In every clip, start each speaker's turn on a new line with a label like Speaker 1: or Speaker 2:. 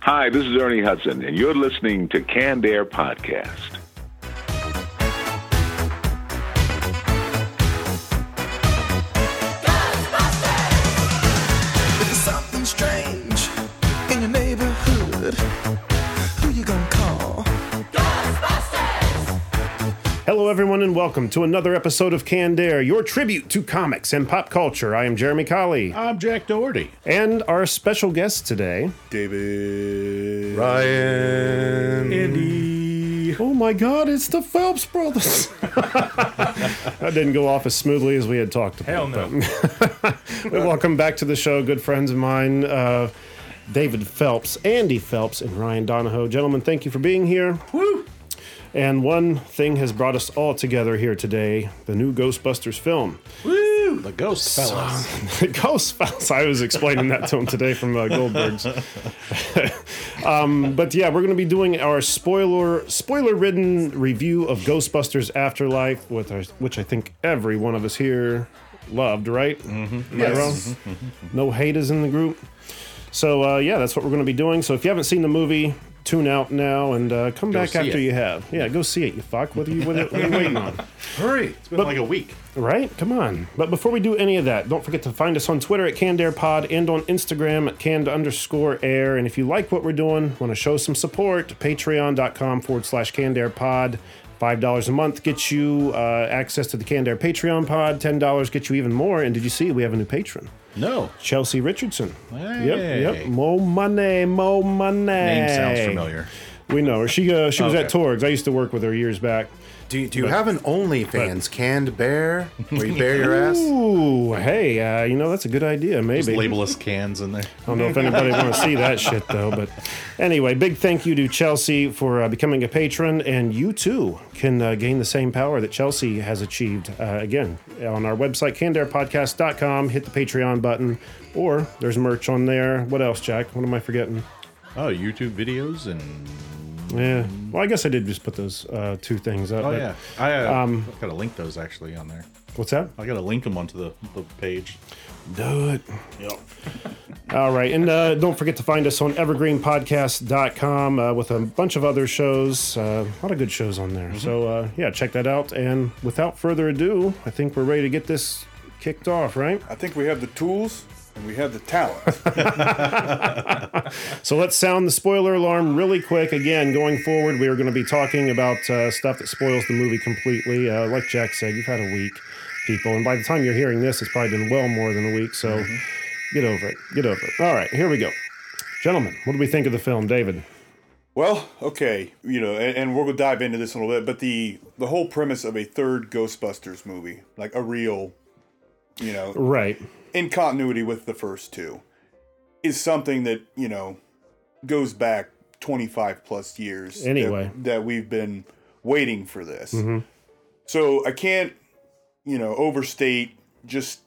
Speaker 1: Hi, this is Ernie Hudson, and you're listening to Canned Air Podcast.
Speaker 2: If there's something strange in your neighborhood, who you gonna call?
Speaker 3: Hello, everyone, and welcome to another episode of Candare, your tribute to comics and pop culture. I am Jeremy Colley,
Speaker 4: I'm Jack Doherty.
Speaker 3: and our special guest today.
Speaker 4: David.
Speaker 5: Ryan.
Speaker 3: Oh my God, it's the Phelps brothers. that didn't go off as smoothly as we had talked about.
Speaker 5: Hell no.
Speaker 3: But welcome back to the show, good friends of mine, uh, David Phelps, Andy Phelps, and Ryan Donahoe. Gentlemen, thank you for being here. Woo! And one thing has brought us all together here today the new Ghostbusters film.
Speaker 4: Woo! The Ghost Fellas.
Speaker 3: ghost spouse. I was explaining that to him today from uh, Goldberg's. um, but yeah, we're going to be doing our spoiler spoiler ridden review of Ghostbusters Afterlife, with our, which I think every one of us here loved, right? Mm-hmm.
Speaker 4: Mm-hmm.
Speaker 3: No haters in the group. So uh, yeah, that's what we're going to be doing. So if you haven't seen the movie. Tune out now and uh, come back
Speaker 4: see
Speaker 3: after
Speaker 4: it.
Speaker 3: you have. Yeah, go see it, you fuck. What are you, what are you what are you waiting on?
Speaker 4: Hurry. It's been like a week.
Speaker 3: Right? Come on. But before we do any of that, don't forget to find us on Twitter at CandairPod and on Instagram at canned underscore air. And if you like what we're doing, want to show some support, patreon.com forward slash CandairPod. $5 a month gets you uh, access to the Candair Patreon pod. $10 gets you even more. And did you see we have a new patron?
Speaker 4: No.
Speaker 3: Chelsea Richardson. Yep,
Speaker 4: Hey.
Speaker 3: yep. Mo money, mo money.
Speaker 4: Name sounds familiar.
Speaker 3: We know her. She uh, she was
Speaker 4: Okay.
Speaker 3: at Torgs. I used to work with her years back.
Speaker 5: Do, do you have an OnlyFans canned bear where you bear your ass?
Speaker 3: Ooh, hey, uh, you know that's a good idea. Maybe
Speaker 4: Just labelless cans in there.
Speaker 3: I don't know if anybody want to see that shit though. But anyway, big thank you to Chelsea for uh, becoming a patron, and you too can uh, gain the same power that Chelsea has achieved. Uh, again, on our website, candarepodcast.com, hit the Patreon button, or there's merch on there. What else, Jack? What am I forgetting?
Speaker 4: Oh, YouTube videos and.
Speaker 3: Yeah. Well, I guess I did just put those uh, two things up.
Speaker 4: Oh,
Speaker 3: but-
Speaker 4: yeah. I uh,
Speaker 3: Um,
Speaker 4: I've got to link those actually on there.
Speaker 3: What's that?
Speaker 4: I got to link them onto the, the page.
Speaker 3: Do it. All right. And uh, don't forget to find us on evergreenpodcast.com uh, with a bunch of other shows. Uh, a lot of good shows on there. So, uh, yeah, check that out. And without further ado, I think we're ready to get this kicked off, right?
Speaker 6: I think we have the tools and we have the talent.
Speaker 3: So let's sound the spoiler alarm really quick. Again, going forward, we are going to be talking about uh, stuff that spoils the movie completely. Uh, like Jack said, you've had a week, people, and by the time you're hearing this, it's probably been well more than a week. So get over it. Get over it. All right, here we go, gentlemen. What do we think of the film, David?
Speaker 6: well, okay, you know, and, and we're gonna dive into this in a little bit, but the the whole premise of a third Ghostbusters movie, like a real, you know,
Speaker 3: Right.
Speaker 6: in continuity with the first two, is something that you know goes back twenty five plus years. that-
Speaker 3: Anyway. Mm-hmm.
Speaker 6: that, we've been waiting for this. So I can't, you know, overstate just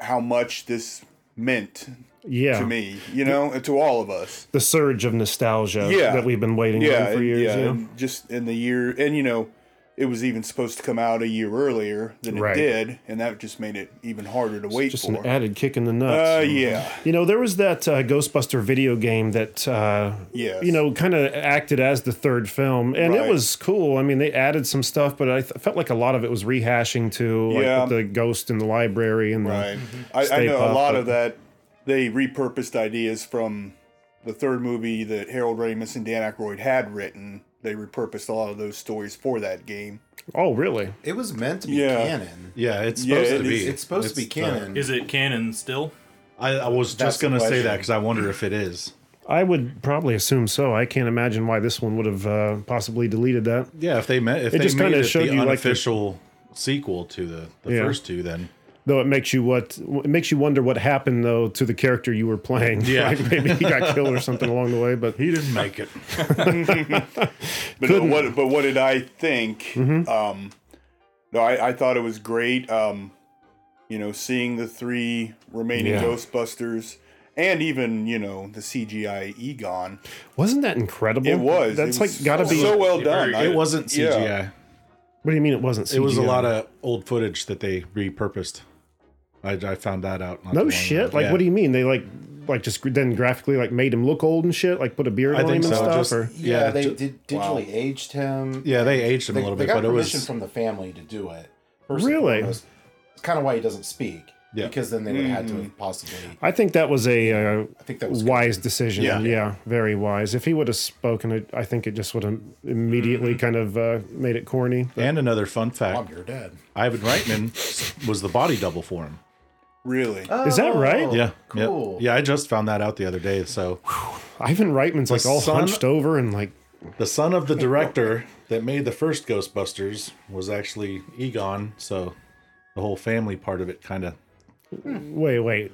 Speaker 6: how much this meant
Speaker 3: Yeah.
Speaker 6: to me, you know, and to all of us.
Speaker 3: The surge of nostalgia
Speaker 6: Yeah.
Speaker 3: that we've been waiting on for
Speaker 6: and-
Speaker 3: years.
Speaker 6: Yeah,
Speaker 3: Yeah.
Speaker 6: and just in the year, and you know, it was even supposed to come out a year earlier than
Speaker 3: Right.
Speaker 6: it did, and that just made it even harder to wait
Speaker 3: Just
Speaker 6: for.
Speaker 3: an added kick in the nuts.
Speaker 6: uh, yeah,
Speaker 3: You know, there was that uh, Ghostbuster video game that, uh,
Speaker 6: Yes.
Speaker 3: you know, kind of acted as the third film, and it
Speaker 6: Right.
Speaker 3: was cool. I mean, they added some stuff, but I th- felt like a lot of it was rehashing to like
Speaker 6: Yeah.
Speaker 3: with the ghost in the library and the- Mhm.
Speaker 6: right. I, I
Speaker 3: mm-hmm. Stay
Speaker 6: know a
Speaker 3: Puft,
Speaker 6: lot
Speaker 3: but-
Speaker 6: of that. They repurposed ideas from the third movie that Harold Ramis and Dan Aykroyd had written. They repurposed a lot of those stories for that game.
Speaker 3: oh, really?
Speaker 5: It was meant to be
Speaker 6: Yeah.
Speaker 5: canon.
Speaker 4: Yeah, it's
Speaker 6: Yeah,
Speaker 4: supposed
Speaker 6: it
Speaker 4: to be.
Speaker 6: is.
Speaker 5: It's supposed to be
Speaker 4: uh,
Speaker 5: canon.
Speaker 7: Is it canon still?
Speaker 4: I, I was
Speaker 5: That's
Speaker 4: just
Speaker 5: the
Speaker 4: going to say that
Speaker 5: question.
Speaker 4: because I wonder if it is.
Speaker 3: I would probably assume so. I can't imagine why this one would have uh, possibly deleted that.
Speaker 4: Yeah, if they met, if
Speaker 3: It
Speaker 4: they
Speaker 3: just
Speaker 4: made
Speaker 3: kinda
Speaker 4: it
Speaker 3: showed
Speaker 4: the
Speaker 3: you, like, the-
Speaker 4: unofficial sequel to the, the
Speaker 3: Yeah.
Speaker 4: first two, then
Speaker 3: Though it makes you what it makes you wonder what happened though to the character you were playing.
Speaker 4: Yeah.
Speaker 3: like maybe he got killed or something along the way. But
Speaker 4: He didn't make it.
Speaker 6: But no, what but what did I think? Um, no, I, I thought it was great. Um, you know, seeing the three remaining
Speaker 3: Yeah.
Speaker 6: Ghostbusters, and even you know the CGI Egon.
Speaker 3: wasn't that incredible?
Speaker 6: It was. it
Speaker 3: That's
Speaker 6: was
Speaker 3: like got to
Speaker 6: so-
Speaker 3: be.
Speaker 6: so well
Speaker 4: It
Speaker 6: done.
Speaker 4: very-
Speaker 6: I-
Speaker 4: It wasn't
Speaker 6: yeah.
Speaker 4: CGI.
Speaker 3: what do you mean it wasn't? CGI?
Speaker 4: It was a lot of old footage that they repurposed. I, I found that out. not too
Speaker 3: no
Speaker 4: long
Speaker 3: shit.
Speaker 4: ago.
Speaker 3: Like
Speaker 4: Yeah.
Speaker 3: what do you mean? They like like just then graphically like made him look old and shit. Like put a beard on
Speaker 4: I
Speaker 3: him
Speaker 4: think
Speaker 3: and
Speaker 4: so.
Speaker 3: stuff.
Speaker 4: Just-
Speaker 3: or
Speaker 4: yeah,
Speaker 7: Yeah, they
Speaker 4: ju-
Speaker 7: did digitally aged him.
Speaker 4: Yeah, they aged him
Speaker 7: They,
Speaker 4: a little
Speaker 7: they
Speaker 4: bit,
Speaker 7: got
Speaker 4: but it
Speaker 7: permission
Speaker 4: was
Speaker 7: from the family to do it. First and
Speaker 3: Really?
Speaker 7: foremost. It's kind of why he doesn't speak.
Speaker 4: Yeah.
Speaker 7: Because then they would have had
Speaker 6: Hmm.
Speaker 7: to have possibly.
Speaker 3: I think that was a. Uh,
Speaker 7: I think that was good.
Speaker 3: wise decision. Yeah.
Speaker 4: Yeah.
Speaker 3: very wise. If he would have spoken, it, I think it just would have immediately
Speaker 4: Mm-hmm.
Speaker 3: kind of uh, made it corny.
Speaker 4: And another fun
Speaker 7: Mom,
Speaker 4: fact:
Speaker 7: you're dead.
Speaker 4: Ivan Reitman was the body double for him.
Speaker 6: Really,
Speaker 4: Oh.
Speaker 3: Is that right?
Speaker 4: Yeah, yeah.
Speaker 7: Oh, Cool.
Speaker 4: Yeah, I just found that out the other day. So
Speaker 3: Ivan Reitman's like all
Speaker 4: son-
Speaker 3: hunched over and like
Speaker 4: the son of the director that made the first Ghostbusters was actually Egon. So the whole family part of it kind of.
Speaker 3: wait, wait,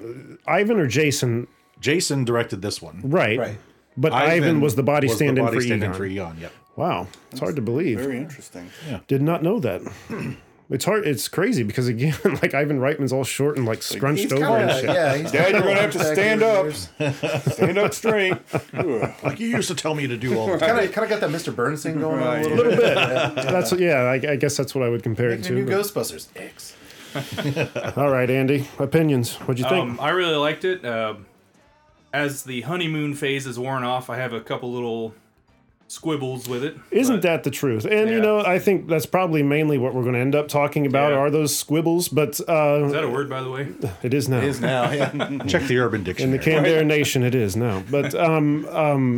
Speaker 3: Ivan or Jason?
Speaker 4: Jason directed this one.
Speaker 3: Right.
Speaker 7: Right.
Speaker 3: But Ivan, was the body
Speaker 4: was
Speaker 3: stand in
Speaker 4: body
Speaker 3: for
Speaker 4: stand-in
Speaker 3: Egon.
Speaker 4: for E. Egon. Yep.
Speaker 3: Wow, it's hard to believe.
Speaker 6: very interesting.
Speaker 3: Did not know that. It's hard. It's crazy because again, like Ivan Reitman's all short and like scrunched over and shit.
Speaker 7: yeah, he's
Speaker 6: Dad, you're gonna have to
Speaker 7: contact
Speaker 6: stand up.
Speaker 7: years.
Speaker 6: Stand up straight. Ugh.
Speaker 4: Like you used to tell me to do all the time.
Speaker 7: Kind of, kind of got that Mr. Burns thing going on a
Speaker 6: Right.
Speaker 7: little, bit.
Speaker 3: That's yeah. I, I guess that's what I would compare it
Speaker 7: Making a
Speaker 3: to.
Speaker 7: new Ghostbusters X.
Speaker 3: but- all right, Andy. Opinions? What'd you think?
Speaker 8: Um, I really liked it. Uh, as the honeymoon phase is worn off, I have a couple little squibbles with it.
Speaker 3: Isn't
Speaker 8: but-
Speaker 3: that the truth? And you
Speaker 8: Yeah.
Speaker 3: know, I think that's probably mainly what we're going to end up talking about
Speaker 8: Yeah.
Speaker 3: are those squibbles. But uh,
Speaker 8: Is that a word, by the way?
Speaker 3: it is now
Speaker 7: Is now, yeah.
Speaker 4: Check the Urban
Speaker 3: Mm-hmm. in
Speaker 4: Dictionary.
Speaker 3: the Canberra Nation. It is now. But um, um,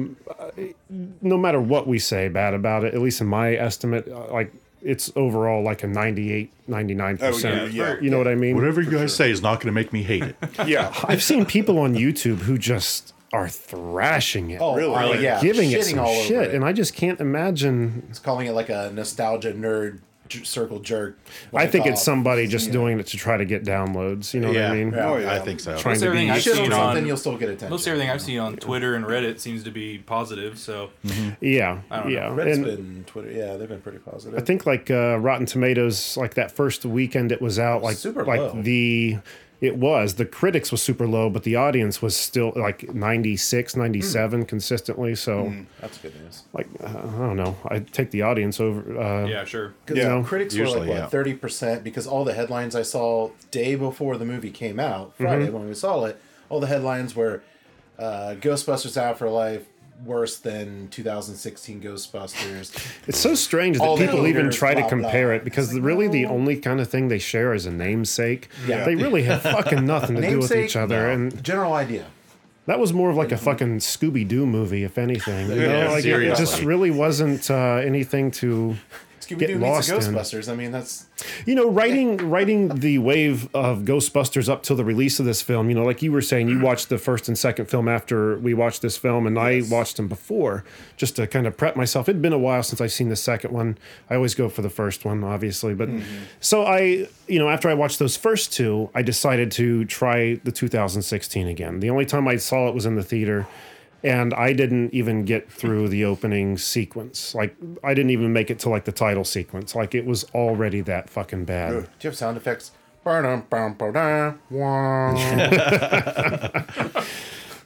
Speaker 3: I- no matter what we say bad about it, at least in my estimate, uh, like it's overall like a 98, 99
Speaker 6: Oh,
Speaker 3: percent.
Speaker 6: yeah,
Speaker 3: You know what I mean?
Speaker 4: Whatever you guys say is not going to make me hate it.
Speaker 6: yeah, yeah.
Speaker 3: I've seen people on YouTube who just are thrashing it.
Speaker 7: Oh,
Speaker 6: Really?
Speaker 7: uh,
Speaker 6: Really?
Speaker 7: yeah.
Speaker 3: Giving
Speaker 7: shitting
Speaker 3: it some
Speaker 7: all over
Speaker 3: shit,
Speaker 7: it.
Speaker 3: and I just can't imagine.
Speaker 7: It's calling it like a nostalgia nerd j- circle jerk.
Speaker 3: I
Speaker 7: Like,
Speaker 3: think
Speaker 7: uh,
Speaker 3: it's somebody just doing it to try to get downloads. You know
Speaker 4: yeah,
Speaker 3: what I mean?
Speaker 6: Oh, yeah.
Speaker 4: I think so.
Speaker 3: Trying
Speaker 8: Most
Speaker 3: to
Speaker 8: everything
Speaker 3: be
Speaker 8: I've
Speaker 7: Shit on
Speaker 8: seen
Speaker 7: something,
Speaker 8: on
Speaker 7: you'll still get attention.
Speaker 8: most everything I've seen on Twitter and Reddit seems to be positive. So
Speaker 3: Uh-huh. Yeah, yeah.
Speaker 7: Reddit's
Speaker 3: and
Speaker 7: been Twitter. Yeah, they've been pretty positive.
Speaker 3: I think like uh, Rotten Tomatoes, like that first weekend it was out, like
Speaker 7: Super
Speaker 3: like
Speaker 7: low.
Speaker 3: the it was the critics was super low, but the audience was still like 96,
Speaker 7: Hmm.
Speaker 3: 97 consistently. So
Speaker 7: that's good news.
Speaker 3: like uh, I don't know, I take the audience over. Uh,
Speaker 8: yeah, sure.
Speaker 6: Yeah,
Speaker 7: yeah, critics
Speaker 4: usually,
Speaker 7: were
Speaker 4: yeah.
Speaker 7: like thirty percent because all the headlines I saw day before the movie came out
Speaker 3: Mm-hmm.
Speaker 7: Friday when we saw it, all the headlines were uh, "Ghostbusters Afterlife worse than 2016 Ghostbusters."
Speaker 3: It's so strange that
Speaker 7: All the
Speaker 3: people even
Speaker 7: haters,
Speaker 3: try to
Speaker 7: blah, blah.
Speaker 3: compare it because really the only kind of thing they share is a namesake.
Speaker 7: Yeah.
Speaker 3: They really have fucking nothing to do with each other.
Speaker 7: no.
Speaker 3: And
Speaker 7: general idea.
Speaker 3: That was more of like a fucking Scooby Doo movie, if anything. You know,
Speaker 4: Yeah,
Speaker 3: like it- it just
Speaker 4: seriously.
Speaker 3: really wasn't uh, anything to,
Speaker 7: Scooby
Speaker 3: Get
Speaker 7: Doo meets
Speaker 3: lost
Speaker 7: the
Speaker 3: in.
Speaker 7: Ghostbusters. I mean, that's
Speaker 3: you know, writing writing the wave of Ghostbusters up till the release of this film. You know, like you were saying, you watched the first and second film after we watched this film, and I watched them before just to kind of prep myself. It'd been a while since I've seen the second one. I always go for the first one, obviously, but so I, you know, after I watched those first two, I decided to try the 2016 again. The only time I saw it was in the theater. and I didn't even get through the opening sequence. Like I didn't even make it to like the title sequence. Like it was already that fucking bad.
Speaker 7: do you have sound effects? Ba-dum, ba-dum, ba-dum, wah.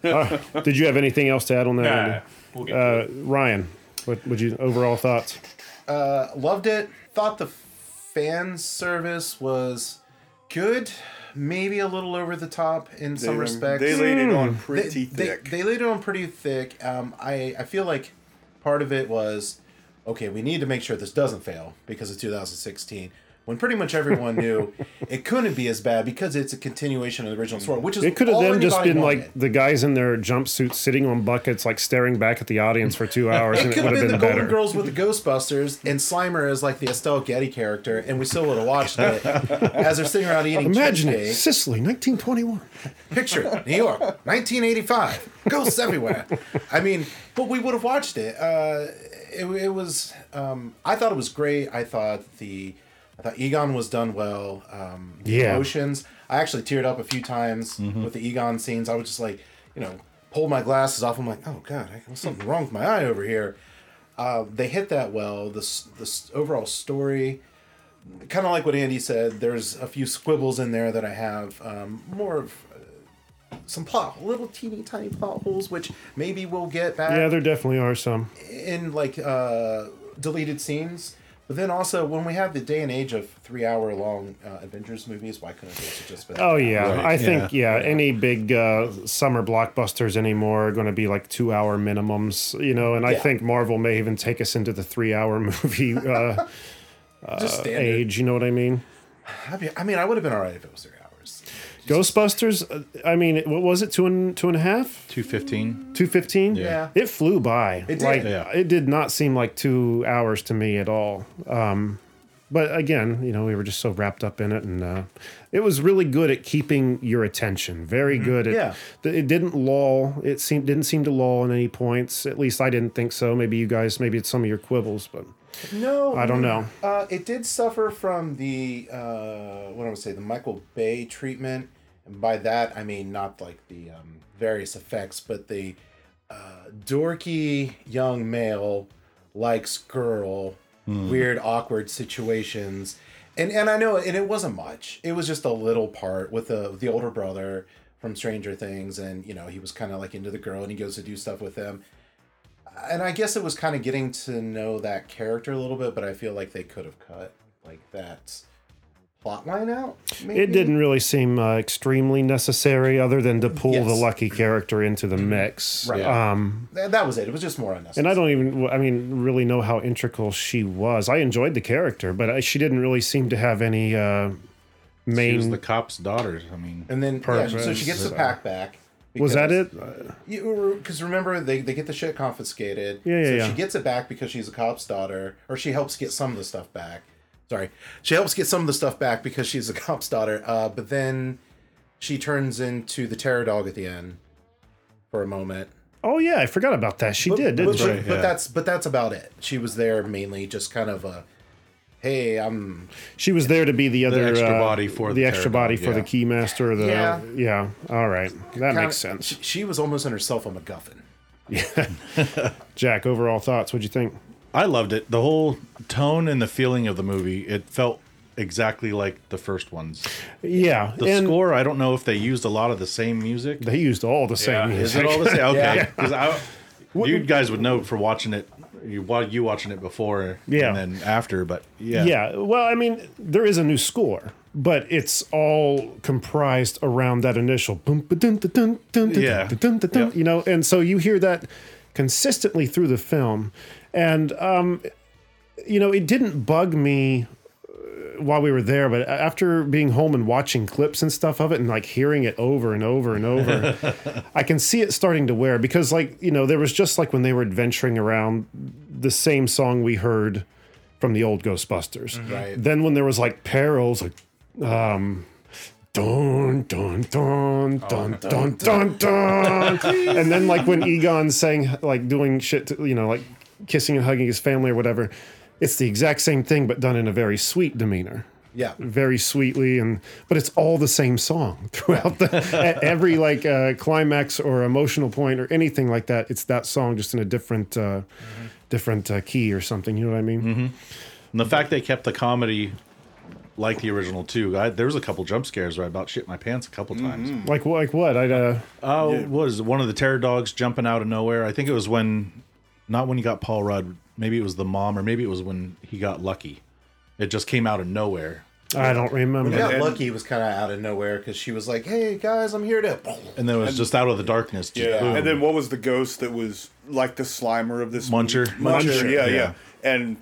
Speaker 3: Did you have anything else to add on that,
Speaker 8: Nah,
Speaker 3: Andy?
Speaker 8: we'll get
Speaker 3: Uh, Ryan, what would you overall thoughts?
Speaker 7: Loved it. Thought the fan service was good. Maybe a little over the top in
Speaker 6: They,
Speaker 7: some respects.
Speaker 6: they laid it on
Speaker 7: They-
Speaker 6: pretty
Speaker 7: they,
Speaker 6: thick.
Speaker 7: They, laid it on pretty thick. Um, I I feel like part of it was okay. We need to make sure this doesn't fail because of 2016, when pretty much everyone knew it couldn't be as bad because it's a continuation of the original story, which is
Speaker 3: It could have
Speaker 7: all
Speaker 3: then just
Speaker 7: anybody
Speaker 3: been
Speaker 7: wanted.
Speaker 3: like the guys in their jumpsuits sitting on buckets, like staring back at the audience for two hours, and
Speaker 7: It
Speaker 3: it
Speaker 7: could have
Speaker 3: would have
Speaker 7: been, the
Speaker 3: been
Speaker 7: Golden
Speaker 3: better.
Speaker 7: Girls with the Ghostbusters and Slimer as like the Estelle Getty character, and we still would have watched it as they're sitting around eating
Speaker 3: Imagine it,
Speaker 7: cheesecake.
Speaker 3: Sicily, 1921.
Speaker 7: Picture it, New York, 1985. Ghosts everywhere. I mean, but we would have watched it. Uh, it, it was. Um, I thought it was great. I thought the. I thought Egon was done well. Um, the
Speaker 3: Yeah.
Speaker 7: Emotions. I actually teared up a few times with the Egon scenes. I was just like, you know, pulled my glasses off. I'm like, oh god, I- there's something wrong with my eye over here. Uh, they hit that well. The s- the s- overall story, kind of like what Andy said. There's a few squibbles in there that I have. Um, more of uh, some plot, little teeny tiny plot holes, which maybe we'll get back
Speaker 3: Yeah, there definitely are some.
Speaker 7: in like uh, deleted scenes. But then also when we have the day and age of three hour long uh, adventures movies, why couldn't they just spend?
Speaker 3: Oh yeah, I think yeah. Any big uh, summer blockbusters anymore are going to be like two hour minimums, you know. And I
Speaker 7: Yeah.
Speaker 3: think Marvel may even take us into the three hour movie uh,
Speaker 7: just standard.
Speaker 3: age. You know what I mean?
Speaker 7: I'd be- I mean, I would have been all right if it was three hours.
Speaker 3: Ghostbusters. uh, I mean, what was it? Two and two and a half,
Speaker 4: 215.
Speaker 3: two fifteen.
Speaker 7: Yeah.
Speaker 3: it flew by.
Speaker 7: It did.
Speaker 3: Like
Speaker 4: Yeah.
Speaker 3: it did not seem like two hours to me at all. Um, but again, you know, we were just so wrapped up in it, and uh, it was really good at keeping your attention. Very
Speaker 7: Mm-hmm.
Speaker 3: good at.
Speaker 7: Yeah.
Speaker 3: th- It didn't lull. It seemed didn't seem to lull in any points. At least I didn't think so. Maybe you guys. Maybe it's some of your quibbles, but
Speaker 7: No,
Speaker 3: I don't know.
Speaker 7: Uh, it did suffer from the uh, what I would say the Michael Bay treatment, and by that I mean not like the um, various effects, but the uh, dorky young male likes girl, weird awkward situations, and and I know, and it wasn't much. It was just a little part with the the older brother from Stranger Things, and you know he was kind of like into the girl, and he goes to do stuff with them and I guess it was kind of getting to know that character a little bit, but I feel like they could have cut like that plot line out. Maybe?
Speaker 3: It didn't really seem uh, extremely necessary, other than to pull the
Speaker 7: Yes.
Speaker 3: lucky character into the mix.
Speaker 7: Right.
Speaker 3: Um,
Speaker 7: Th- That was it. It was just more unnecessary.
Speaker 3: and I don't even, I mean, really know how integral she was. I enjoyed the character, but I, she didn't really seem to have any uh,
Speaker 4: She was
Speaker 3: main.
Speaker 4: the
Speaker 3: Was,
Speaker 4: cop's daughter. I mean,
Speaker 7: And then yeah, so she
Speaker 3: Purpose,
Speaker 7: gets the
Speaker 3: uh,
Speaker 7: pack back.
Speaker 3: that
Speaker 7: because-
Speaker 3: it?
Speaker 7: Because remember, they, they get the shit confiscated.
Speaker 3: Yeah, yeah,
Speaker 7: So
Speaker 3: yeah.
Speaker 7: she gets it back because she's a cop's daughter, or she helps get some of the stuff back. Sorry, she helps get some of the stuff back because she's a cop's daughter. Uh, but then she turns into the terror dog at the end for a moment.
Speaker 3: Oh yeah, I forgot about that. She did, didn't
Speaker 7: but,
Speaker 3: she?
Speaker 7: but- but
Speaker 4: yeah.
Speaker 7: that's but that's about it. She was there mainly just kind of a, hey, I'm
Speaker 3: She was there to be the other
Speaker 4: extra
Speaker 3: uh,
Speaker 4: body for
Speaker 3: the
Speaker 4: the
Speaker 3: extra
Speaker 4: Pterodon,
Speaker 3: body for the
Speaker 4: yeah.
Speaker 3: keymaster. The yeah.
Speaker 7: Yeah.
Speaker 3: all right, that
Speaker 7: kinda-
Speaker 3: makes sense.
Speaker 7: She, she was almost in herself a MacGuffin.
Speaker 3: Jack, overall thoughts? What'd you think?
Speaker 4: I loved it. The whole tone and the feeling of the movie, it felt exactly like the first ones.
Speaker 3: Yeah,
Speaker 4: The
Speaker 3: and
Speaker 4: score, I don't know if they used a lot of the same music.
Speaker 3: they used all the same
Speaker 8: Yeah.
Speaker 4: Is
Speaker 3: music.
Speaker 4: it all the same? Okay. 'Cause I- you guys would know for watching it, you, while you watching it before
Speaker 3: Yeah.
Speaker 4: and then after, but yeah.
Speaker 3: Yeah. Well, I mean, there is a new score, but it's all comprised around that initial boom, ba-dun, da-dun, dun, da-dun,
Speaker 4: Yeah.
Speaker 3: da-dun, da-dun,
Speaker 4: Yep.
Speaker 3: you know, and so you hear that consistently through the film, and um, you know, it didn't bug me uh, while we were there, but a- after being home and watching clips and stuff of it, and like hearing it over and over and over. I can see it starting to wear because, like, you know, there was just like when they were adventuring around the same song we heard from the old Ghostbusters.
Speaker 7: Right.
Speaker 3: Then when there was like perils, like, um, dun dun dun dun dun dun dun, and then like when Egon sang like doing shit, to, you know, like kissing and hugging his family or whatever. It's the exact same thing, but done in a very sweet demeanor
Speaker 7: Yeah,
Speaker 3: very sweetly and but it's all the same song throughout the at every like uh, climax or emotional point or anything like that it's that song just in a different uh, different uh, key or something you know what i mean
Speaker 4: And the fact they kept the comedy like the original too. I, there was a couple jump scares where I about shit my pants a couple
Speaker 6: Mm-hmm.
Speaker 4: times.
Speaker 3: like wh- like what i uh,
Speaker 4: Oh, what was it? one of the terror dogs jumping out of nowhere? I think it was when, not when he got Paul Rudd. Maybe it was the mom, or maybe it was when he got lucky. It just came out of nowhere,
Speaker 3: i don't remember
Speaker 7: we got lucky. Was kind of out of nowhere because she was like, "Hey guys, I'm here to."
Speaker 4: and then it was just out of the darkness. Just
Speaker 6: Yeah.
Speaker 4: boom.
Speaker 6: And then what was the ghost that was like the Slimer of this
Speaker 4: Muncher.
Speaker 6: Muncher.
Speaker 4: Muncher,
Speaker 6: Yeah, yeah,
Speaker 4: yeah.
Speaker 6: And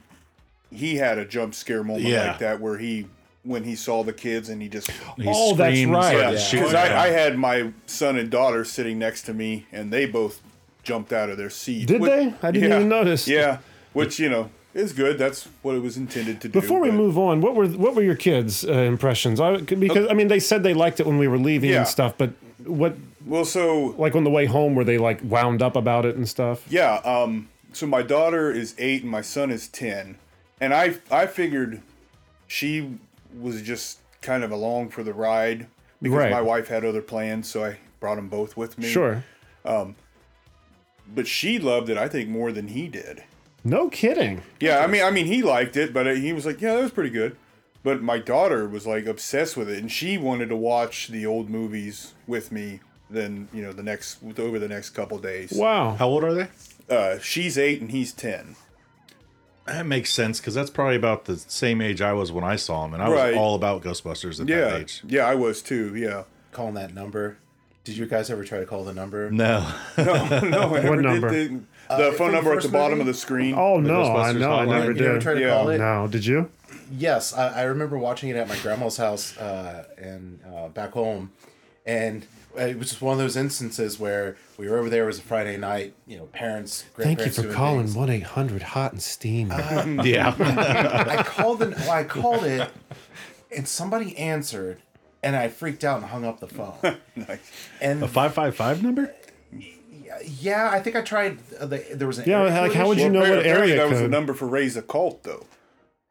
Speaker 6: he had a jump scare moment
Speaker 4: Yeah.
Speaker 6: like that where he when he saw the kids and he just
Speaker 4: he
Speaker 3: Oh, that's
Speaker 4: screamed and
Speaker 3: right.
Speaker 4: started
Speaker 6: yeah.
Speaker 4: shooting
Speaker 6: Because
Speaker 4: at him.
Speaker 6: I, I had my son and daughter sitting next to me and they both jumped out of their seat.
Speaker 3: Did they? I didn't even notice.
Speaker 6: Yeah. Which, you know, is good. That's what it was intended to do.
Speaker 3: before we
Speaker 6: but-
Speaker 3: move on what were what were your kids uh, impressions i because i mean they said they liked it when we were leaving
Speaker 6: Yeah.
Speaker 3: and stuff but what
Speaker 6: Well, so
Speaker 3: like on the way home were they like wound up about it and stuff
Speaker 6: Yeah. Um. So my daughter is eight and my son is ten, and I I figured she was just kind of along for the ride. because
Speaker 3: Right.
Speaker 6: my wife had other plans, so I brought them both with me.
Speaker 3: Sure.
Speaker 6: But she loved it, I think, more than he did.
Speaker 3: No kidding.
Speaker 6: Yeah, I mean, I mean, he liked it, but uh, he was like, "Yeah, that was pretty good." But my daughter was like obsessed with it, and she wanted to watch the old movies with me. Then you know, the next over the next couple days,
Speaker 3: Wow.
Speaker 4: How old are they?
Speaker 6: Uh, she's eight and he's ten.
Speaker 4: That makes sense because that's probably about the same age I was when I saw them, and I was
Speaker 6: Right.
Speaker 4: all about Ghostbusters at
Speaker 6: Yeah,
Speaker 4: that age.
Speaker 6: yeah, I was too. Yeah,
Speaker 7: Calling that number. Did you guys ever try to call the number?
Speaker 4: No,
Speaker 6: no, I never did
Speaker 3: number?
Speaker 6: The, the phone
Speaker 7: from the
Speaker 6: number at
Speaker 7: first
Speaker 6: the bottom
Speaker 7: movie?
Speaker 6: of the screen.
Speaker 3: Oh no, I
Speaker 4: Ghostbusters
Speaker 3: know, I
Speaker 4: hotline.
Speaker 3: never
Speaker 7: You ever
Speaker 3: did.
Speaker 7: try to
Speaker 6: Yeah.
Speaker 7: call it?
Speaker 3: No, did you?
Speaker 7: Yes, I, I remember watching it at my grandma's house uh, and uh, back home, and it was just one of those instances where we were over there. It was a Friday night, you know, parents.
Speaker 3: Thank you
Speaker 7: grandparents
Speaker 3: for
Speaker 7: doing
Speaker 3: calling
Speaker 7: things.
Speaker 3: one eight hundred hot and steam.
Speaker 4: yeah,
Speaker 7: I called the, well, I called it, and somebody answered, and I freaked out and hung up the phone.
Speaker 6: Nice.
Speaker 7: And
Speaker 4: five five five number.
Speaker 7: yeah, I think I tried. Uh, the, there was an
Speaker 3: Yeah,
Speaker 7: area
Speaker 3: like, how
Speaker 7: code
Speaker 3: would
Speaker 7: issue.
Speaker 3: you know what
Speaker 6: apparently
Speaker 3: area
Speaker 6: that was the
Speaker 3: code?
Speaker 6: number for raise a cult though.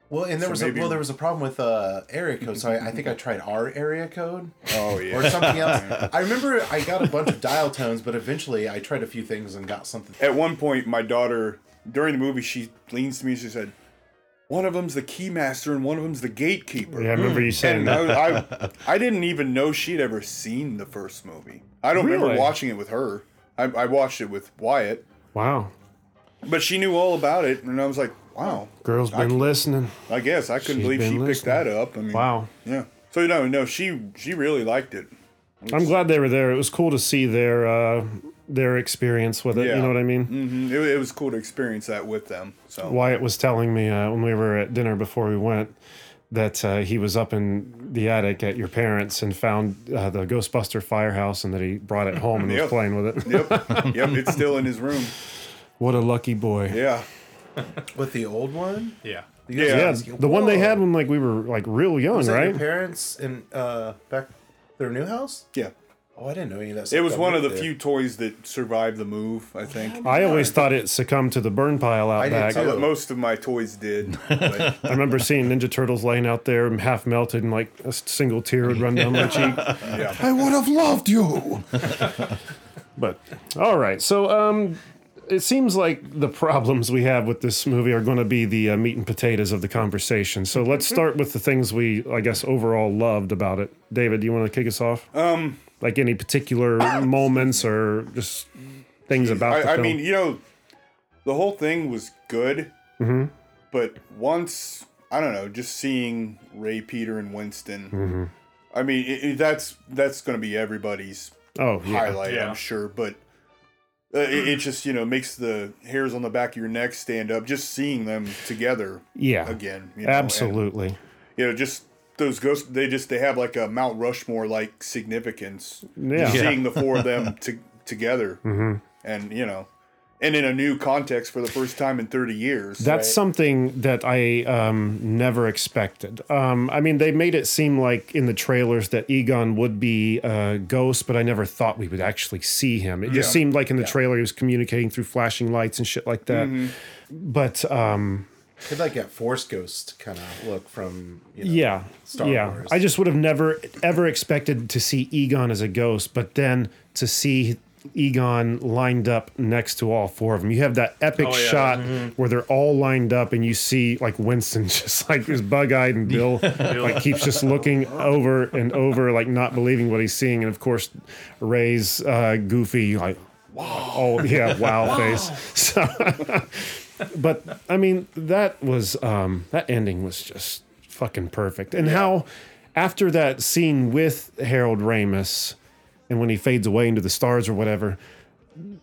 Speaker 7: Well, and there was a,
Speaker 6: maybe-
Speaker 7: well, there was a problem with uh, area code, so I, I think I tried our area code.
Speaker 6: Oh yeah,
Speaker 7: or something else. I remember I got a bunch of dial tones, but eventually I tried a few things and got something.
Speaker 6: At one point, my daughter, during the movie, she leans to me and she said, "One of them's the keymaster and one of them's the gatekeeper."
Speaker 3: yeah, I remember you saying
Speaker 6: And I,
Speaker 3: that.
Speaker 6: was- I, I didn't even know she'd ever seen the first movie. I don't
Speaker 3: Really?
Speaker 6: remember watching it with her. I, I watched it with Wyatt,
Speaker 3: Wow,
Speaker 6: but she knew all about it, and I was like, "Wow,
Speaker 3: girl's
Speaker 6: I,
Speaker 3: been listening.
Speaker 6: I guess I couldn't
Speaker 3: She's
Speaker 6: believe
Speaker 3: been
Speaker 6: she picked
Speaker 3: listening.
Speaker 6: that up." I mean,
Speaker 3: Wow.
Speaker 6: yeah. So no, no, she she really liked it.
Speaker 3: I'm glad they were there. It was cool to see their uh, their experience with it. You
Speaker 6: Yeah.
Speaker 3: know what I mean?
Speaker 6: hmm It, it was cool to experience that with them. So
Speaker 3: Wyatt was telling me uh, when we were at dinner before we went that uh, he was up in the attic at your parents and found uh, the Ghostbuster firehouse and that he brought it home and was
Speaker 6: Yep.
Speaker 3: playing with it.
Speaker 6: yep, yep, it's still in his room.
Speaker 3: what a lucky boy.
Speaker 6: Yeah.
Speaker 7: With the old one,
Speaker 8: Yeah.
Speaker 3: Yeah,
Speaker 6: Yeah.
Speaker 3: the one they had
Speaker 7: Whoa.
Speaker 3: when like we were like real young,
Speaker 7: was that
Speaker 3: right?
Speaker 7: your parents in uh, back their new house?
Speaker 6: Yeah.
Speaker 7: Oh, I didn't know any of that. Stuff
Speaker 6: It was
Speaker 7: got
Speaker 6: one of the
Speaker 7: moved there.
Speaker 6: few toys that survived the move, I think.
Speaker 3: I always thought it succumbed to the burn pile out
Speaker 7: I did
Speaker 3: back.
Speaker 7: too.
Speaker 6: But Most of my toys did. but-
Speaker 3: I remember seeing Ninja Turtles laying out there and half melted, and like a single tear would run down my cheek.
Speaker 6: yeah.
Speaker 5: would have loved you.
Speaker 3: But all right, so um, it seems like the problems we have with this movie are going to be the uh, meat and potatoes of the conversation. So let's start with the things we, I guess, overall loved about it. David, do you want to kick us off? Um, like any particular moments or just things about the
Speaker 6: I, I
Speaker 3: film?
Speaker 6: mean, you know, the whole thing was good. But once, I don't know, just seeing Ray, Peter, and Winston. I mean, it, it- that's that's going to be everybody's
Speaker 3: oh yeah,
Speaker 6: highlight,
Speaker 8: Yeah.
Speaker 6: I'm sure. But uh, it, it just, you know, makes the hairs on the back of your neck stand up. Just seeing them together
Speaker 3: yeah,
Speaker 6: again. You know, and-
Speaker 3: absolutely.
Speaker 6: you know, just those ghosts. They just they have like a Mount Rushmore like significance.
Speaker 3: Yeah. Mm-hmm.
Speaker 6: Just seeing the four of them to, together, and you know, and in a new context for the first time in thirty years.
Speaker 3: That's something that I um, never expected. Um, I mean, they made it seem like in the trailers that Egon would be a ghost, but I never thought we would actually see him. It just
Speaker 6: Yeah. Mm-hmm.
Speaker 3: seemed like in the trailer he was communicating through flashing lights and shit like that. But um,
Speaker 7: It's like that Force Ghost kind of look from. You know,
Speaker 3: yeah,
Speaker 7: Star
Speaker 3: yeah,
Speaker 7: Wars.
Speaker 3: I just would have never ever expected to see Egon as a ghost, but then to see. Egon lined up next to all four of them. You have that epic
Speaker 8: Oh, yeah.
Speaker 3: shot where they're all lined up, and you see like Winston just like is bug eyed, and Bill like keeps just looking over and over, like not believing what he's seeing. And of course, Ray's uh, goofy like wow, oh yeah, wow face. So, but I mean, that was um, that ending was just fucking perfect. And how after that scene with Harold Ramis, and when he fades away into the stars or whatever.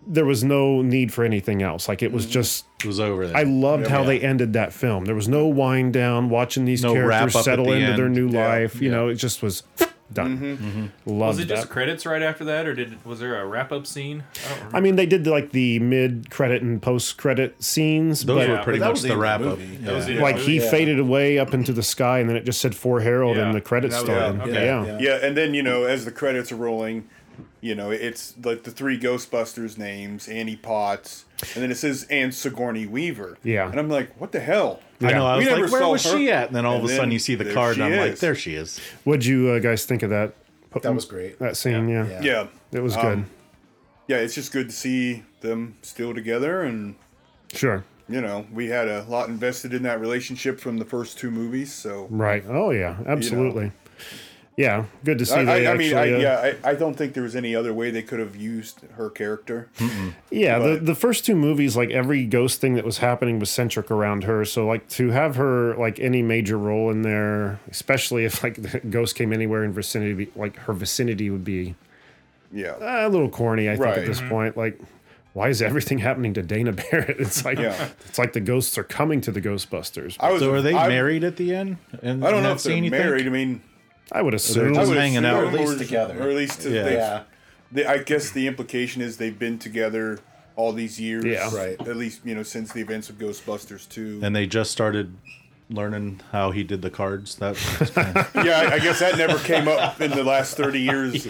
Speaker 3: There was no need for anything else. Like it was
Speaker 4: Mm-hmm.
Speaker 3: just
Speaker 4: It was over there.
Speaker 3: I loved how they ended that film. There was no wind down, watching these
Speaker 4: No wrap-up
Speaker 3: characters
Speaker 4: at
Speaker 3: settle
Speaker 4: the
Speaker 3: into their
Speaker 4: end. Mm-hmm.
Speaker 3: new
Speaker 6: Yeah,
Speaker 3: life. You know, it just was done. Loved
Speaker 8: Mm-hmm. Was it
Speaker 3: that.
Speaker 8: just credits right after that, or did was there a wrap up scene? I don't remember.
Speaker 3: I mean, they did like the mid credit and post credit scenes,
Speaker 4: Those
Speaker 3: but
Speaker 6: uh,
Speaker 4: were pretty
Speaker 7: that
Speaker 4: much
Speaker 7: was the
Speaker 4: the
Speaker 7: end
Speaker 4: wrap
Speaker 7: of the
Speaker 4: up.
Speaker 7: movie.
Speaker 8: That was the end
Speaker 3: like
Speaker 8: of
Speaker 3: he
Speaker 8: it.
Speaker 3: faded away up into the sky, and then it just said for Harold,
Speaker 8: Yeah.
Speaker 3: and the credits
Speaker 8: That was-
Speaker 3: started.
Speaker 8: yeah,
Speaker 3: Yeah,
Speaker 8: okay.
Speaker 3: yeah.
Speaker 6: yeah, and then you know, as the credits are rolling, you know, it's like the three Ghostbusters names, Annie Potts, and then it says and Sigourney Weaver.
Speaker 3: Yeah.
Speaker 6: and I'm like, what the hell?
Speaker 4: I know. I
Speaker 6: We
Speaker 4: was
Speaker 6: never
Speaker 4: like, where
Speaker 6: saw
Speaker 4: was
Speaker 6: her.
Speaker 4: she at? And then all
Speaker 6: And
Speaker 4: of a sudden,
Speaker 6: then
Speaker 4: you see the
Speaker 6: there
Speaker 4: card,
Speaker 6: she
Speaker 4: and I'm like,
Speaker 6: is.
Speaker 4: there she is.
Speaker 3: What'd you uh, guys think of that?
Speaker 7: That was great.
Speaker 3: That scene, yeah.
Speaker 7: Yeah.
Speaker 6: Yeah.
Speaker 3: It was
Speaker 6: Um, Yeah, it's just good to see them still together and
Speaker 3: good. Sure.
Speaker 6: you know, we had a lot invested in that relationship from the first two movies, so
Speaker 3: Right. Oh, yeah. Absolutely. Yeah. Good to see
Speaker 6: I,
Speaker 3: that.
Speaker 6: I, I mean, I,
Speaker 3: actually, uh,
Speaker 6: yeah, I, I don't think there was any other way they could have used her character.
Speaker 4: Hmm.
Speaker 3: Yeah, the,
Speaker 6: But-
Speaker 3: the first two movies, like every ghost thing that was happening was centric around her. So like to have her like any major role in there, especially if like the ghost came anywhere in vicinity, like her vicinity would be
Speaker 6: Yeah,
Speaker 3: a little corny. I think at
Speaker 6: Right.
Speaker 3: this point, like why is everything happening to Dana Barrett? It's like
Speaker 6: Yeah.
Speaker 3: it's like the ghosts are coming to the Ghostbusters. I,
Speaker 6: I was.
Speaker 4: So are they
Speaker 6: I,
Speaker 4: married at the end? And
Speaker 6: I don't know if they're married. I mean,
Speaker 3: would assume.
Speaker 6: I
Speaker 4: Just
Speaker 6: would
Speaker 4: hanging out. Or at
Speaker 6: assume-
Speaker 7: least
Speaker 6: or-
Speaker 7: together.
Speaker 6: Or at least
Speaker 4: Yeah.
Speaker 6: they,
Speaker 7: Yeah.
Speaker 6: they- I guess the implication is they've been together all these years.
Speaker 3: Yeah.
Speaker 7: Right.
Speaker 6: At least you know since the events of Ghostbusters two.
Speaker 4: And they just started learning how he did the cards. That
Speaker 6: yeah, I, I guess that never came up in the last thirty years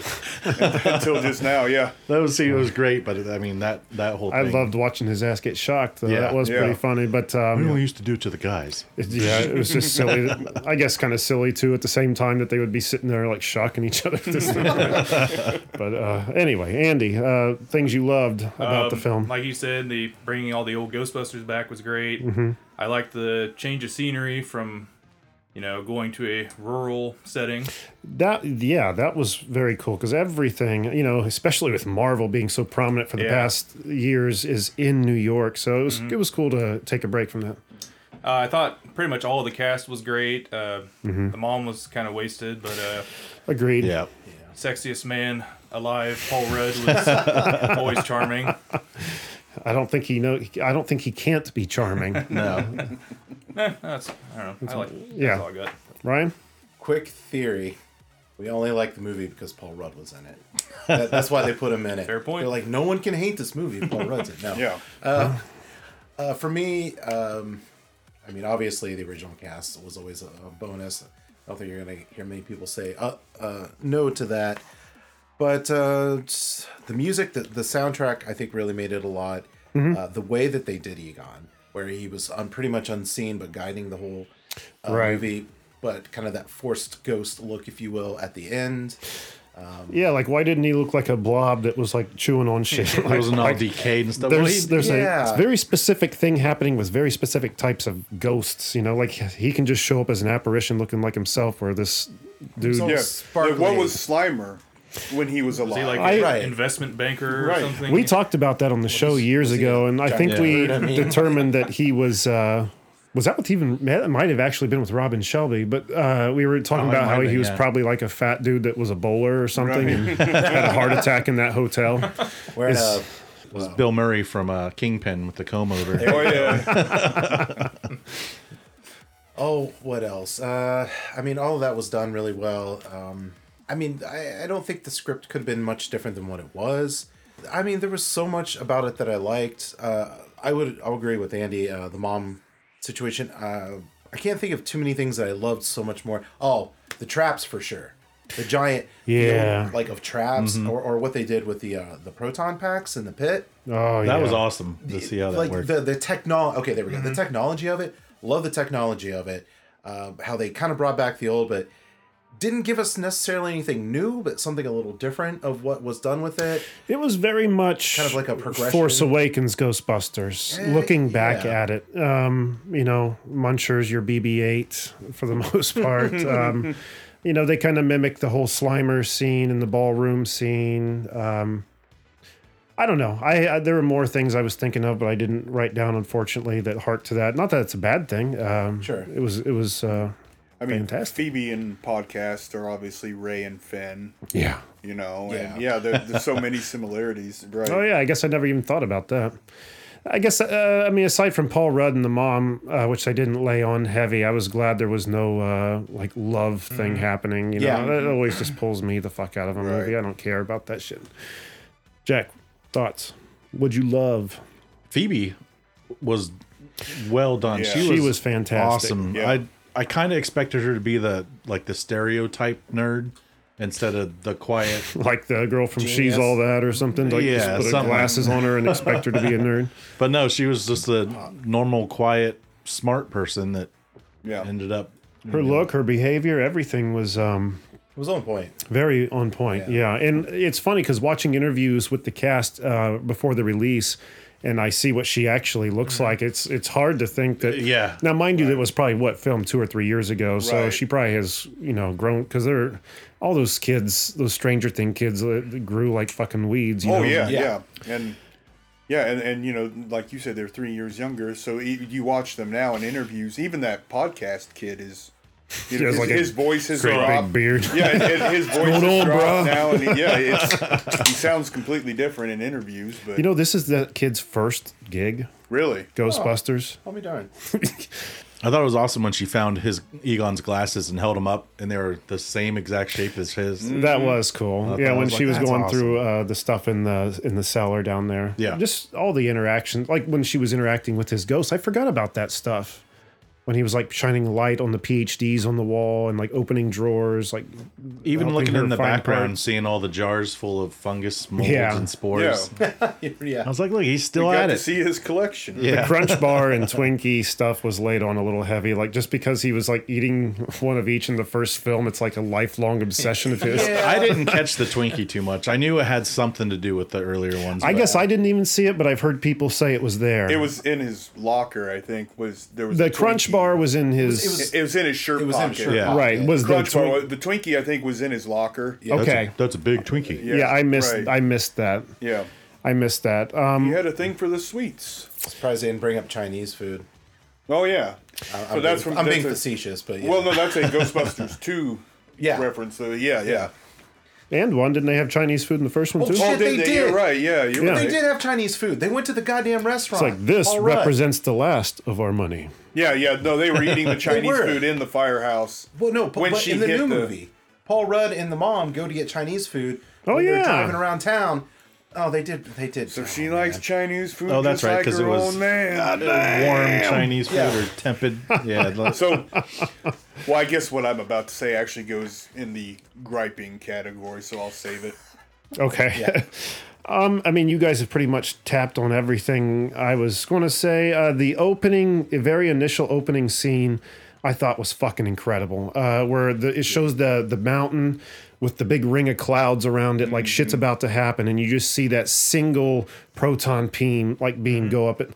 Speaker 6: until just now. Yeah.
Speaker 4: that was see, it was great, but I mean that that whole.
Speaker 3: I
Speaker 4: thing.
Speaker 3: loved watching his ass get shocked. Though.
Speaker 4: Yeah.
Speaker 3: that was pretty
Speaker 6: Yeah.
Speaker 3: funny. But
Speaker 4: We
Speaker 3: um,
Speaker 4: only used to do it to the guys.
Speaker 3: It- Yeah, it was just silly. I guess kind of silly too. At the same time that they would be sitting there like shocking each other. At this point. but uh, anyway, Andy, uh, things you loved about the
Speaker 8: Um,
Speaker 3: film.
Speaker 8: Like you said, the bringing all the old Ghostbusters back was great.
Speaker 3: Mm-hmm.
Speaker 8: I liked the change of scenery from, you know, going to a rural setting.
Speaker 3: that yeah, that was very cool because everything you know, especially with Marvel being so prominent for the
Speaker 8: Yeah.
Speaker 3: past years, is in New York. So it was it was cool to take a break from that.
Speaker 8: Uh, I thought pretty much all of the cast was great. Uh,
Speaker 3: Mm-hmm.
Speaker 8: The mom was kind of wasted, but uh,
Speaker 3: Agreed.
Speaker 4: Yeah.
Speaker 8: sexiest man alive, Paul Rudd, was always charming.
Speaker 3: I don't think he know. I don't think he can't be charming.
Speaker 4: No.
Speaker 8: That's I don't know. I like. That's
Speaker 3: yeah.
Speaker 8: all I got.
Speaker 3: Ryan.
Speaker 7: Quick theory. We only like the movie because Paul Rudd was in it. That, that's why they put him in it.
Speaker 8: Fair point.
Speaker 7: They're like, no one can hate this movie if Paul Rudd's in it. No.
Speaker 6: Yeah.
Speaker 7: Uh, for me, um, I mean, obviously the original cast was always a, a bonus. I don't think you're gonna hear many people say uh, uh, no to that, but uh, it's- the music, the, the soundtrack, I think really made it a lot. Uh, the way that they did Egon, where he was un, pretty much unseen but guiding the whole uh,
Speaker 3: Right.
Speaker 7: movie, but kind of that forced ghost look, if you will, at the end.
Speaker 3: Yeah, like why didn't he look like a blob that was like chewing on shit?
Speaker 4: It wasn't all
Speaker 3: Like-
Speaker 4: decayed and stuff. Well,
Speaker 3: there's
Speaker 4: he-
Speaker 3: there's
Speaker 7: yeah.
Speaker 3: a very specific thing happening with very specific types of ghosts. You know, like he can just show up as an apparition looking like himself, where this dude.
Speaker 7: So-
Speaker 6: Yeah.
Speaker 7: Sparkly.
Speaker 6: Like, what was Slimer when he was alive?
Speaker 8: Is he like
Speaker 3: I-
Speaker 8: an
Speaker 7: Right.
Speaker 8: investment banker or
Speaker 6: Right.
Speaker 8: something?
Speaker 3: We talked about that on the show years ago, and I think we determined that he was. Uh, was that with even that might have actually been with Robin Shelby, but uh, we were talking
Speaker 4: Oh, it
Speaker 3: about
Speaker 4: might
Speaker 3: how
Speaker 4: have
Speaker 3: he
Speaker 4: been,
Speaker 3: was
Speaker 4: yeah.
Speaker 3: probably like a fat dude that was a bowler or something and had a heart attack in that hotel.
Speaker 7: Where uh,
Speaker 4: it was Bill Murray from uh, Kingpin with the comb over.
Speaker 6: oh yeah.
Speaker 7: Oh, what else? Uh, I mean, all of that was done really well. Um, I mean, I, I don't think the script could have been much different than what it was. I mean, there was so much about it that I liked. Uh, I would I'll agree with Andy. Uh, the mom situation. Uh, I can't think of too many things that I loved so much more. Oh, the traps for sure. The giant, field,
Speaker 3: Yeah.
Speaker 7: like of traps, or, or what they did with the uh, the proton packs in the pit
Speaker 3: Oh, yeah.
Speaker 4: That was awesome to see how that Mm-hmm.
Speaker 7: like
Speaker 4: worked.
Speaker 7: the the technology. Okay, there we go. The technology of it. Love the technology of it. Uh, how they kind of brought back the old, but didn't give us necessarily anything new, but something a little different of what was done with it.
Speaker 3: It was very much
Speaker 7: Kind of like a progression. Eh,
Speaker 3: Force Awakens Ghostbusters. looking back
Speaker 7: yeah.
Speaker 3: at it, um, you know, Muncher's your BB-8 for the most part. um, you know, they kind of mimic the whole Slimer scene and the ballroom scene. Um, I don't know. I, I there were more things I was thinking of, but I didn't write down, unfortunately, that hark to that. Not that it's a bad thing. Um,
Speaker 7: Sure.
Speaker 3: It was. It was. Uh,
Speaker 6: I mean,
Speaker 3: Fantastic.
Speaker 6: Phoebe and podcast are obviously Ray and Finn.
Speaker 3: yeah.
Speaker 6: You know, and
Speaker 7: Yeah.
Speaker 6: yeah, there, there's so many similarities, right?
Speaker 3: Oh yeah, I guess I never even thought about that. I guess uh, I mean aside from Paul Rudd and the mom, uh, which I didn't lay on heavy, I was glad there was no uh, like love thing happening. You know,
Speaker 7: Yeah.
Speaker 3: that always just pulls me the fuck out of a movie. I don't care about that shit. Jack, thoughts? Would you love?
Speaker 4: Phoebe was well done.
Speaker 6: Yeah.
Speaker 4: She,
Speaker 3: She
Speaker 4: was
Speaker 3: was fantastic.
Speaker 4: Awesome.
Speaker 6: Yeah.
Speaker 4: I I kind of expected her to be the like the stereotype nerd instead of the quiet.
Speaker 3: Like the girl from
Speaker 7: Genius.
Speaker 3: She's All That or something. Like
Speaker 4: Yeah,
Speaker 3: just put a
Speaker 4: something.
Speaker 3: glasses on her and expect her to be a nerd.
Speaker 4: But no, she was just the normal, quiet, smart person that
Speaker 6: Yeah.
Speaker 4: ended up.
Speaker 3: Her look, her behavior, everything was um,
Speaker 7: It was on point.
Speaker 3: Very on point. Yeah. And it's funny because watching interviews with the cast uh, before the release, and I see what she actually looks
Speaker 6: Mm-hmm.
Speaker 3: like. It's it's hard to think
Speaker 6: Uh,
Speaker 3: that.
Speaker 4: yeah.
Speaker 3: Now, mind you, that was probably what filmed two or three years ago. So
Speaker 6: Right.
Speaker 3: she probably has you know grown because they're all those kids, those Stranger Thing kids that that grew like fucking weeds. You
Speaker 6: Oh
Speaker 3: know?
Speaker 6: yeah,
Speaker 7: Yeah.
Speaker 6: yeah, and yeah, and, and you know, like you said, they're three years younger. So e- you watch them now in interviews. Even that podcast kid is, you know,
Speaker 3: has
Speaker 6: his,
Speaker 3: like a
Speaker 6: his voice has
Speaker 3: great big
Speaker 6: dropped.
Speaker 3: beard.
Speaker 6: Yeah, and, and his voice has
Speaker 3: going on,
Speaker 6: dropped
Speaker 3: bruh?
Speaker 6: now, and he- yeah, it's, he sounds completely different in interviews. But
Speaker 3: You know, this is that kid's first gig,
Speaker 6: really,
Speaker 3: Ghostbusters.
Speaker 7: I'll be darned.
Speaker 4: I thought it was awesome when she found his Egon's glasses and held them up, and they were the same exact shape as his.
Speaker 3: Mm, That was cool. Yeah,
Speaker 4: that
Speaker 3: when
Speaker 4: was
Speaker 3: she was
Speaker 4: like, "That's
Speaker 3: going through uh, the stuff in the in the cellar down there.
Speaker 4: Yeah.
Speaker 3: just all the interactions, like when she was interacting with his ghost. I forgot about that stuff. When he was like shining light on the PhDs on the wall and like opening drawers, like
Speaker 4: Even
Speaker 3: Helping
Speaker 4: looking
Speaker 3: her
Speaker 4: in the
Speaker 3: find
Speaker 4: background,
Speaker 3: parts.
Speaker 4: seeing all the jars full of fungus, molds,
Speaker 3: Yeah.
Speaker 4: and spores. I
Speaker 7: yeah.
Speaker 4: was like, look, he's still
Speaker 6: got
Speaker 4: at
Speaker 6: to
Speaker 4: it.
Speaker 6: see his collection.
Speaker 4: yeah.
Speaker 3: Crunch Bar and Twinkie stuff was laid on a little heavy. Like just because he was like eating one of each in the first film, it's like a lifelong obsession of his.
Speaker 4: I didn't catch the Twinkie too much. I knew it had something to do with the earlier ones.
Speaker 3: I
Speaker 4: but-
Speaker 3: guess I didn't even see it, but I've heard people say it was there.
Speaker 6: It was in his locker, I think. Was there was
Speaker 3: the
Speaker 6: a
Speaker 3: Crunch
Speaker 6: Twinkie.
Speaker 3: Bar was in his
Speaker 6: It, it was in his shirt
Speaker 7: It was in
Speaker 6: pocket.
Speaker 7: his shirt
Speaker 4: Yeah.
Speaker 7: pocket.
Speaker 3: right. Was
Speaker 6: Crunch
Speaker 3: the
Speaker 6: bar,
Speaker 3: Twin-
Speaker 6: was- the Twinkie, I think, was in his locker. Yeah,
Speaker 4: That's a-
Speaker 3: okay?
Speaker 4: That's a, big Twinkie.
Speaker 3: Yeah, I missed.
Speaker 6: right.
Speaker 3: I missed that.
Speaker 6: yeah.
Speaker 3: I missed that. Um,
Speaker 6: He had a thing for the sweets.
Speaker 7: Surprised they didn't bring up Chinese food.
Speaker 6: Oh yeah. so that's from
Speaker 7: I'm
Speaker 6: that's
Speaker 7: being
Speaker 6: a-
Speaker 7: facetious, but yeah.
Speaker 6: Well, no, that's a Ghostbusters two
Speaker 7: Yeah.
Speaker 6: reference. So yeah, yeah.
Speaker 3: and one didn't they have Chinese food in the first one
Speaker 7: Oh,
Speaker 3: too?
Speaker 7: shit. They
Speaker 6: You're
Speaker 7: did.
Speaker 6: right. Yeah, you're
Speaker 3: Yeah.
Speaker 6: right.
Speaker 7: They did have Chinese food. They went to the goddamn
Speaker 3: It's
Speaker 7: restaurant.
Speaker 3: like this
Speaker 7: All right.
Speaker 3: represents the last of our money.
Speaker 6: Yeah, yeah. No, they were eating the Chinese
Speaker 7: were.
Speaker 6: food in the firehouse.
Speaker 7: Well, no, but,
Speaker 6: when
Speaker 7: but
Speaker 6: she
Speaker 7: in the
Speaker 6: hit
Speaker 7: new movie, Paul Rudd and the mom go to get Chinese food.
Speaker 3: Oh,
Speaker 7: when they're
Speaker 3: yeah.
Speaker 7: driving around town. Oh, they did. They did.
Speaker 6: So she likes Chinese food.
Speaker 4: Oh, that's
Speaker 6: just
Speaker 4: right,
Speaker 6: Like
Speaker 4: 'cause
Speaker 6: her
Speaker 4: it was-
Speaker 6: own man.
Speaker 4: Warm Chinese food
Speaker 7: Yeah.
Speaker 4: or tepid. Yeah. like-
Speaker 6: So, well, I guess what I'm about to say actually goes in the griping category, so I'll save it.
Speaker 3: Okay. um, I mean, you guys have pretty much tapped on everything I was going to say. Uh, the opening, the very initial opening scene, I thought was fucking incredible. Uh, where the, it shows the the mountain with the big ring of clouds around it, like shit's
Speaker 4: Mm-hmm.
Speaker 3: about to happen, and you just see that single proton beam, like
Speaker 4: Mm-hmm.
Speaker 3: beam, go up. It.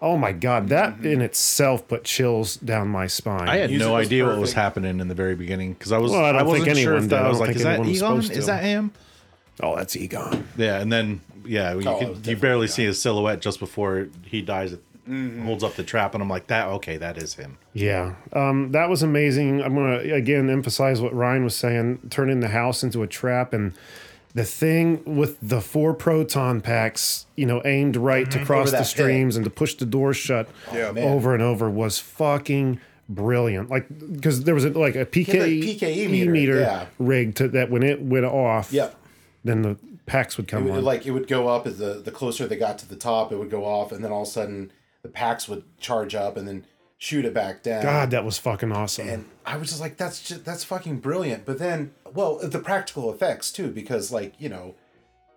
Speaker 3: Oh my god, that in itself put chills down my spine.
Speaker 4: I had
Speaker 7: Music
Speaker 4: no
Speaker 7: was
Speaker 4: idea what was
Speaker 7: perfect.
Speaker 4: happening in the very beginning because I was
Speaker 3: Well, I
Speaker 4: I,
Speaker 3: don't
Speaker 4: wasn't
Speaker 3: think
Speaker 4: sure
Speaker 3: anyone
Speaker 4: if
Speaker 3: did. I
Speaker 4: that I was
Speaker 3: don't
Speaker 4: like,
Speaker 3: think
Speaker 4: is that
Speaker 3: anyone was
Speaker 4: Egon?
Speaker 3: supposed to."
Speaker 4: Is that him?
Speaker 3: oh, that's Egon.
Speaker 4: Yeah, and then yeah, you,
Speaker 7: Oh, it was
Speaker 4: could, you
Speaker 7: definitely
Speaker 4: barely see his silhouette just before he dies. It
Speaker 3: Mm-hmm.
Speaker 4: holds up the trap, and I'm like, that okay, that is him.
Speaker 3: Yeah, um, that was amazing. I'm gonna again emphasize what Ryan was saying: turning the house into a trap, and the thing with the four proton packs, you know, aimed right to cross
Speaker 7: Mhm. Over
Speaker 3: the
Speaker 7: that
Speaker 3: streams and to push the door shut
Speaker 6: Yeah. man.
Speaker 3: over and over was fucking brilliant. Like because there was a, like a PK,
Speaker 7: PKE E meter, yeah.
Speaker 3: rig to that when it went off,
Speaker 7: Yep.
Speaker 3: then the packs would
Speaker 7: It
Speaker 3: come
Speaker 7: would-
Speaker 3: on.
Speaker 7: like it would go up as the the closer they got to the top, it would go off, and then all of a sudden the packs would charge up and then shoot it back down.
Speaker 3: God, that was fucking awesome.
Speaker 7: and I was just like, that's just, that's fucking brilliant. But then, well, the practical effects too, because like you know,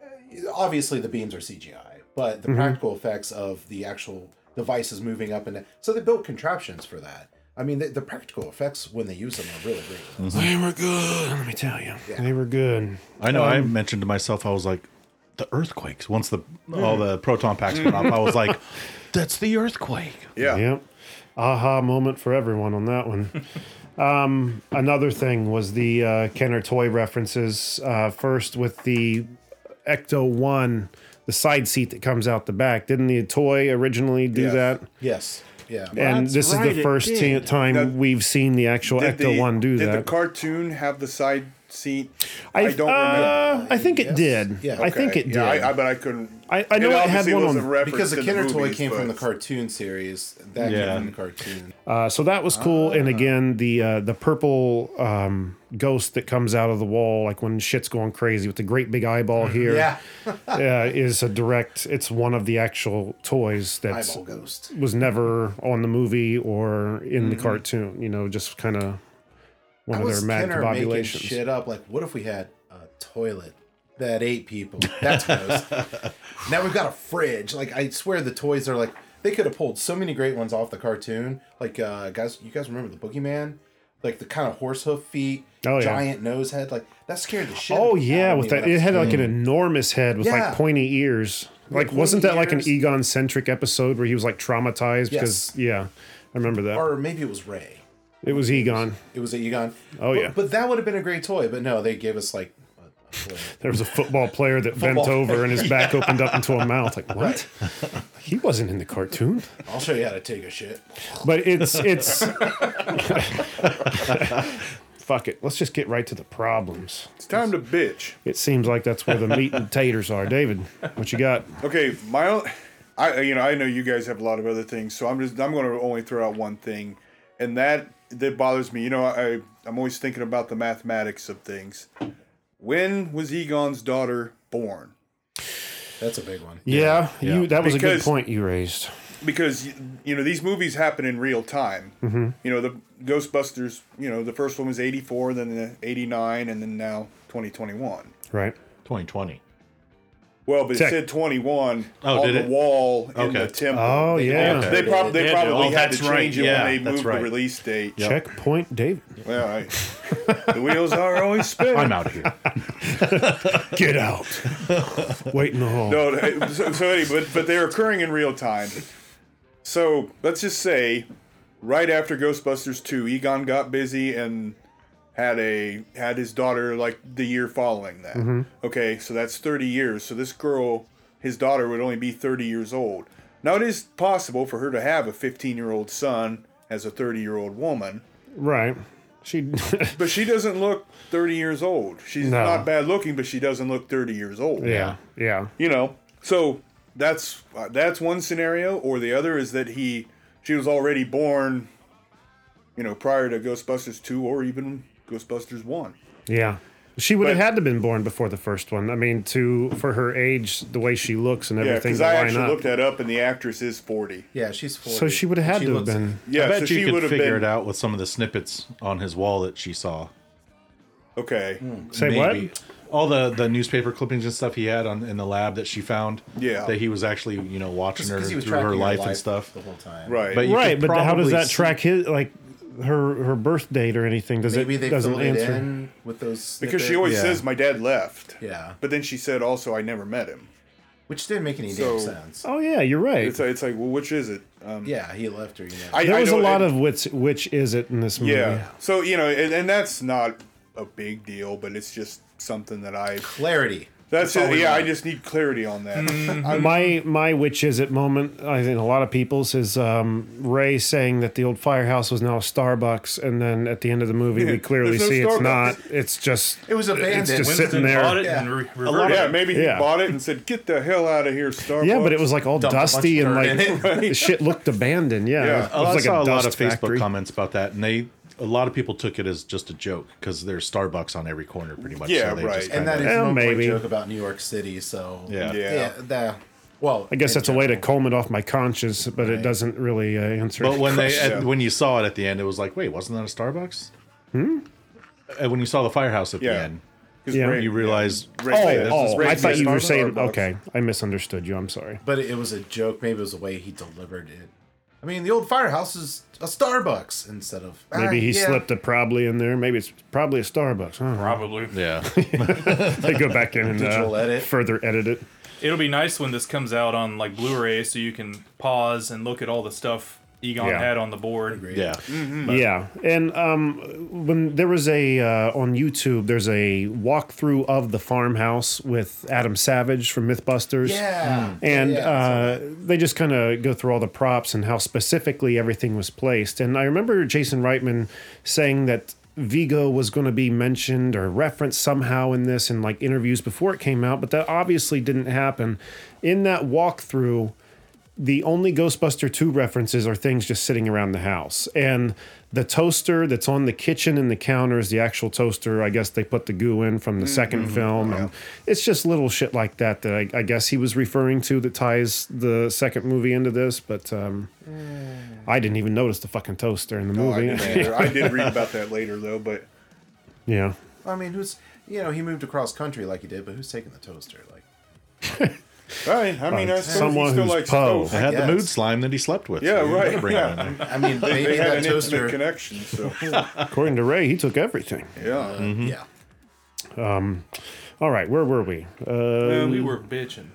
Speaker 7: eh, obviously the beams are CGI, but the
Speaker 3: Mm-hmm.
Speaker 7: practical effects of the actual devices moving up and down. so they built contraptions for that. I mean, the, the practical effects when they use them are really great.
Speaker 4: Mm-hmm.
Speaker 3: they were good. Let me tell you, they were good.
Speaker 4: I know. I mentioned to myself, I was like, the earthquakes. Once the all
Speaker 3: Mm.
Speaker 4: the proton packs went off, I was like, that's the earthquake.
Speaker 6: Yeah.
Speaker 3: Yep. Aha moment for everyone on that one. um, another thing was the uh, Kenner toy references. Uh, first with the Ecto One, the side seat that comes out the back. Didn't the toy originally do
Speaker 6: Yes.
Speaker 3: that?
Speaker 7: Yes, yeah.
Speaker 3: and
Speaker 4: That's
Speaker 3: this is
Speaker 4: right,
Speaker 3: the
Speaker 4: it
Speaker 3: first ti-
Speaker 4: did.
Speaker 3: time
Speaker 6: Now,
Speaker 3: we've seen the actual
Speaker 6: Did
Speaker 3: Ecto One do
Speaker 6: did
Speaker 3: that.
Speaker 6: the cartoon have the side seat? I, don't
Speaker 3: uh,
Speaker 6: remember.
Speaker 3: I think it did.
Speaker 7: Yeah,
Speaker 3: I think it did.
Speaker 6: Yeah, I, I but I couldn't.
Speaker 3: I- I know it had
Speaker 6: obviously
Speaker 3: one
Speaker 6: wasn't
Speaker 3: on-
Speaker 6: referenced
Speaker 7: Because the
Speaker 6: in the
Speaker 7: Kenner toy
Speaker 6: movies,
Speaker 7: came from the
Speaker 6: but-
Speaker 7: cartoon series. That
Speaker 4: Yeah.
Speaker 7: came from the cartoon.
Speaker 3: Uh, so that was cool. And
Speaker 7: Ah.
Speaker 3: again, the uh, the purple um, ghost that comes out of the wall, like when shit's going crazy with the great big eyeball here,
Speaker 7: Mm-hmm. Yeah.
Speaker 3: uh, is a direct. It's one of the actual toys that
Speaker 7: Eyeball ghost.
Speaker 3: was never on the movie or in the cartoon. You know, just kind of one
Speaker 7: Mm-hmm. I
Speaker 3: of their
Speaker 7: was
Speaker 3: mad
Speaker 7: Kenner making
Speaker 3: combobulations.
Speaker 7: shit up. Like, what if we had a toilet that ate people? That's gross. now we've got a fridge. Like, I swear the toys are like they could have pulled so many great ones off the cartoon. Like, uh, guys, you guys remember the Boogeyman? like the kind of horse hoof feet,
Speaker 3: Oh, yeah.
Speaker 7: giant nose head. Like that scared the shit.
Speaker 3: Oh
Speaker 7: out of
Speaker 3: yeah,
Speaker 7: me
Speaker 3: with
Speaker 7: when
Speaker 3: that
Speaker 7: I
Speaker 3: it
Speaker 7: was a
Speaker 3: had like
Speaker 7: kid.
Speaker 3: an enormous head with
Speaker 7: Yeah.
Speaker 3: like pointy ears. Like
Speaker 7: pointy
Speaker 3: wasn't that like an
Speaker 7: ears.
Speaker 3: Egon centric episode where he was like traumatized
Speaker 7: Yes.
Speaker 3: because yeah, I remember that.
Speaker 7: or maybe it was Ray.
Speaker 3: it was Egon.
Speaker 7: It was a Egon.
Speaker 3: Oh,
Speaker 7: But-
Speaker 3: yeah.
Speaker 7: but that would have been a great toy. But no, they gave us like a- a toy.
Speaker 3: There was a football player that bent
Speaker 7: Football
Speaker 3: over and his back opened up into a mouth. Like what? He wasn't in the cartoon.
Speaker 7: I'll show you how to take a shit.
Speaker 3: But it's it's Fuck it. Let's just get right to the problems.
Speaker 6: It's time to bitch.
Speaker 3: It seems like that's where the meat and taters are. David, what you got?
Speaker 6: Okay, my own, I you know I know you guys have a lot of other things, so I'm just I'm going to only throw out one thing, and that that bothers me. You know, I I'm always thinking about the mathematics of things. When was Egon's daughter born?
Speaker 7: That's a big one.
Speaker 3: Yeah, you that was a good
Speaker 6: Because-
Speaker 3: point you raised.
Speaker 6: Because you know these movies happen in real time.
Speaker 3: Mm-hmm.
Speaker 6: You know the Ghostbusters. You know the first one was '84, then the '89, and then now 2021.
Speaker 3: Right.
Speaker 4: 2020.
Speaker 6: Well, but it
Speaker 3: Tech-
Speaker 6: said 21
Speaker 4: Oh,
Speaker 6: on
Speaker 4: did
Speaker 6: the
Speaker 4: it?
Speaker 6: wall in
Speaker 4: Okay.
Speaker 6: the temple.
Speaker 3: Oh yeah.
Speaker 6: They, prob- they
Speaker 4: Yeah,
Speaker 6: probably
Speaker 4: oh,
Speaker 6: had
Speaker 4: that's
Speaker 6: to
Speaker 4: right.
Speaker 6: change it
Speaker 4: Yeah,
Speaker 6: when they
Speaker 4: that's
Speaker 6: moved
Speaker 4: right.
Speaker 6: the release date.
Speaker 3: Checkpoint David.
Speaker 6: Well, I, the wheels are always spinning.
Speaker 4: I'm out of here.
Speaker 3: Get out. Wait in the hall.
Speaker 6: No, th- so, so anyway, but, but they're occurring in real time. So let's just say, right after Ghostbusters two, Egon got busy and had a had his daughter like the year following that.
Speaker 3: Mm-hmm.
Speaker 6: Okay, so that's thirty years. So this girl, his daughter, would only be thirty years old. Now it is possible for her to have a fifteen year old son as a thirty year old woman.
Speaker 3: Right. She.
Speaker 6: But she doesn't look 30 years old. She's
Speaker 3: No.
Speaker 6: not bad looking, but she doesn't look 30 years old.
Speaker 3: yeah. Yeah.
Speaker 6: You know. So that's uh, that's one scenario or the other is that he she was already born you know prior to Ghostbusters 2 or even Ghostbusters 1.
Speaker 3: Yeah. She would have
Speaker 6: But-
Speaker 3: had to been born before the first one. I mean, to for her age, the way she looks and
Speaker 6: Yeah,
Speaker 3: everything
Speaker 6: cuz
Speaker 3: to
Speaker 6: I
Speaker 3: line
Speaker 6: actually
Speaker 3: up.
Speaker 6: looked that up and the actress is 40.
Speaker 7: Yeah, she's 40.
Speaker 3: so she would have
Speaker 7: and
Speaker 3: had to have
Speaker 7: looks-
Speaker 3: been.
Speaker 6: Yeah,
Speaker 4: I bet
Speaker 6: so
Speaker 4: you
Speaker 6: she
Speaker 4: could
Speaker 6: would have
Speaker 4: figure
Speaker 6: been
Speaker 4: it out with some of the snippets on his wall that she saw.
Speaker 6: Okay.
Speaker 4: Hmm.
Speaker 3: Say what?
Speaker 4: All the, the newspaper clippings and stuff he had on in the lab that she found.
Speaker 6: Yeah.
Speaker 4: That he was actually you know watching her
Speaker 7: 'cause he
Speaker 4: through
Speaker 7: was
Speaker 4: her
Speaker 7: tracking
Speaker 4: life, and stuff.
Speaker 7: the whole time.
Speaker 6: Right.
Speaker 4: But you
Speaker 3: right,
Speaker 4: could
Speaker 3: but how does
Speaker 4: probably
Speaker 3: that
Speaker 4: see-
Speaker 3: track his like her her birth date or anything? Does
Speaker 7: Maybe
Speaker 3: it
Speaker 7: they
Speaker 3: doesn't
Speaker 7: fill it
Speaker 3: answer?
Speaker 7: in with those
Speaker 6: because she
Speaker 7: snippets,
Speaker 6: always
Speaker 4: Yeah.
Speaker 6: says my dad left.
Speaker 7: Yeah.
Speaker 6: But then she said also I never met him.
Speaker 7: which didn't make any
Speaker 6: So-
Speaker 7: damn sense.
Speaker 3: Oh yeah, you're right.
Speaker 6: It's like, it's like well which is it? Um,
Speaker 7: Yeah, he left her. You know.
Speaker 6: I,
Speaker 3: there
Speaker 6: I
Speaker 3: was a
Speaker 6: know-
Speaker 3: lot
Speaker 6: and-
Speaker 3: of which which is it in this movie?
Speaker 6: Yeah. So you know, and, and that's not a big deal, but it's just something that I.
Speaker 7: Clarity.
Speaker 6: That's, it. yeah. I just need clarity on
Speaker 3: Mm-hmm.
Speaker 6: that.
Speaker 3: my my which is it moment I think a lot of people's is um, Ray saying that the old firehouse was now a Starbucks, and then at the end of the movie we clearly
Speaker 6: There's no
Speaker 3: see it's
Speaker 6: Starbucks.
Speaker 3: not. It's just
Speaker 7: It was abandoned.
Speaker 3: It's just
Speaker 7: Winston
Speaker 3: sitting there.
Speaker 8: Bought it
Speaker 7: Yeah.
Speaker 8: and re-
Speaker 4: A lot
Speaker 8: reverted.
Speaker 4: of-
Speaker 6: yeah, maybe he
Speaker 3: Yeah.
Speaker 6: bought it and said, "Get the hell out of here, Starbucks."
Speaker 3: Yeah, but it was like all
Speaker 7: Dumped a bunch
Speaker 3: dusty
Speaker 7: of
Speaker 3: and
Speaker 7: dirt
Speaker 3: like
Speaker 7: in
Speaker 3: the shit looked abandoned. Yeah,
Speaker 6: Yeah.
Speaker 3: It was
Speaker 4: Oh, I
Speaker 3: like
Speaker 4: saw a, lot
Speaker 3: dust
Speaker 4: of Facebook
Speaker 3: factory.
Speaker 4: comments about that, and they a lot of people took it as just a joke because there's Starbucks on every corner, pretty much.
Speaker 6: Yeah,
Speaker 4: so they
Speaker 6: right.
Speaker 4: Just
Speaker 7: and
Speaker 4: kinda-
Speaker 7: that is
Speaker 3: Yeah,
Speaker 7: an old boy
Speaker 3: maybe.
Speaker 7: joke about New York City. So
Speaker 4: Yeah.
Speaker 6: Yeah.
Speaker 7: yeah. the- well,
Speaker 3: I guess
Speaker 7: in
Speaker 3: that's a way to
Speaker 7: general.
Speaker 3: comb it off my conscience, but it doesn't really uh, answer.
Speaker 4: But when they
Speaker 6: Yeah.
Speaker 4: at, when you saw it at the end, it was like, wait, wasn't that a Starbucks? Hmm. when you saw the firehouse at
Speaker 6: Yeah.
Speaker 4: the end,
Speaker 6: 'Cause
Speaker 3: Yeah.
Speaker 6: Ray-
Speaker 4: you realized
Speaker 6: Ray
Speaker 3: oh,
Speaker 6: said,
Speaker 3: oh,
Speaker 6: Ray
Speaker 3: I
Speaker 6: said
Speaker 3: thought you were
Speaker 6: Starbucks.
Speaker 3: saying okay. I misunderstood you. I'm sorry.
Speaker 7: But it was a joke. Maybe it was the way he delivered it. I mean, the old firehouse is a Starbucks instead of "Ah,
Speaker 3: Maybe he
Speaker 7: yeah."
Speaker 3: slipped a probably in there. Maybe it's probably a Starbucks. I don't know.
Speaker 8: Probably.
Speaker 4: yeah,
Speaker 3: They go back in and uh,
Speaker 7: Digital edit.
Speaker 3: further edit it.
Speaker 8: It'll be nice when this comes out on like Blu-ray, so you can pause and look at all the stuff Egon
Speaker 3: Yeah.
Speaker 8: had on the board.
Speaker 4: yeah.
Speaker 3: Yeah, and um, when there was a uh, on YouTube, there's a walkthrough of the farmhouse with Adam Savage from MythBusters.
Speaker 7: Yeah.
Speaker 3: and
Speaker 7: Yeah, yeah,
Speaker 3: uh, they just kind of go through all the props and how specifically everything was placed. And I remember Jason Reitman saying that Vigo was going to be mentioned or referenced somehow in this in like interviews before it came out, but that obviously didn't happen. In that walkthrough, the only Ghostbuster 2 references are things just sitting around the house. And the toaster that's on the kitchen and the counter is the actual toaster. I guess they put the goo in from the second
Speaker 6: Mm-hmm.
Speaker 3: film. And it's just little shit like that that I, I guess he was referring to that ties the second movie into this. But um, I didn't even notice the fucking toaster in the
Speaker 6: Mm. I
Speaker 3: movie.
Speaker 6: did, later. I did read about that later though, but
Speaker 3: yeah.
Speaker 7: I mean, who's you know he moved across country like he did, but who's taking the toaster? Like
Speaker 6: Right. I mean, I suppose
Speaker 3: someone
Speaker 6: he still
Speaker 3: who's
Speaker 6: likes
Speaker 3: Poe.
Speaker 6: Poe.
Speaker 4: I had the
Speaker 7: guess.
Speaker 4: mood slime that he slept with.
Speaker 6: Yeah,
Speaker 4: so you gotta
Speaker 6: right,
Speaker 4: bring
Speaker 6: yeah.
Speaker 4: that in.
Speaker 7: I mean, maybe
Speaker 6: They had
Speaker 7: that
Speaker 6: an
Speaker 7: toaster.
Speaker 6: intimate connection, so
Speaker 3: According to Ray, he took everything.
Speaker 6: yeah.
Speaker 3: Mm-hmm.
Speaker 7: Yeah.
Speaker 3: All right, where were we? Uh,
Speaker 8: we were bitching.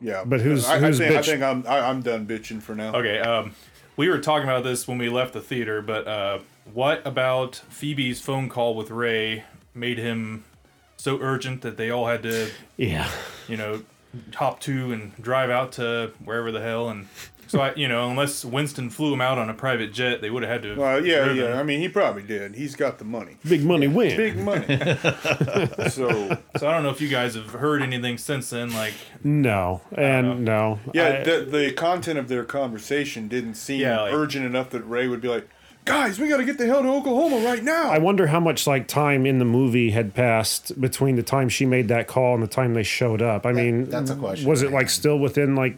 Speaker 6: Yeah,
Speaker 3: But who's-
Speaker 6: I,
Speaker 3: who's
Speaker 6: I think, I
Speaker 3: bitch-
Speaker 6: think I'm I, I'm done bitching for now.
Speaker 8: Okay, um, we were talking about this when we left the theater, but uh, what about Phoebe's phone call with Ray made him so urgent that they all had to,
Speaker 3: yeah.
Speaker 8: you know, hop to and drive out to wherever the hell? And so I, you know, unless Winston flew him out on a private jet, they would have had to.
Speaker 6: Well, yeah,
Speaker 8: driven.
Speaker 6: yeah. I mean, he probably did. He's got the money,
Speaker 3: Big money win.
Speaker 6: big money. so
Speaker 8: So I don't know if you guys have heard anything since then. Like,
Speaker 3: no, and no.
Speaker 6: yeah,
Speaker 3: I-
Speaker 6: the, the content of their conversation didn't seem
Speaker 8: Yeah, like-
Speaker 6: urgent enough that Ray would be like, "Guys, we got to get the hell to Oklahoma right now."
Speaker 3: I wonder how much like time in the movie had passed between the time she made that call and the time they showed up. I mean,
Speaker 7: that's a question,
Speaker 3: Was it
Speaker 7: man.
Speaker 3: like still within like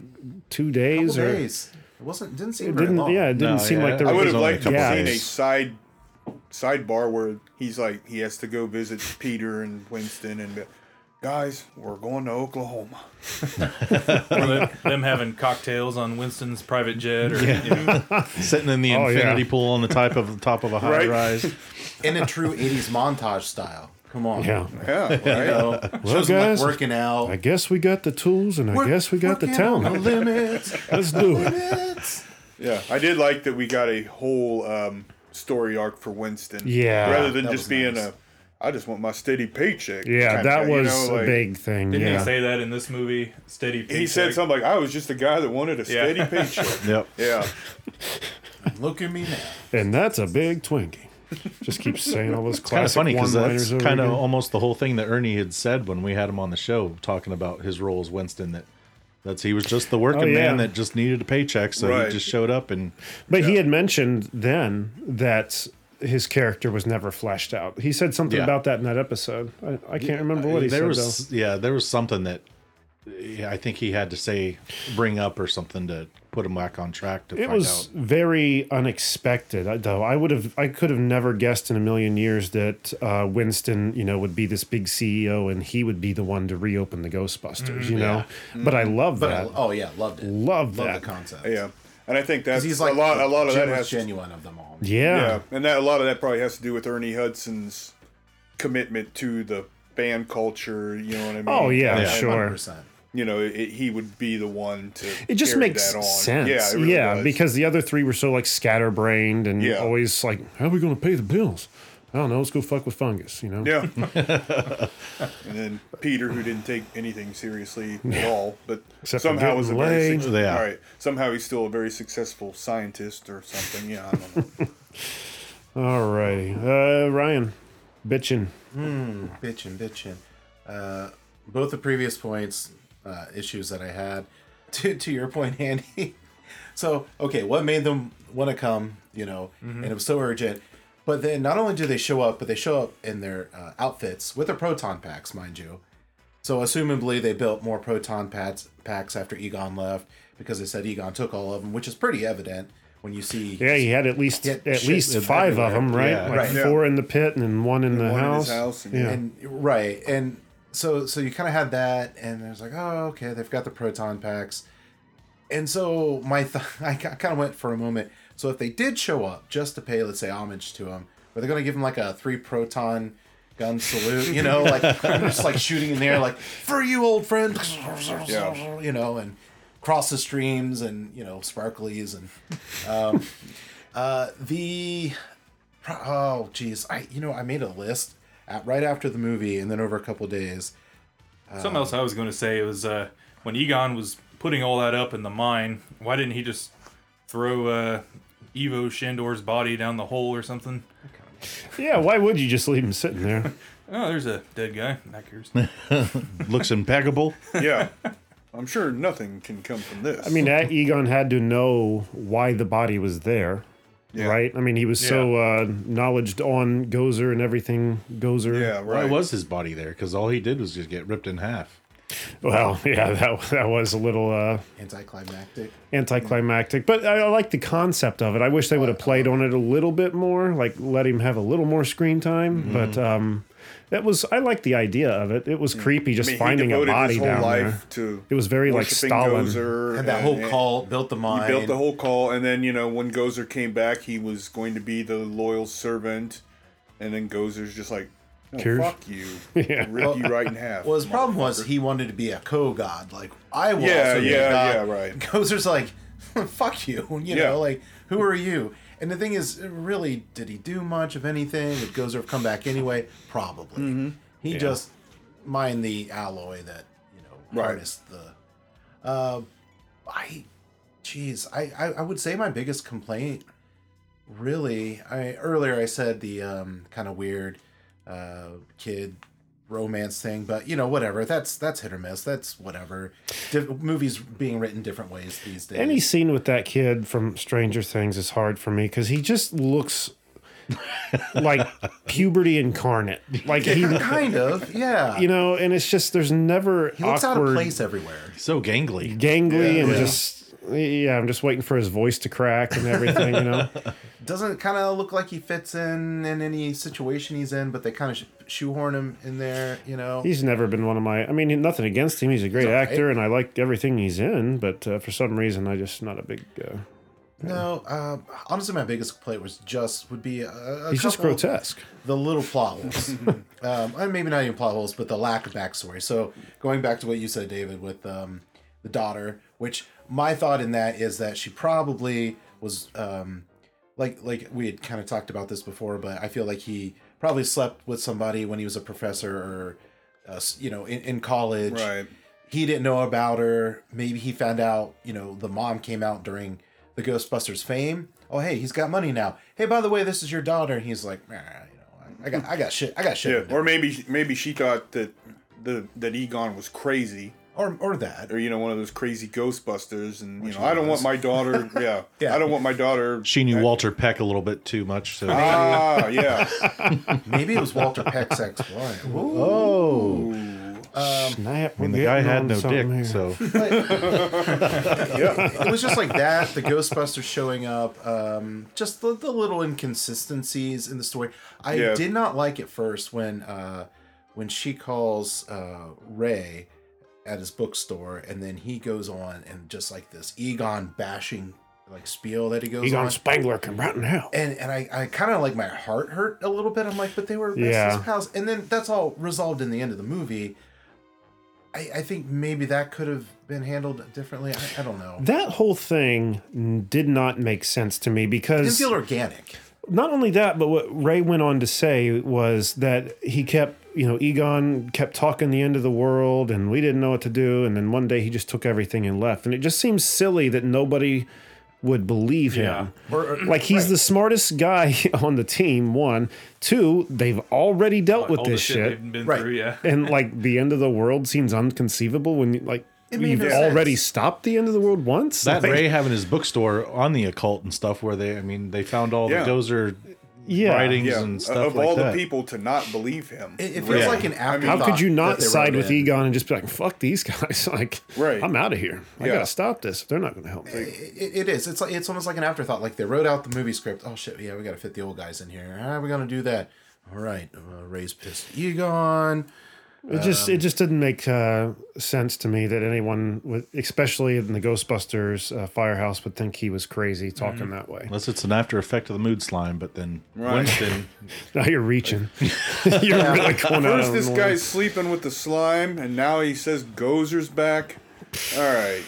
Speaker 3: two days or
Speaker 7: Couple days. It wasn't. Didn't seem
Speaker 3: it
Speaker 7: very
Speaker 3: didn't?
Speaker 7: long.
Speaker 3: Yeah, it didn't
Speaker 4: No,
Speaker 3: seem
Speaker 4: yeah,
Speaker 3: like there
Speaker 6: I
Speaker 4: I
Speaker 6: would
Speaker 3: was
Speaker 6: have
Speaker 4: only a
Speaker 6: liked to
Speaker 4: couple
Speaker 6: have seen a
Speaker 4: days.
Speaker 6: side sidebar where he's like he has to go visit Peter and Winston and be, like, guys, we're going to Oklahoma.
Speaker 8: or the- them having cocktails on Winston's private jet, or you know,
Speaker 4: Sitting in the
Speaker 3: Oh, yeah.
Speaker 4: infinity pool on the type of the top of a high
Speaker 6: Right.
Speaker 4: rise.
Speaker 7: In a true '80s montage style. Come on.
Speaker 3: Yeah.
Speaker 6: Yeah, right?
Speaker 7: So, shows him,
Speaker 3: guys,
Speaker 7: like working out.
Speaker 3: I guess we got the tools and I guess we got the
Speaker 7: Working on
Speaker 3: talent.
Speaker 7: The limits.
Speaker 3: Let's do it.
Speaker 7: limits.
Speaker 6: Yeah, I did like that we got a whole um, story arc for Winston.
Speaker 3: Yeah.
Speaker 6: rather than
Speaker 7: That
Speaker 6: just
Speaker 7: was
Speaker 6: being
Speaker 7: nice.
Speaker 6: a, I just want my steady paycheck.
Speaker 3: Yeah,
Speaker 6: kinda
Speaker 3: that
Speaker 6: guy, you
Speaker 3: was
Speaker 6: know,
Speaker 3: a
Speaker 6: like,
Speaker 3: big thing.
Speaker 8: didn't
Speaker 3: yeah.
Speaker 8: he say that in this movie? Steady.
Speaker 6: He said
Speaker 8: paycheck?
Speaker 6: something like, "I was just a guy that wanted a
Speaker 8: Yeah.
Speaker 6: steady paycheck."
Speaker 4: Yep.
Speaker 6: Yeah,
Speaker 7: Look at me now.
Speaker 3: and that's a big Twinkie. Just keeps saying all those
Speaker 4: Kind of
Speaker 3: classic
Speaker 4: funny because
Speaker 3: one-liners
Speaker 4: that's
Speaker 3: over
Speaker 4: kind of
Speaker 3: again.
Speaker 4: almost the whole thing that Ernie had said when we had him on the show talking about his role as Winston. That that's he was just the working
Speaker 3: Oh, yeah.
Speaker 4: man that just needed a paycheck, so
Speaker 6: Right.
Speaker 4: he just showed up and
Speaker 3: But he had mentioned then that his character was never fleshed out. He said something
Speaker 4: Yeah.
Speaker 3: about that in that episode. I, I can't remember what he
Speaker 4: there
Speaker 3: said
Speaker 4: was yeah there was something that yeah, I think he had to say bring up or something to put him back on track to
Speaker 3: though. It
Speaker 4: find
Speaker 3: was
Speaker 4: out.
Speaker 3: very unexpected, I- though. I would have, I could have never guessed in a million years that uh, Winston, you know, would be this big CEO and he would be the one to reopen the Ghostbusters, you know. But I love
Speaker 7: But
Speaker 3: that.
Speaker 7: I- oh yeah, loved it.
Speaker 3: Love
Speaker 7: Love
Speaker 3: that.
Speaker 7: the concept.
Speaker 6: yeah, and I think that's
Speaker 7: He's like
Speaker 6: a lot. A lot of
Speaker 7: the
Speaker 6: that
Speaker 7: most
Speaker 6: has to-
Speaker 7: genuine of them all.
Speaker 3: yeah.
Speaker 6: yeah, and that a lot of that probably has to do with Ernie Hudson's commitment to the band culture. You know what I mean?
Speaker 3: Oh yeah,
Speaker 4: Yeah.
Speaker 3: sure.
Speaker 7: 100%.
Speaker 6: You know, it, he would be the one to.
Speaker 3: it just
Speaker 6: carry
Speaker 3: makes
Speaker 6: that on.
Speaker 3: sense. Yeah,
Speaker 6: Yeah, it really does.
Speaker 3: because the other three were so like scatterbrained and
Speaker 6: Yeah.
Speaker 3: always like, how are we going to pay the bills? I don't know. Let's go fuck with fungus, you know?
Speaker 6: Yeah. and then Peter, who didn't take anything seriously at all, but
Speaker 3: Except for
Speaker 6: somehow was a
Speaker 3: getting
Speaker 6: very
Speaker 3: laid.
Speaker 6: suc-
Speaker 4: Yeah.
Speaker 6: all right. Somehow he's still a very successful scientist or something. Yeah, I don't know.
Speaker 3: All righty. Uh, Ryan, bitching.
Speaker 7: bitching, bitching. Uh, both the previous points, uh, issues that I had, to, to your point, Andy. so, okay, what made them want to come, you know, and it was so urgent. But then not only do they show up, but they show up in their uh, outfits with their proton packs, mind you. So, assumably, they built more proton packs, packs after Egon left because they said Egon took all of them, which is pretty evident when you see.
Speaker 3: Yeah, he had at least
Speaker 7: Yeah,
Speaker 3: at
Speaker 7: shit
Speaker 3: least
Speaker 7: was
Speaker 3: five of
Speaker 4: everywhere.
Speaker 3: them, right?
Speaker 4: Yeah.
Speaker 3: Like
Speaker 7: Right.
Speaker 6: Yeah.
Speaker 3: four in the pit and then one in the
Speaker 6: One in
Speaker 3: house.
Speaker 6: his house and-
Speaker 3: yeah.
Speaker 7: and right and so so you kind of had that and there's like oh okay they've got the proton packs and so my th- i kind of went for a moment so if they did show up just to pay let's say homage to him were they going to give him like a three proton gun salute you know like just like shooting in the air like for you old friend
Speaker 6: Yeah.
Speaker 7: you know and cross the streams and you know sparklies and um uh the Pro- Oh, geez. I you know I made a list at, right after the movie, and then over a couple days.
Speaker 8: Something else I was going to say was uh, when Egon was putting all that up in the mine, why didn't he just throw uh, Evo Shandor's body down the hole or something?
Speaker 3: Yeah, why would you just leave him sitting there?
Speaker 8: Oh, there's a dead guy. That cares.
Speaker 4: looks impeccable.
Speaker 6: yeah. I'm sure nothing can come from this.
Speaker 3: I mean, that Egon had to know why the body was there, right? I mean, he was so uh, knowledged on Gozer and everything Gozer.
Speaker 6: yeah,
Speaker 4: Why
Speaker 6: right.
Speaker 4: was his body there? Because all he did was just get ripped in half.
Speaker 3: Well, yeah, that that was a little uh,
Speaker 7: Anticlimactic.
Speaker 3: anticlimactic. But I, I like the concept of it. I wish they
Speaker 6: Mm-hmm.
Speaker 3: would have played on it a little bit more, like let him have a little more screen time. But um, That was I liked the idea of it. It was creepy just
Speaker 6: Mm. I mean,
Speaker 3: finding
Speaker 6: he
Speaker 3: a
Speaker 6: devoted
Speaker 3: body
Speaker 6: his whole
Speaker 3: down
Speaker 6: life
Speaker 3: there.
Speaker 6: to
Speaker 3: It was very, like,
Speaker 6: worshiping
Speaker 3: Stalin.
Speaker 6: Gozer
Speaker 7: Had that whole call, built the mine.
Speaker 6: He built the whole call, and then you know when Gozer came back, he was going to be the loyal servant, and then Gozer's just like, no,
Speaker 3: Cheers.
Speaker 6: "Fuck you, rip you right in half."
Speaker 7: Well, his problem was he wanted to be a co-god. Like I will.
Speaker 6: Yeah,
Speaker 7: also be a
Speaker 6: yeah,
Speaker 7: god.
Speaker 6: yeah, right.
Speaker 7: Gozer's like, fuck you. You
Speaker 6: Yeah.
Speaker 7: know, like who are you? And the thing is, really, did he do much of anything? Would Gozer have come back anyway? Probably.
Speaker 6: Mm-hmm.
Speaker 7: He just mined the alloy that you know
Speaker 6: Right.
Speaker 7: harnessed the. Uh, I, jeez, I, I I would say my biggest complaint really i earlier i said the um kind of weird uh kid romance thing but you know whatever that's that's hit or miss that's whatever Di- movies being written different ways these days
Speaker 3: Any scene with that kid from Stranger Things is hard for me because he just looks like puberty incarnate. Like he,
Speaker 7: kind of yeah
Speaker 3: you know, and it's just there's never
Speaker 7: he looks
Speaker 3: awkward,
Speaker 7: out of place everywhere
Speaker 4: So gangly.
Speaker 3: gangly, and
Speaker 7: Yeah.
Speaker 3: just yeah, I'm just waiting for his voice to crack and everything. You know,
Speaker 7: doesn't kind of look like he fits in in any situation he's in but they kind of sh- shoehorn him in there you know
Speaker 3: he's never been one of my. I mean, nothing against him. He's a great
Speaker 7: all right.
Speaker 3: actor, and I like everything he's in. But uh, for some reason, I just not a big. Uh,
Speaker 7: no uh, honestly my biggest complaint was just would be a, a
Speaker 3: he's just
Speaker 7: couple-
Speaker 3: grotesque.
Speaker 7: the little plot holes. um, and maybe not even plot holes, but the lack of backstory. So going back to what you said, David, with um, the daughter, which my thought in that is that she probably was um, like like we had kind of talked about this before, but I feel like he probably slept with somebody when he was a professor or uh, s- you know in, in college
Speaker 6: right?
Speaker 7: he didn't know about her. Maybe he found out, you know, the mom came out during the Ghostbusters fame. Oh, hey, he's got money now. Hey, by the way, this is your daughter. And he's like, "Nah, you know, I got, I got shit, I got
Speaker 6: Yeah,
Speaker 7: shit. to do."
Speaker 6: or maybe maybe she thought that the that Egon was crazy,
Speaker 7: or, or that.
Speaker 6: or you know one of those crazy Ghostbusters, and you know I don't want my daughter. Yeah,
Speaker 7: Yeah.
Speaker 6: I don't want my daughter.
Speaker 4: She knew Walter Peck a little bit too much. So
Speaker 6: Ah, yeah.
Speaker 7: Maybe it was Walter Peck's ex-wife. Ooh. Um,
Speaker 3: Snap.
Speaker 4: I mean, the guy had no dick. So
Speaker 7: it was just like that. The Ghostbusters showing up, um, just the, the little inconsistencies in the story. I
Speaker 6: Yeah.
Speaker 7: did not like it first when uh, when she calls uh, Ray at his bookstore, and then he goes on and just like this Egon bashing like spiel that he goes
Speaker 3: Egon
Speaker 7: on.
Speaker 3: Spangler can rot in hell.
Speaker 7: and, and I, I kind of like my heart hurt a little bit. I'm like, but they were best
Speaker 3: Yeah.
Speaker 7: pals, and then that's all resolved in the end of the movie. I, I think maybe that could have been handled differently. I, I don't know.
Speaker 3: That whole thing n- did not make sense to me
Speaker 7: It
Speaker 3: because
Speaker 7: didn't feel organic.
Speaker 3: not only that, but what Ray went on to say was that he kept, you know, Egon kept talking the end of the world and we didn't know what to do. And then one day he just took everything and left. And it just seems silly that nobody would believe him. like he's the smartest guy on the team, one. Two, they've already dealt with
Speaker 8: all
Speaker 3: this
Speaker 8: the shit,
Speaker 3: shit.
Speaker 8: they've been
Speaker 7: Right.
Speaker 8: through. Yeah,
Speaker 3: and like the end of the world seems unconceivable when you like
Speaker 7: made
Speaker 3: you've
Speaker 7: no
Speaker 3: already
Speaker 7: sense.
Speaker 3: stopped the end of the world once.
Speaker 4: that
Speaker 3: Like,
Speaker 4: Ray having his bookstore on the occult and stuff, where they, I mean, they found all
Speaker 6: Yeah.
Speaker 4: the Gozer
Speaker 3: yeah.
Speaker 4: writings
Speaker 6: Yeah,
Speaker 4: and stuff
Speaker 6: of
Speaker 4: like
Speaker 6: all
Speaker 4: that.
Speaker 6: the people to not believe him.
Speaker 7: It, it feels
Speaker 4: Yeah.
Speaker 7: like an afterthought.
Speaker 3: How could you
Speaker 7: that
Speaker 3: not
Speaker 7: they
Speaker 3: side
Speaker 7: wrote
Speaker 3: with
Speaker 7: in.
Speaker 3: Egon and just be like, "Fuck these guys! Like,
Speaker 6: Right.
Speaker 3: I'm out of here. I
Speaker 6: Yeah.
Speaker 3: gotta stop this. They're not going to help me."
Speaker 7: It, it is. It's like it's almost like an afterthought. Like they wrote out the movie script. Oh shit! Yeah, we got to fit the old guys in here. How are we gonna do that? All right, uh, Ray's pissed. at Egon.
Speaker 3: It just it just didn't make uh, sense to me that anyone, would, especially in the Ghostbusters uh, firehouse, would think he was crazy talking that way.
Speaker 4: Unless it's an after effect of the mood slime, but then
Speaker 6: Right.
Speaker 4: Winston,
Speaker 3: Now you're reaching. you're really going out.
Speaker 6: First,
Speaker 3: on
Speaker 6: this
Speaker 3: a limb.
Speaker 6: guy's sleeping with the slime, and now he says Gozer's back. All right,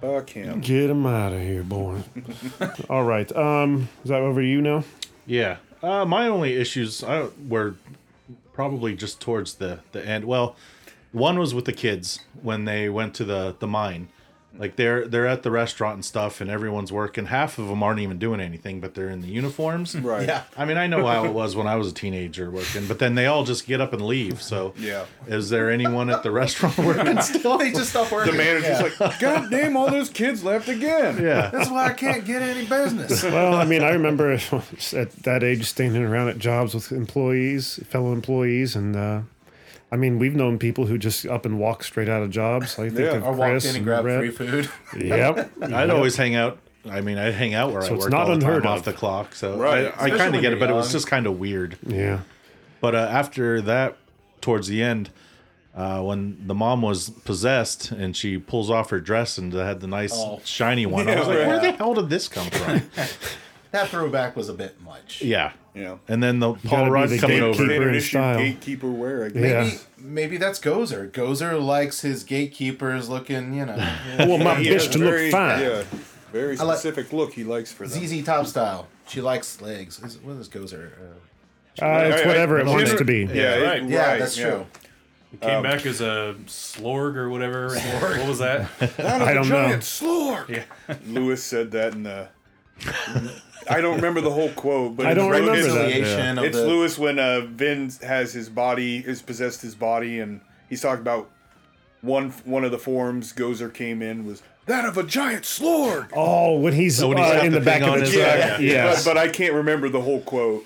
Speaker 6: fuck him.
Speaker 3: Get him out of here, boy. All right. Um, is that over to you now?
Speaker 4: yeah. Uh, my only issues uh, were probably just towards the the end. Well, one was with the kids when they went to the the mine. Like they're they're at the restaurant and stuff, and everyone's working. Half of them aren't even doing anything, but they're in the uniforms.
Speaker 6: Right.
Speaker 7: Yeah.
Speaker 4: I mean, I know how it was when I was a teenager working, but then they all just get up and leave. So,
Speaker 6: Yeah.
Speaker 4: is there anyone at the restaurant working still?
Speaker 7: They just stop
Speaker 6: The
Speaker 7: working.
Speaker 6: manager's like, God damn, all those kids left again.
Speaker 4: Yeah,
Speaker 7: That's why I can't get any business.
Speaker 3: Well, I mean, I remember at that age standing around at jobs with employees, fellow employees, and uh, I mean, we've known people who just up and walk straight out of jobs. I think
Speaker 6: Yeah,
Speaker 3: of
Speaker 7: I walked
Speaker 3: Chris
Speaker 7: in and grabbed
Speaker 3: Rhett.
Speaker 7: free food.
Speaker 3: Yep.
Speaker 4: I'd always hang out. I mean, I'd hang out where I
Speaker 3: it's
Speaker 4: worked
Speaker 3: not
Speaker 4: all the time
Speaker 3: unheard
Speaker 4: off
Speaker 3: of.
Speaker 4: the clock. So, I,
Speaker 6: Right.
Speaker 4: I
Speaker 7: Especially
Speaker 4: kind of
Speaker 7: when
Speaker 4: get it,
Speaker 7: you're
Speaker 4: but it was
Speaker 7: young.
Speaker 4: just kind of weird.
Speaker 3: yeah.
Speaker 4: But uh, after that, towards the end, uh, when the mom was possessed and she pulls off her dress and had the nice
Speaker 6: Oh.
Speaker 4: shiny one, I was like, where the hell did this come from?
Speaker 7: That throwback was a bit much.
Speaker 4: yeah.
Speaker 6: Yeah.
Speaker 4: And then the Paul
Speaker 3: gotta
Speaker 4: Rudd
Speaker 3: be the
Speaker 4: coming over.
Speaker 3: gatekeeper.
Speaker 6: Standard
Speaker 3: in
Speaker 6: issue
Speaker 3: style.
Speaker 6: gatekeeper wear, I guess.
Speaker 3: Yeah.
Speaker 7: Maybe, maybe that's Gozer. Gozer likes his gatekeepers looking, you know,
Speaker 3: I want my
Speaker 6: He has
Speaker 3: bitch
Speaker 6: a
Speaker 3: to look
Speaker 6: very-
Speaker 3: fine. Uh,
Speaker 6: Yeah, very
Speaker 7: like-
Speaker 6: specific look he likes for them.
Speaker 7: ZZ Top style. She likes legs. Is, what is Gozer? Uh,
Speaker 3: Uh, it's
Speaker 6: I- I-
Speaker 3: whatever it
Speaker 6: I-
Speaker 3: wants to be.
Speaker 6: Yeah, it-
Speaker 8: Right.
Speaker 7: yeah, that's
Speaker 6: yeah.
Speaker 7: true.
Speaker 6: Um,
Speaker 8: Came back as a slorg or whatever. What was that?
Speaker 3: I don't know.
Speaker 6: Slork. Lewis said that in the. I don't remember the whole quote, but
Speaker 3: I
Speaker 6: it's
Speaker 3: don't
Speaker 6: right-
Speaker 3: remember
Speaker 6: it's,
Speaker 3: that.
Speaker 7: Reconciliation of
Speaker 6: It's
Speaker 7: the-
Speaker 6: Lewis when uh, Vin has his body is possessed his body, and he's talking about one one of the forms Gozer came in was that of a giant Slorg.
Speaker 3: Oh, when he's,
Speaker 4: when he's
Speaker 3: uh,
Speaker 4: got
Speaker 3: in the,
Speaker 4: the
Speaker 3: back
Speaker 4: thing
Speaker 3: of
Speaker 4: on
Speaker 3: the
Speaker 4: his
Speaker 3: truck.
Speaker 4: eye.
Speaker 3: Yeah, yes.
Speaker 6: but, but I can't remember the whole quote.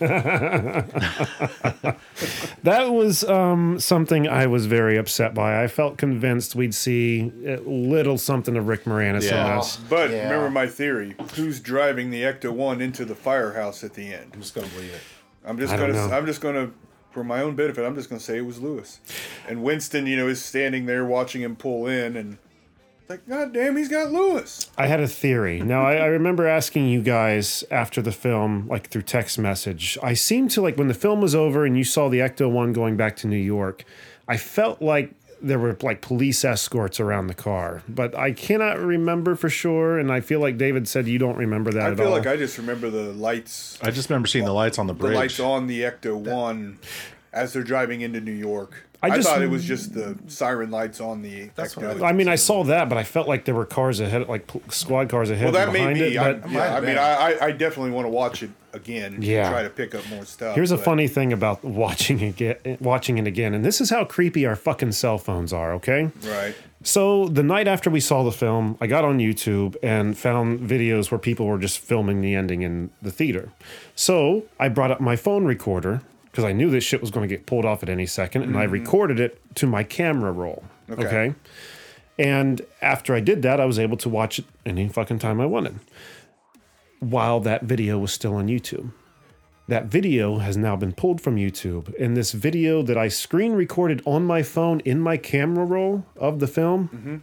Speaker 3: That was um, something I was very upset by. I felt convinced we'd see a little something of Rick Moranis
Speaker 4: Yeah.
Speaker 3: in this.
Speaker 6: But
Speaker 7: Yeah.
Speaker 6: remember my theory: who's driving the Ecto One into the firehouse at the end?
Speaker 7: I'm just gonna believe it.
Speaker 6: I'm just
Speaker 3: I don't
Speaker 6: gonna.
Speaker 3: know.
Speaker 6: I'm just gonna. For my own benefit, I'm just gonna say it was Lewis, and Winston, you know, is standing there watching him pull in, and it's like, God damn, he's got Lewis.
Speaker 3: I had a theory. Now I, I remember asking you guys after the film, like through text message. I seem to like when the film was over and you saw the Ecto One going back to New York. I felt like there were like police escorts around the car, but I cannot remember for sure. And I feel like David said you don't remember that
Speaker 6: I
Speaker 3: at
Speaker 6: feel
Speaker 3: all.
Speaker 6: like I just remember the lights,
Speaker 4: I just remember seeing the lights on the
Speaker 6: the
Speaker 4: bridge.
Speaker 6: lights on the Ecto One, as they're driving into New York.
Speaker 3: I
Speaker 6: I,
Speaker 3: just-
Speaker 6: thought it was just the siren lights on the
Speaker 7: That's what
Speaker 6: Ecto.
Speaker 7: I
Speaker 3: I mean, I saw that, but I felt like there were cars ahead, like pl- squad cars ahead
Speaker 6: well, that
Speaker 3: and
Speaker 6: may
Speaker 3: behind
Speaker 6: be.
Speaker 3: it.
Speaker 6: I,
Speaker 3: but-
Speaker 6: yeah, I mean, I, I- I definitely want to watch it again. And
Speaker 3: Yeah.
Speaker 6: try to pick up more stuff.
Speaker 3: Here's a
Speaker 6: but-
Speaker 3: funny thing about watching it get, watching it again, and this is how creepy our fucking cell phones are. Okay,
Speaker 6: Right.
Speaker 3: so the night after we saw the film, I got on YouTube and found videos where people were just filming the ending in the theater. So I brought up my phone recorder because I knew this shit was going to get pulled off at any 2nd and I recorded it to my camera roll. Okay. And after I did that, I was able to watch it any fucking time I wanted while that video was still on YouTube. That video has now been pulled from YouTube, and this video that I screen recorded on my phone in my camera roll of the film
Speaker 7: Mm-hmm.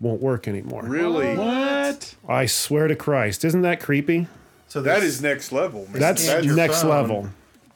Speaker 3: won't work anymore.
Speaker 6: Really.
Speaker 4: What?
Speaker 3: I swear to Christ, isn't that creepy?
Speaker 7: So
Speaker 6: That
Speaker 7: this-
Speaker 6: is next level, man.
Speaker 3: That's
Speaker 6: That is-
Speaker 3: next
Speaker 7: phone.
Speaker 3: level.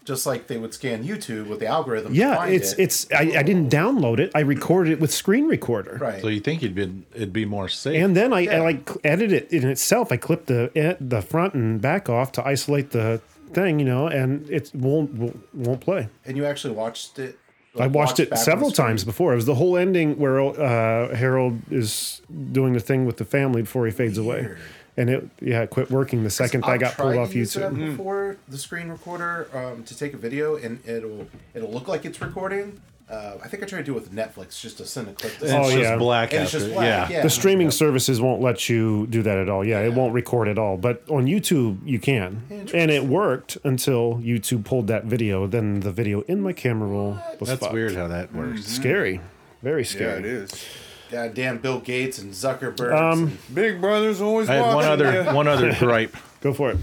Speaker 7: just like they would scan YouTube with the algorithm. to
Speaker 3: Yeah,
Speaker 7: find
Speaker 3: it's
Speaker 7: it.
Speaker 3: it's. I, I didn't download it. I recorded it with screen recorder.
Speaker 7: right.
Speaker 4: So you think it'd be it'd be more safe?
Speaker 3: And then I, I like cl- edit it in itself. I clip the eh, the front and back off to isolate the thing, you know, and it won't won't, won't play.
Speaker 7: and you actually watched it.
Speaker 3: I
Speaker 7: like,
Speaker 3: watched it
Speaker 7: back on
Speaker 3: several
Speaker 7: the screen.
Speaker 3: times before. It was the whole ending where uh, Harold is doing the thing with the family before he fades away, and it yeah it quit working the second I
Speaker 7: I've
Speaker 3: got
Speaker 7: tried
Speaker 3: pulled
Speaker 7: to
Speaker 3: off
Speaker 7: use that
Speaker 3: YouTube. Hmm.
Speaker 7: before the screen recorder um, to take a video, and it'll it'll look like it's recording. Uh, I think I tried to do it with Netflix just to send a clip.
Speaker 4: And
Speaker 7: To
Speaker 4: it's
Speaker 3: Oh,
Speaker 4: just
Speaker 3: yeah.
Speaker 4: black
Speaker 7: And it's
Speaker 4: after.
Speaker 7: just black, yeah.
Speaker 3: The streaming services won't let you do that at all. Yeah, it won't record at all. But on YouTube, you can, and it worked until YouTube pulled that video. Then the video in my camera roll was
Speaker 4: That's
Speaker 3: fucked. Mm-hmm.
Speaker 4: weird how that works.
Speaker 3: scary, very
Speaker 6: yeah, it
Speaker 3: scary.
Speaker 6: is.
Speaker 7: Goddamn Bill Gates and Zuckerberg.
Speaker 3: Um,
Speaker 7: and-
Speaker 6: Big Brother's always
Speaker 4: I had
Speaker 6: watching.
Speaker 4: one other
Speaker 6: ya.
Speaker 4: one other gripe.
Speaker 3: Go for it.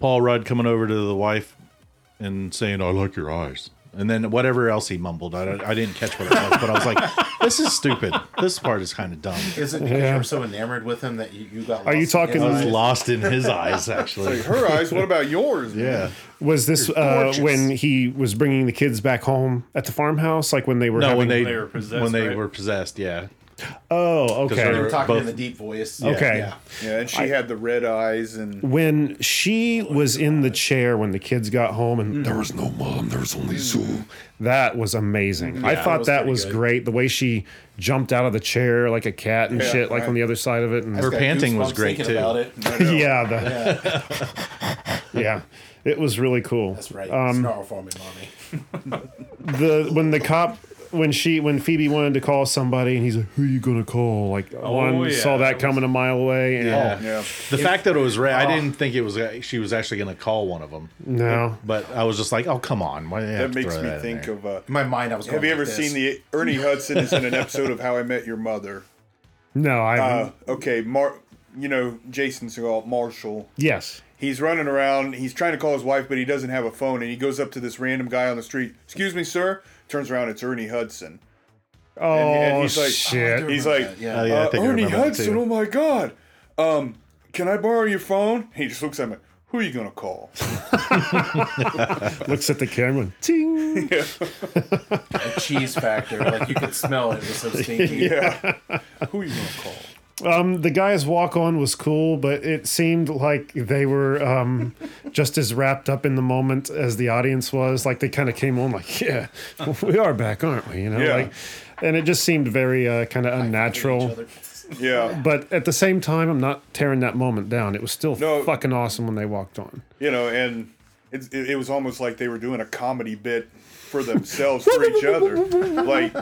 Speaker 4: Paul Rudd coming over to the wife and saying, "I like your eyes," and then whatever else he mumbled, I, I didn't catch what it was, but I was like, "This is stupid. This part is kind of dumb."
Speaker 7: is it because you were so enamored with him that you, you got?
Speaker 3: Are you
Speaker 7: lost
Speaker 3: talking-
Speaker 4: I
Speaker 7: in
Speaker 4: was
Speaker 7: his eyes?
Speaker 4: lost in his eyes, actually.
Speaker 6: Her eyes. What about yours? man?
Speaker 4: Yeah.
Speaker 3: Was this uh, when he was bringing the kids back home at the farmhouse? Like when they were
Speaker 4: No,
Speaker 3: having,
Speaker 4: when they,
Speaker 8: they were possessed,
Speaker 4: when they
Speaker 8: right?
Speaker 4: were possessed, yeah.
Speaker 3: oh
Speaker 4: they
Speaker 3: okay
Speaker 4: were-
Speaker 7: talking in
Speaker 4: both-
Speaker 7: the deep voice?
Speaker 3: okay.
Speaker 7: Yeah.
Speaker 6: Yeah, and she had the red eyes, and
Speaker 3: when she was in the chair when the kids got home and there was no mom there was only zoo that was amazing i thought that was, great the way she jumped out of the chair like a cat and shit like on the other side of it and
Speaker 4: Her
Speaker 7: Got
Speaker 4: panting was
Speaker 7: goosebumps
Speaker 4: great
Speaker 7: thinking
Speaker 4: too.
Speaker 7: about it.
Speaker 3: yeah the, yeah. it was really cool
Speaker 7: That's right. Snarl for me, mommy.
Speaker 3: the when the cop when she when Phoebe wanted to call somebody and he's like, "Who you gonna call?" Like
Speaker 6: Oh,
Speaker 3: one
Speaker 8: yeah,
Speaker 3: saw that
Speaker 8: that
Speaker 3: coming a mile away and
Speaker 4: Yeah.
Speaker 6: yeah,
Speaker 4: The fact that it was red, I didn't think it was. She was actually going to call one of them,
Speaker 3: no,
Speaker 4: but I was just like, "Oh, come on!" Why do they have
Speaker 6: that
Speaker 4: to
Speaker 6: makes
Speaker 4: throw
Speaker 6: me
Speaker 4: that in
Speaker 6: think
Speaker 4: there?
Speaker 6: of. Uh,
Speaker 7: In my mind, I was. Going
Speaker 6: have you
Speaker 7: like
Speaker 6: ever
Speaker 7: this.
Speaker 6: seen the Ernie Hudson is in an episode of How I Met Your Mother?
Speaker 3: no, I
Speaker 6: Uh, okay, Mar- you know, Jason Segal, Marshall.
Speaker 3: Yes.
Speaker 6: He's running around. He's trying to call his wife, but he doesn't have a phone. And he goes up to this random guy on the street. Excuse me, sir. Turns around, it's Ernie Hudson.
Speaker 3: Oh
Speaker 6: and he's like-
Speaker 3: shit.
Speaker 6: He's
Speaker 7: remember
Speaker 6: like,
Speaker 7: that, yeah.
Speaker 4: Oh, yeah, I
Speaker 6: uh,
Speaker 4: think I
Speaker 6: Ernie
Speaker 4: remember that
Speaker 6: Hudson.
Speaker 4: too.
Speaker 6: Oh my God. Um, can I borrow your phone? He just looks at me. Who are you gonna call?
Speaker 3: Looks at the camera. Ting.
Speaker 7: a cheese factor. Like you could smell it. It was so stinky.
Speaker 6: Yeah. Who are you gonna call?
Speaker 3: Um, the guy's walk on was cool, but it seemed like they were um, just as wrapped up in the moment as the audience was. Like they kind of came on, like, yeah, we are back, aren't we? You know,
Speaker 6: Yeah.
Speaker 3: like, and it just seemed very uh, kind of unnatural.
Speaker 6: Yeah.
Speaker 3: But at the same time, I'm not tearing that moment down. It was still
Speaker 6: No.
Speaker 3: fucking awesome when they walked on.
Speaker 6: You know, and it, it, it was almost like they were doing a comedy bit for themselves for each other. Like,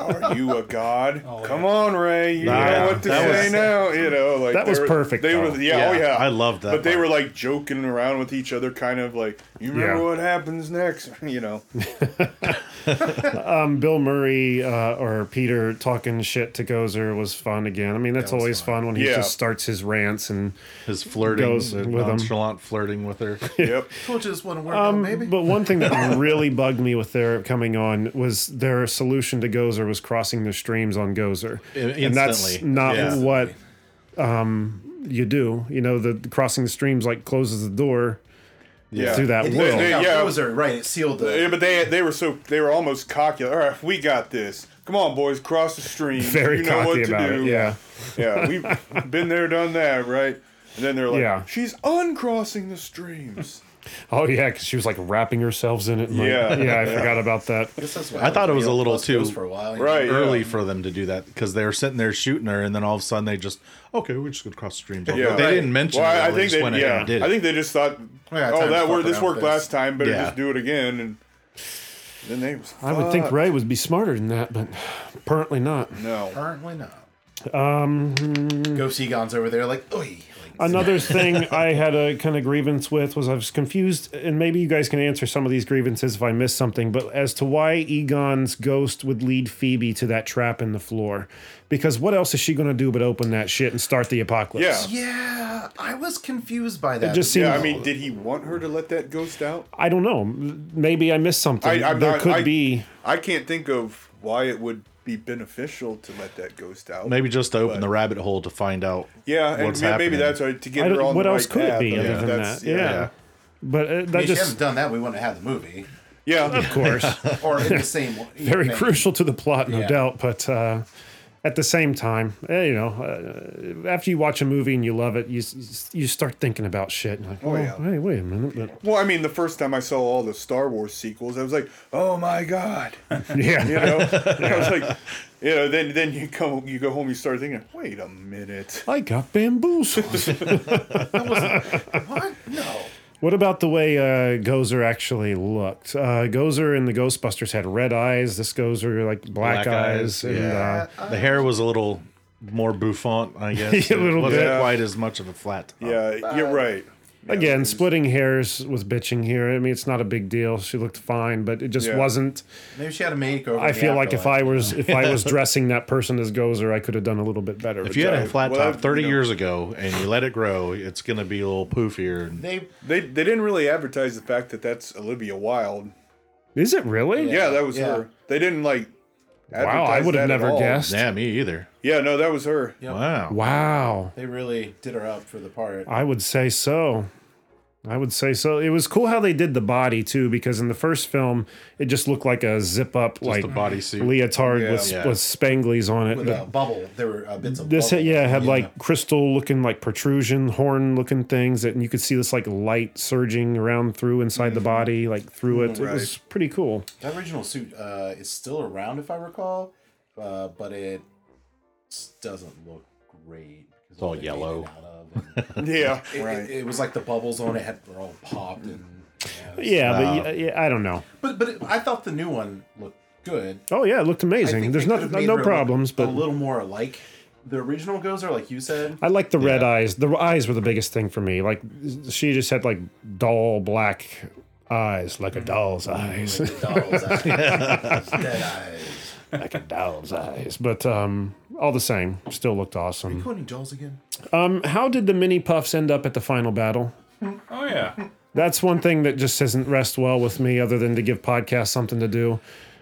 Speaker 6: are you a god?
Speaker 7: Oh,
Speaker 6: Come on, Ray. You
Speaker 4: Yeah.
Speaker 6: know what to
Speaker 4: That
Speaker 6: say
Speaker 4: was-
Speaker 6: now. You know, like
Speaker 3: That
Speaker 6: they
Speaker 3: was
Speaker 6: were-
Speaker 3: perfect,
Speaker 6: They
Speaker 3: though.
Speaker 6: were, yeah, oh
Speaker 4: Yeah,
Speaker 6: yeah,
Speaker 4: I loved that
Speaker 6: But they
Speaker 4: part.
Speaker 6: were like joking around with each other, kind of like, you remember
Speaker 3: Yeah.
Speaker 6: what happens next? You know,
Speaker 3: Bill Murray uh, or Peter talking shit to Gozer was fun again. I mean, that's always fun. when he
Speaker 6: Yeah.
Speaker 3: just starts his rants and.
Speaker 4: His flirting,
Speaker 3: Goes
Speaker 4: the
Speaker 3: with 'em.
Speaker 4: nonchalant flirting with her.
Speaker 6: yep.
Speaker 7: Told you this one worked
Speaker 3: Um,
Speaker 7: out, baby.
Speaker 3: But one thing that really bugged me with their coming on was their solution to Gozer was crossing the streams on Gozer,
Speaker 4: I-
Speaker 3: and that's
Speaker 4: instantly,
Speaker 3: not
Speaker 4: yeah.
Speaker 3: what um, you do. You know, the, the crossing the streams like closes the door
Speaker 6: Yeah.
Speaker 3: through that
Speaker 7: It
Speaker 3: world.
Speaker 7: didn't
Speaker 6: They-
Speaker 7: yeah,
Speaker 6: yeah.
Speaker 7: Those are right. It sealed
Speaker 6: Yeah,
Speaker 7: the.
Speaker 6: but they they were so they were almost cocky. All right, we got this. Come on, boys, cross the stream.
Speaker 3: Very
Speaker 6: you know
Speaker 3: cocky
Speaker 6: what to
Speaker 3: about
Speaker 6: do.
Speaker 3: it. Yeah,
Speaker 6: Yeah, we've been there, done that, right? And then they're like,
Speaker 3: Yeah.
Speaker 6: she's uncrossing the streams.
Speaker 3: oh yeah, because she was like wrapping herself in it. and, like-
Speaker 6: Yeah.
Speaker 3: yeah, I forgot about that.
Speaker 7: I, guess that's why
Speaker 4: I thought it was a
Speaker 7: Leo
Speaker 4: little
Speaker 7: Plus
Speaker 4: too-
Speaker 7: goes for a while. you
Speaker 6: Right.
Speaker 4: Early
Speaker 6: yeah.
Speaker 4: for them to do that because they were sitting there shooting her, and then all of a sudden they just okay, we're just gonna cross the streams.
Speaker 6: Yeah.
Speaker 4: they
Speaker 6: Right.
Speaker 4: didn't mention.
Speaker 6: Well,
Speaker 4: it,
Speaker 6: I, I
Speaker 4: they
Speaker 6: think
Speaker 4: just
Speaker 6: they,
Speaker 4: went ahead
Speaker 6: yeah,
Speaker 4: and did
Speaker 6: I
Speaker 4: it.
Speaker 6: think they just thought,
Speaker 7: yeah,
Speaker 6: oh,
Speaker 7: time's
Speaker 6: that worked.
Speaker 7: fucking
Speaker 6: This
Speaker 7: up
Speaker 6: worked
Speaker 7: this."
Speaker 6: last time. Better
Speaker 4: Yeah.
Speaker 6: just do it again. And then they was.
Speaker 3: I would think
Speaker 6: fucked.
Speaker 3: Ray would be smarter than that, but apparently not.
Speaker 7: know.
Speaker 6: No.
Speaker 7: Apparently not. Um, Go Seagon's over there, like, oi. Like,
Speaker 3: Another thing I had a kind of grievance with was I was confused, and maybe you guys can answer some of these grievances if I miss something, but as to why Egon's ghost would lead Phoebe to that trap in the floor. Because what else is she going to do but open that shit and start the apocalypse?
Speaker 6: Yeah.
Speaker 7: yeah, I was confused by that.
Speaker 3: just
Speaker 6: Yeah, I
Speaker 3: seems-
Speaker 6: mean, did he want her to let that ghost out?
Speaker 3: I don't know. M- Maybe I missed something.
Speaker 6: I- I'm
Speaker 3: there
Speaker 6: not-
Speaker 3: could
Speaker 6: I-
Speaker 3: be.
Speaker 6: I can't think of why it would be beneficial to let that ghost out.
Speaker 4: Maybe just to open the rabbit hole to find out.
Speaker 6: Yeah, and
Speaker 4: what's
Speaker 6: may- maybe
Speaker 4: happening.
Speaker 6: that's right, to
Speaker 3: I
Speaker 6: get
Speaker 3: don't-
Speaker 6: her on
Speaker 3: what
Speaker 6: the right
Speaker 3: else could it
Speaker 6: path.
Speaker 3: be
Speaker 6: I mean,
Speaker 3: other than
Speaker 6: that's-
Speaker 3: that? Yeah. But uh, that
Speaker 7: I mean, if you
Speaker 3: just,
Speaker 7: hadn't done that, we wouldn't have had the movie.
Speaker 6: Yeah. Yeah.
Speaker 3: of course.
Speaker 7: Or in the same way. you know,
Speaker 3: very
Speaker 7: maybe.
Speaker 3: crucial to the plot, no
Speaker 7: Yeah.
Speaker 3: doubt. But uh, at the same time, eh, you know, uh, after you watch a movie and you love it, you s- you start thinking about shit. And like, oh,
Speaker 6: yeah.
Speaker 3: hey, wait a minute. But,
Speaker 6: Well, I mean, the first time I saw all the Star Wars sequels, I was like, "Oh my god!"
Speaker 3: yeah.
Speaker 6: You know, I was like, you know, then then you come, you go home, you start thinking, "Wait a minute."
Speaker 3: I got bamboozled.
Speaker 7: What? No.
Speaker 3: what about the way uh, Gozer actually looked? Uh, Gozer and the Ghostbusters had red eyes. This Gozer like black,
Speaker 4: Black
Speaker 3: eyes,
Speaker 4: eyes,
Speaker 3: and
Speaker 4: yeah.
Speaker 3: uh,
Speaker 4: the hair was a little more bouffant, I guess.
Speaker 3: A little
Speaker 4: it wasn't
Speaker 3: bit.
Speaker 4: quite as much of a flat top.
Speaker 6: Yeah, you're right.
Speaker 3: again, splitting hairs was bitching here. I mean, it's not a big deal. She looked fine, but it just
Speaker 6: Yeah.
Speaker 3: wasn't.
Speaker 7: Maybe she had a makeover.
Speaker 3: I
Speaker 7: in the
Speaker 3: feel like if
Speaker 7: afterlife.
Speaker 3: I was if I was dressing that person as Gozer, I could have done a little bit better.
Speaker 4: If you had a flat
Speaker 6: Well,
Speaker 4: top 30
Speaker 6: you know-
Speaker 4: years ago and you let it grow, it's going to be a little poofier. And
Speaker 7: They
Speaker 6: They they didn't really advertise the fact that that's Olivia Wilde.
Speaker 3: Is it really?
Speaker 6: Yeah, that was
Speaker 7: Yeah.
Speaker 6: her. They didn't like.
Speaker 3: Wow, I
Speaker 6: advertise
Speaker 3: would have
Speaker 6: that at
Speaker 3: never
Speaker 6: all.
Speaker 3: guessed.
Speaker 4: yeah, me either.
Speaker 6: Yeah, no, that was her.
Speaker 4: Wow.
Speaker 3: Wow.
Speaker 7: they really did her up for the part.
Speaker 3: I would say so. I would say so. It was cool how they did the body too, because in the first film, it just looked like a zip up, like
Speaker 4: a bodysuit.
Speaker 3: leotard with
Speaker 4: Yeah.
Speaker 3: with spanglies on it.
Speaker 7: With a bubble, there were uh, bits of
Speaker 3: this
Speaker 7: bubble.
Speaker 3: yeah had like crystal looking like protrusion horn looking things that and you could see this like light surging around through inside
Speaker 4: Mm-hmm.
Speaker 3: the body like through it it was pretty cool
Speaker 7: That original suit uh, is still around, if I recall, uh, but it s- doesn't look great. It's
Speaker 4: all yellow.
Speaker 6: Yeah,
Speaker 7: It,
Speaker 6: right.
Speaker 7: it, it was like the bubbles on it had were all popped, and
Speaker 3: yeah but yeah, yeah, i don't know
Speaker 7: but but it, I thought the new one looked good.
Speaker 3: oh yeah it looked
Speaker 7: I
Speaker 3: amazing
Speaker 7: think
Speaker 3: there's
Speaker 7: they could've
Speaker 3: nothing
Speaker 7: made
Speaker 3: no
Speaker 7: her look
Speaker 3: problems but
Speaker 7: a little more like the original Gozer, like you said.
Speaker 3: I like the red eyes. The eyes were the biggest thing for me. Like she just had like dull black
Speaker 7: Mm.
Speaker 3: eyes, like a doll's eyes.
Speaker 7: Dolls, eyes, dead eyes.
Speaker 3: like a doll's eyes. But um, all the same, still looked awesome.
Speaker 7: Quoting Jaws again.
Speaker 3: Um,
Speaker 7: Mm-hmm.
Speaker 3: how did the mini puffs end up at the final battle?
Speaker 8: Oh yeah.
Speaker 3: That's one thing that just doesn't rest well with me, other than to give podcasts something to do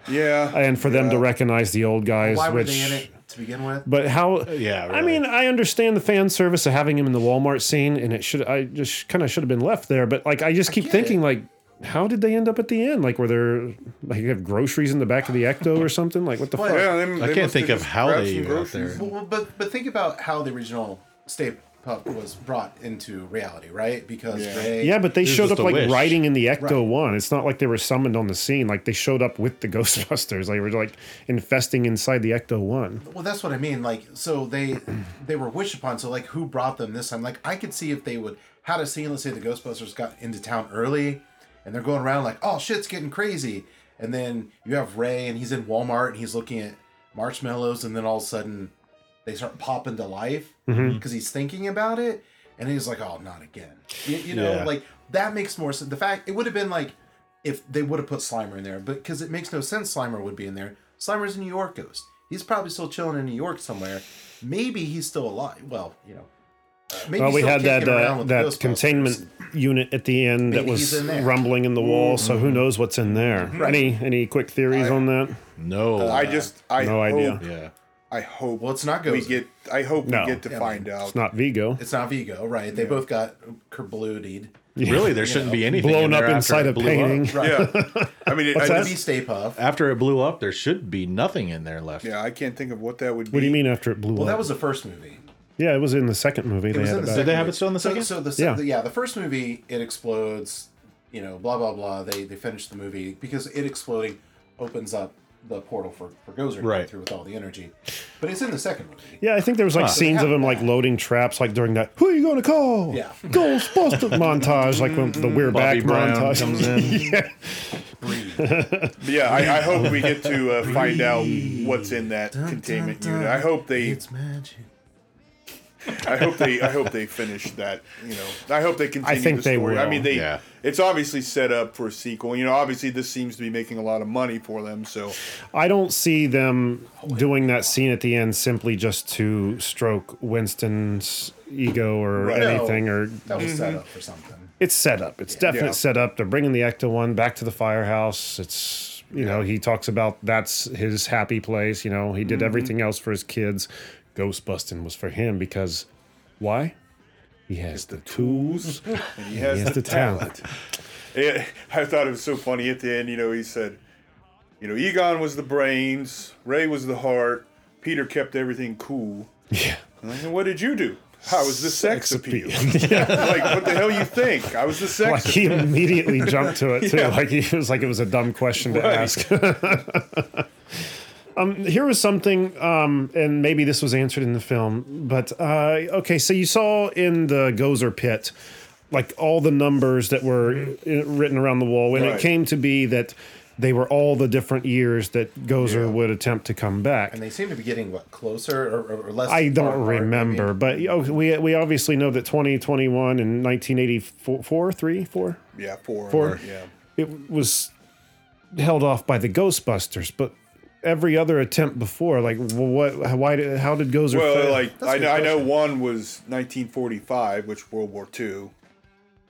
Speaker 6: Yeah.
Speaker 3: and for them to recognize the old guys.
Speaker 7: Why were
Speaker 3: which,
Speaker 7: they in it to begin with?
Speaker 3: But how?
Speaker 4: Yeah,
Speaker 3: I
Speaker 4: really.
Speaker 3: mean, I understand the fan service of having him in the Walmart scene, and it should. I just kind of should have been left there. But like, I just keep
Speaker 7: get
Speaker 3: thinking,
Speaker 7: it.
Speaker 3: like, how did they end up at the end? Like, were there like you have groceries in the back of the ecto or something? Like, what the fuck?
Speaker 6: Yeah, they- they
Speaker 4: I can't
Speaker 6: must
Speaker 4: think
Speaker 6: have
Speaker 4: of
Speaker 6: just
Speaker 4: how they
Speaker 6: grabbed
Speaker 4: uh,
Speaker 6: some
Speaker 4: got
Speaker 6: groceries.
Speaker 4: there.
Speaker 7: Well, but but think about how the original Stay Puft was brought into reality, right? Because
Speaker 6: Yeah.
Speaker 7: they
Speaker 3: Yeah, but they
Speaker 4: It was
Speaker 3: showed up
Speaker 4: just a
Speaker 3: like
Speaker 4: wish.
Speaker 3: riding in the Ecto
Speaker 7: Right.
Speaker 3: One. It's not like they were summoned on the scene. Like they showed up with the Ghostbusters. They were like infesting inside the Ecto One.
Speaker 7: well, that's what I mean. Like, so they they were wished upon. So like, who brought them this time? Like, I could see if they would had a scene. Let's say the Ghostbusters got into town early, and they're going around like, oh shit's getting crazy. And then you have Ray, and he's in Walmart, and he's looking at marshmallows, and then all of a sudden they start popping to life because
Speaker 3: Mm-hmm.
Speaker 7: he's thinking about it, and he's like, oh, not again. You, you know,
Speaker 4: Yeah.
Speaker 7: like that makes more sense. The fact it would have been like if they would have put Slimer in there, but because it makes no sense Slimer would be in there. Slimer's a New York ghost. He's probably still chilling in New York somewhere. Maybe he's still alive. Well, you know. uh, Maybe
Speaker 3: Well,
Speaker 7: he's
Speaker 3: we
Speaker 7: still
Speaker 3: had that
Speaker 7: kicking around
Speaker 3: uh,
Speaker 7: with the
Speaker 3: that
Speaker 7: Ghostbusters.
Speaker 3: containment unit at the end that
Speaker 7: Maybe
Speaker 3: was
Speaker 7: he's in there.
Speaker 3: rumbling in the wall. So who knows what's in there? Any any quick theories on that?
Speaker 4: No.
Speaker 6: I just, I
Speaker 3: No
Speaker 6: hope,
Speaker 3: idea.
Speaker 4: yeah.
Speaker 6: I hope.
Speaker 7: Well, it's not
Speaker 6: we
Speaker 7: ghost.
Speaker 6: get. I hope
Speaker 3: No.
Speaker 6: we get to
Speaker 7: Yeah.
Speaker 6: find out.
Speaker 3: It's not Vigo.
Speaker 7: It's not Vigo, right? They both got kerblootied.
Speaker 4: Really, there shouldn't be anything in
Speaker 3: Blown
Speaker 4: there
Speaker 3: up
Speaker 4: after
Speaker 3: inside
Speaker 4: it
Speaker 3: a
Speaker 4: blew up.
Speaker 3: painting.
Speaker 6: Yeah, I mean, it, I
Speaker 7: That'd
Speaker 6: just-
Speaker 7: be Stay Puft.
Speaker 4: After it blew up, there should be nothing in there left.
Speaker 6: yeah, I can't think of what that would be.
Speaker 3: What do you mean after it blew
Speaker 7: Well,
Speaker 3: up?
Speaker 7: that was the first movie.
Speaker 3: yeah, it was in the second movie. They
Speaker 7: was
Speaker 3: had
Speaker 7: in
Speaker 3: it
Speaker 7: the
Speaker 3: back.
Speaker 4: Did they have it still in the
Speaker 7: So,
Speaker 4: second?
Speaker 7: so the,
Speaker 3: Yeah.
Speaker 7: yeah. The, yeah, the first movie it explodes, you know, blah blah blah. They they finish the movie because it exploding opens up the portal for for Gozer to come
Speaker 4: Right.
Speaker 7: through with all the energy. But it's in the second movie.
Speaker 3: Yeah, I think there was like scenes of him like loading traps, like during that "Who are you going to call?"
Speaker 7: Yeah.
Speaker 3: Ghostbuster montage, like when the we're
Speaker 4: Bobby
Speaker 3: back
Speaker 4: Brown
Speaker 3: montage
Speaker 4: comes in.
Speaker 3: yeah,
Speaker 6: But yeah, I, I hope we get to uh, find out what's in that containment unit. I hope they.
Speaker 7: It's magic.
Speaker 6: I hope they. I hope they finish that. You know, I hope they continue.
Speaker 3: think
Speaker 6: the
Speaker 3: they
Speaker 6: story. I
Speaker 3: will.
Speaker 6: mean, they.
Speaker 4: Yeah.
Speaker 6: It's obviously set up for a sequel. You know, obviously this seems to be making a lot of money for them. So
Speaker 3: I don't see them doing that scene at the end simply just to stroke Winston's ego or
Speaker 6: Right.
Speaker 3: anything. Or
Speaker 7: That was set up for something.
Speaker 3: it's set up. It's definite
Speaker 6: Yeah.
Speaker 3: set up. They're bringing the Ecto One back to the firehouse. It's you know he talks about that's his happy place. You know he did
Speaker 6: Mm-hmm.
Speaker 3: everything else for his kids. Ghost busting was for him because why? He has the tools.
Speaker 6: he has,
Speaker 3: He has the
Speaker 6: the,
Speaker 3: talent.
Speaker 6: It, I thought it was so funny at the end. You know, he said, you know, Egon was the brains, Ray was the heart, Peter kept everything cool.
Speaker 3: Yeah.
Speaker 6: And I said, what did you do? I was the sex, appeal. like, what the hell you think? I was the
Speaker 3: Like
Speaker 6: sex
Speaker 3: he
Speaker 6: appeal.
Speaker 3: immediately jumped to it too. Like he was like it was a dumb question to ask. um, here was something, um, and maybe this was answered in the film, but uh, okay. So you saw in the Gozer pit, like all the numbers that were uh, written around the wall, and it
Speaker 6: Right.
Speaker 3: came to be that they were all the different years that Gozer would attempt to come back.
Speaker 7: And they seem to be getting what closer or, or, or less.
Speaker 3: I
Speaker 7: far
Speaker 3: don't
Speaker 7: apart,
Speaker 3: remember,
Speaker 7: maybe?
Speaker 3: but you know, we we obviously know that 2021 and 1984, four, three, four,
Speaker 6: Yeah, four.
Speaker 3: Four.
Speaker 6: Yeah.
Speaker 3: it was held off by the Ghostbusters, but every other attempt before, like wh- what, why, did, how did Gozer?
Speaker 6: Well,
Speaker 3: fail?
Speaker 6: like
Speaker 7: That's a
Speaker 6: I
Speaker 7: good
Speaker 6: know, I know
Speaker 7: question.
Speaker 6: one was 1945, which World War II.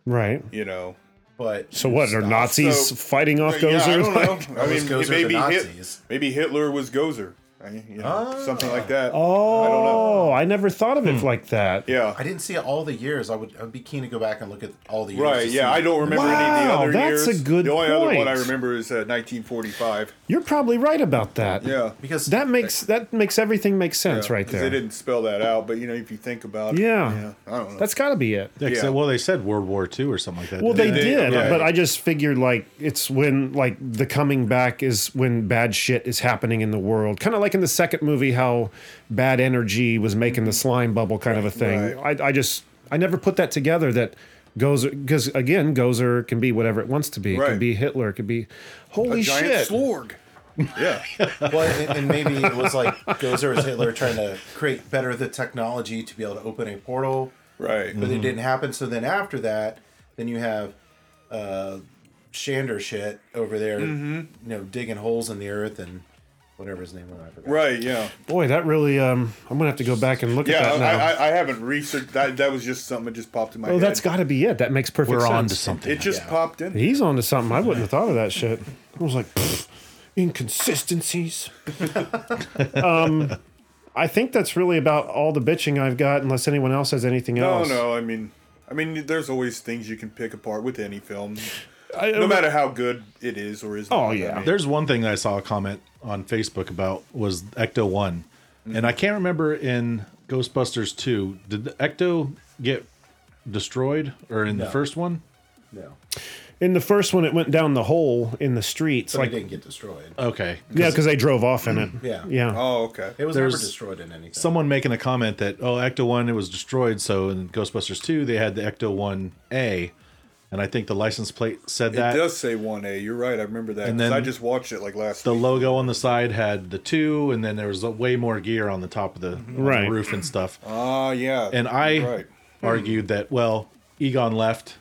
Speaker 3: right.
Speaker 6: You know,
Speaker 7: But
Speaker 3: So what are
Speaker 7: Stop.
Speaker 3: Nazis
Speaker 6: So-
Speaker 3: fighting off
Speaker 6: yeah,
Speaker 3: Gozer?
Speaker 6: I don't
Speaker 3: Like-
Speaker 6: know. I
Speaker 7: Or was
Speaker 6: mean,
Speaker 7: Gozer the
Speaker 6: maybe Hit,
Speaker 7: Nazis?
Speaker 6: maybe Hitler was Gozer, I, you know,
Speaker 7: Ah.
Speaker 6: something like that.
Speaker 3: oh,
Speaker 6: I don't know.
Speaker 3: I never thought of it like that.
Speaker 6: Hmm. Yeah,
Speaker 7: I didn't see all the years. I would I'd be keen to go back and look at all the years.
Speaker 6: right.
Speaker 7: to
Speaker 6: Yeah,
Speaker 7: see-
Speaker 6: I don't remember any of the
Speaker 3: Wow,
Speaker 6: other years.
Speaker 3: that's a good
Speaker 6: The only other one I
Speaker 3: point.
Speaker 6: remember is uh, 1945.
Speaker 3: You're probably right about that.
Speaker 6: Yeah,
Speaker 7: because
Speaker 3: That makes that makes everything make sense right
Speaker 6: Uh, 'Cause
Speaker 3: there.
Speaker 6: They didn't spell that out, but you know, if you think about it,
Speaker 3: Yeah.
Speaker 6: I don't know.
Speaker 3: That's got to be it.
Speaker 4: Yeah, 'cause
Speaker 6: Yeah.
Speaker 4: they- Well, they said World War II or something like that.
Speaker 3: Well, they
Speaker 4: didn't
Speaker 3: did,
Speaker 6: yeah.
Speaker 3: but I just figured like it's when like the coming back is when bad shit is happening in the world, kind of like in the second movie how bad energy was making the slime bubble kind of a thing. I, I just I never put that together that Gozer because again Gozer can be whatever it wants to be. It can
Speaker 6: Right.
Speaker 3: be Hitler. It could be holy
Speaker 6: a giant
Speaker 3: shit.
Speaker 6: slorg. Yeah,
Speaker 7: Well, and, and maybe it was like Gozer is Hitler trying to create better the technology to be able to open a portal,
Speaker 6: right.
Speaker 3: Mm-hmm.
Speaker 7: but it didn't happen. So then after that, then you have
Speaker 3: Mm-hmm.
Speaker 7: uh, Shander shit over there, you know, digging holes in the earth and whatever his name was. I forgot.
Speaker 6: Right. Yeah.
Speaker 3: Boy, that really. Um, I'm gonna have to go back and look
Speaker 6: Yeah.
Speaker 3: at that now.
Speaker 6: I, I, I haven't researched that. That was just something that just popped in my
Speaker 3: oh,
Speaker 6: head.
Speaker 3: that's got to be it. That makes perfect
Speaker 4: We're
Speaker 3: sense.
Speaker 4: on to something.
Speaker 6: It just popped in.
Speaker 3: He's onto something. I wouldn't have thought of that shit. I was like, "Pfft, inconsistencies. um, I think that's really about all the bitching I've got, unless anyone else has anything
Speaker 6: No,
Speaker 3: else.
Speaker 6: no. I mean, I mean, there's always things you can pick apart with any film,
Speaker 3: I,
Speaker 6: no matter how good it is or isn't.
Speaker 3: Oh,
Speaker 6: I
Speaker 3: yeah.
Speaker 6: mean,
Speaker 4: There's one thing I saw a comment on Facebook about was Ecto one,
Speaker 6: Mm-hmm.
Speaker 4: and I can't remember in Ghostbusters two did the Ecto get destroyed or in the first one?
Speaker 7: No,
Speaker 3: In the first one, it went down the hole in the streets,
Speaker 7: but
Speaker 3: like Uh,
Speaker 7: it didn't get destroyed.
Speaker 4: Okay,
Speaker 3: yeah, because they drove off in it.
Speaker 7: Yeah.
Speaker 3: yeah.
Speaker 6: Oh, okay.
Speaker 7: It was
Speaker 4: There's
Speaker 7: never destroyed in anything.
Speaker 4: someone making a comment that oh Ecto one it was destroyed, so in Ghostbusters two they had the Ecto one A, and I think the license plate said
Speaker 6: It
Speaker 4: that.
Speaker 6: does say one A. You're right. I remember that.
Speaker 4: And
Speaker 6: 'cause
Speaker 4: then
Speaker 6: I just watched it like last.
Speaker 4: the
Speaker 6: week.
Speaker 4: logo on the side had the two, and then there was way more gear on the top of the, on the
Speaker 3: Right.
Speaker 4: roof and stuff.
Speaker 6: Ah, yeah.
Speaker 4: and I
Speaker 6: Right. Hmm.
Speaker 4: argued that well, Egon left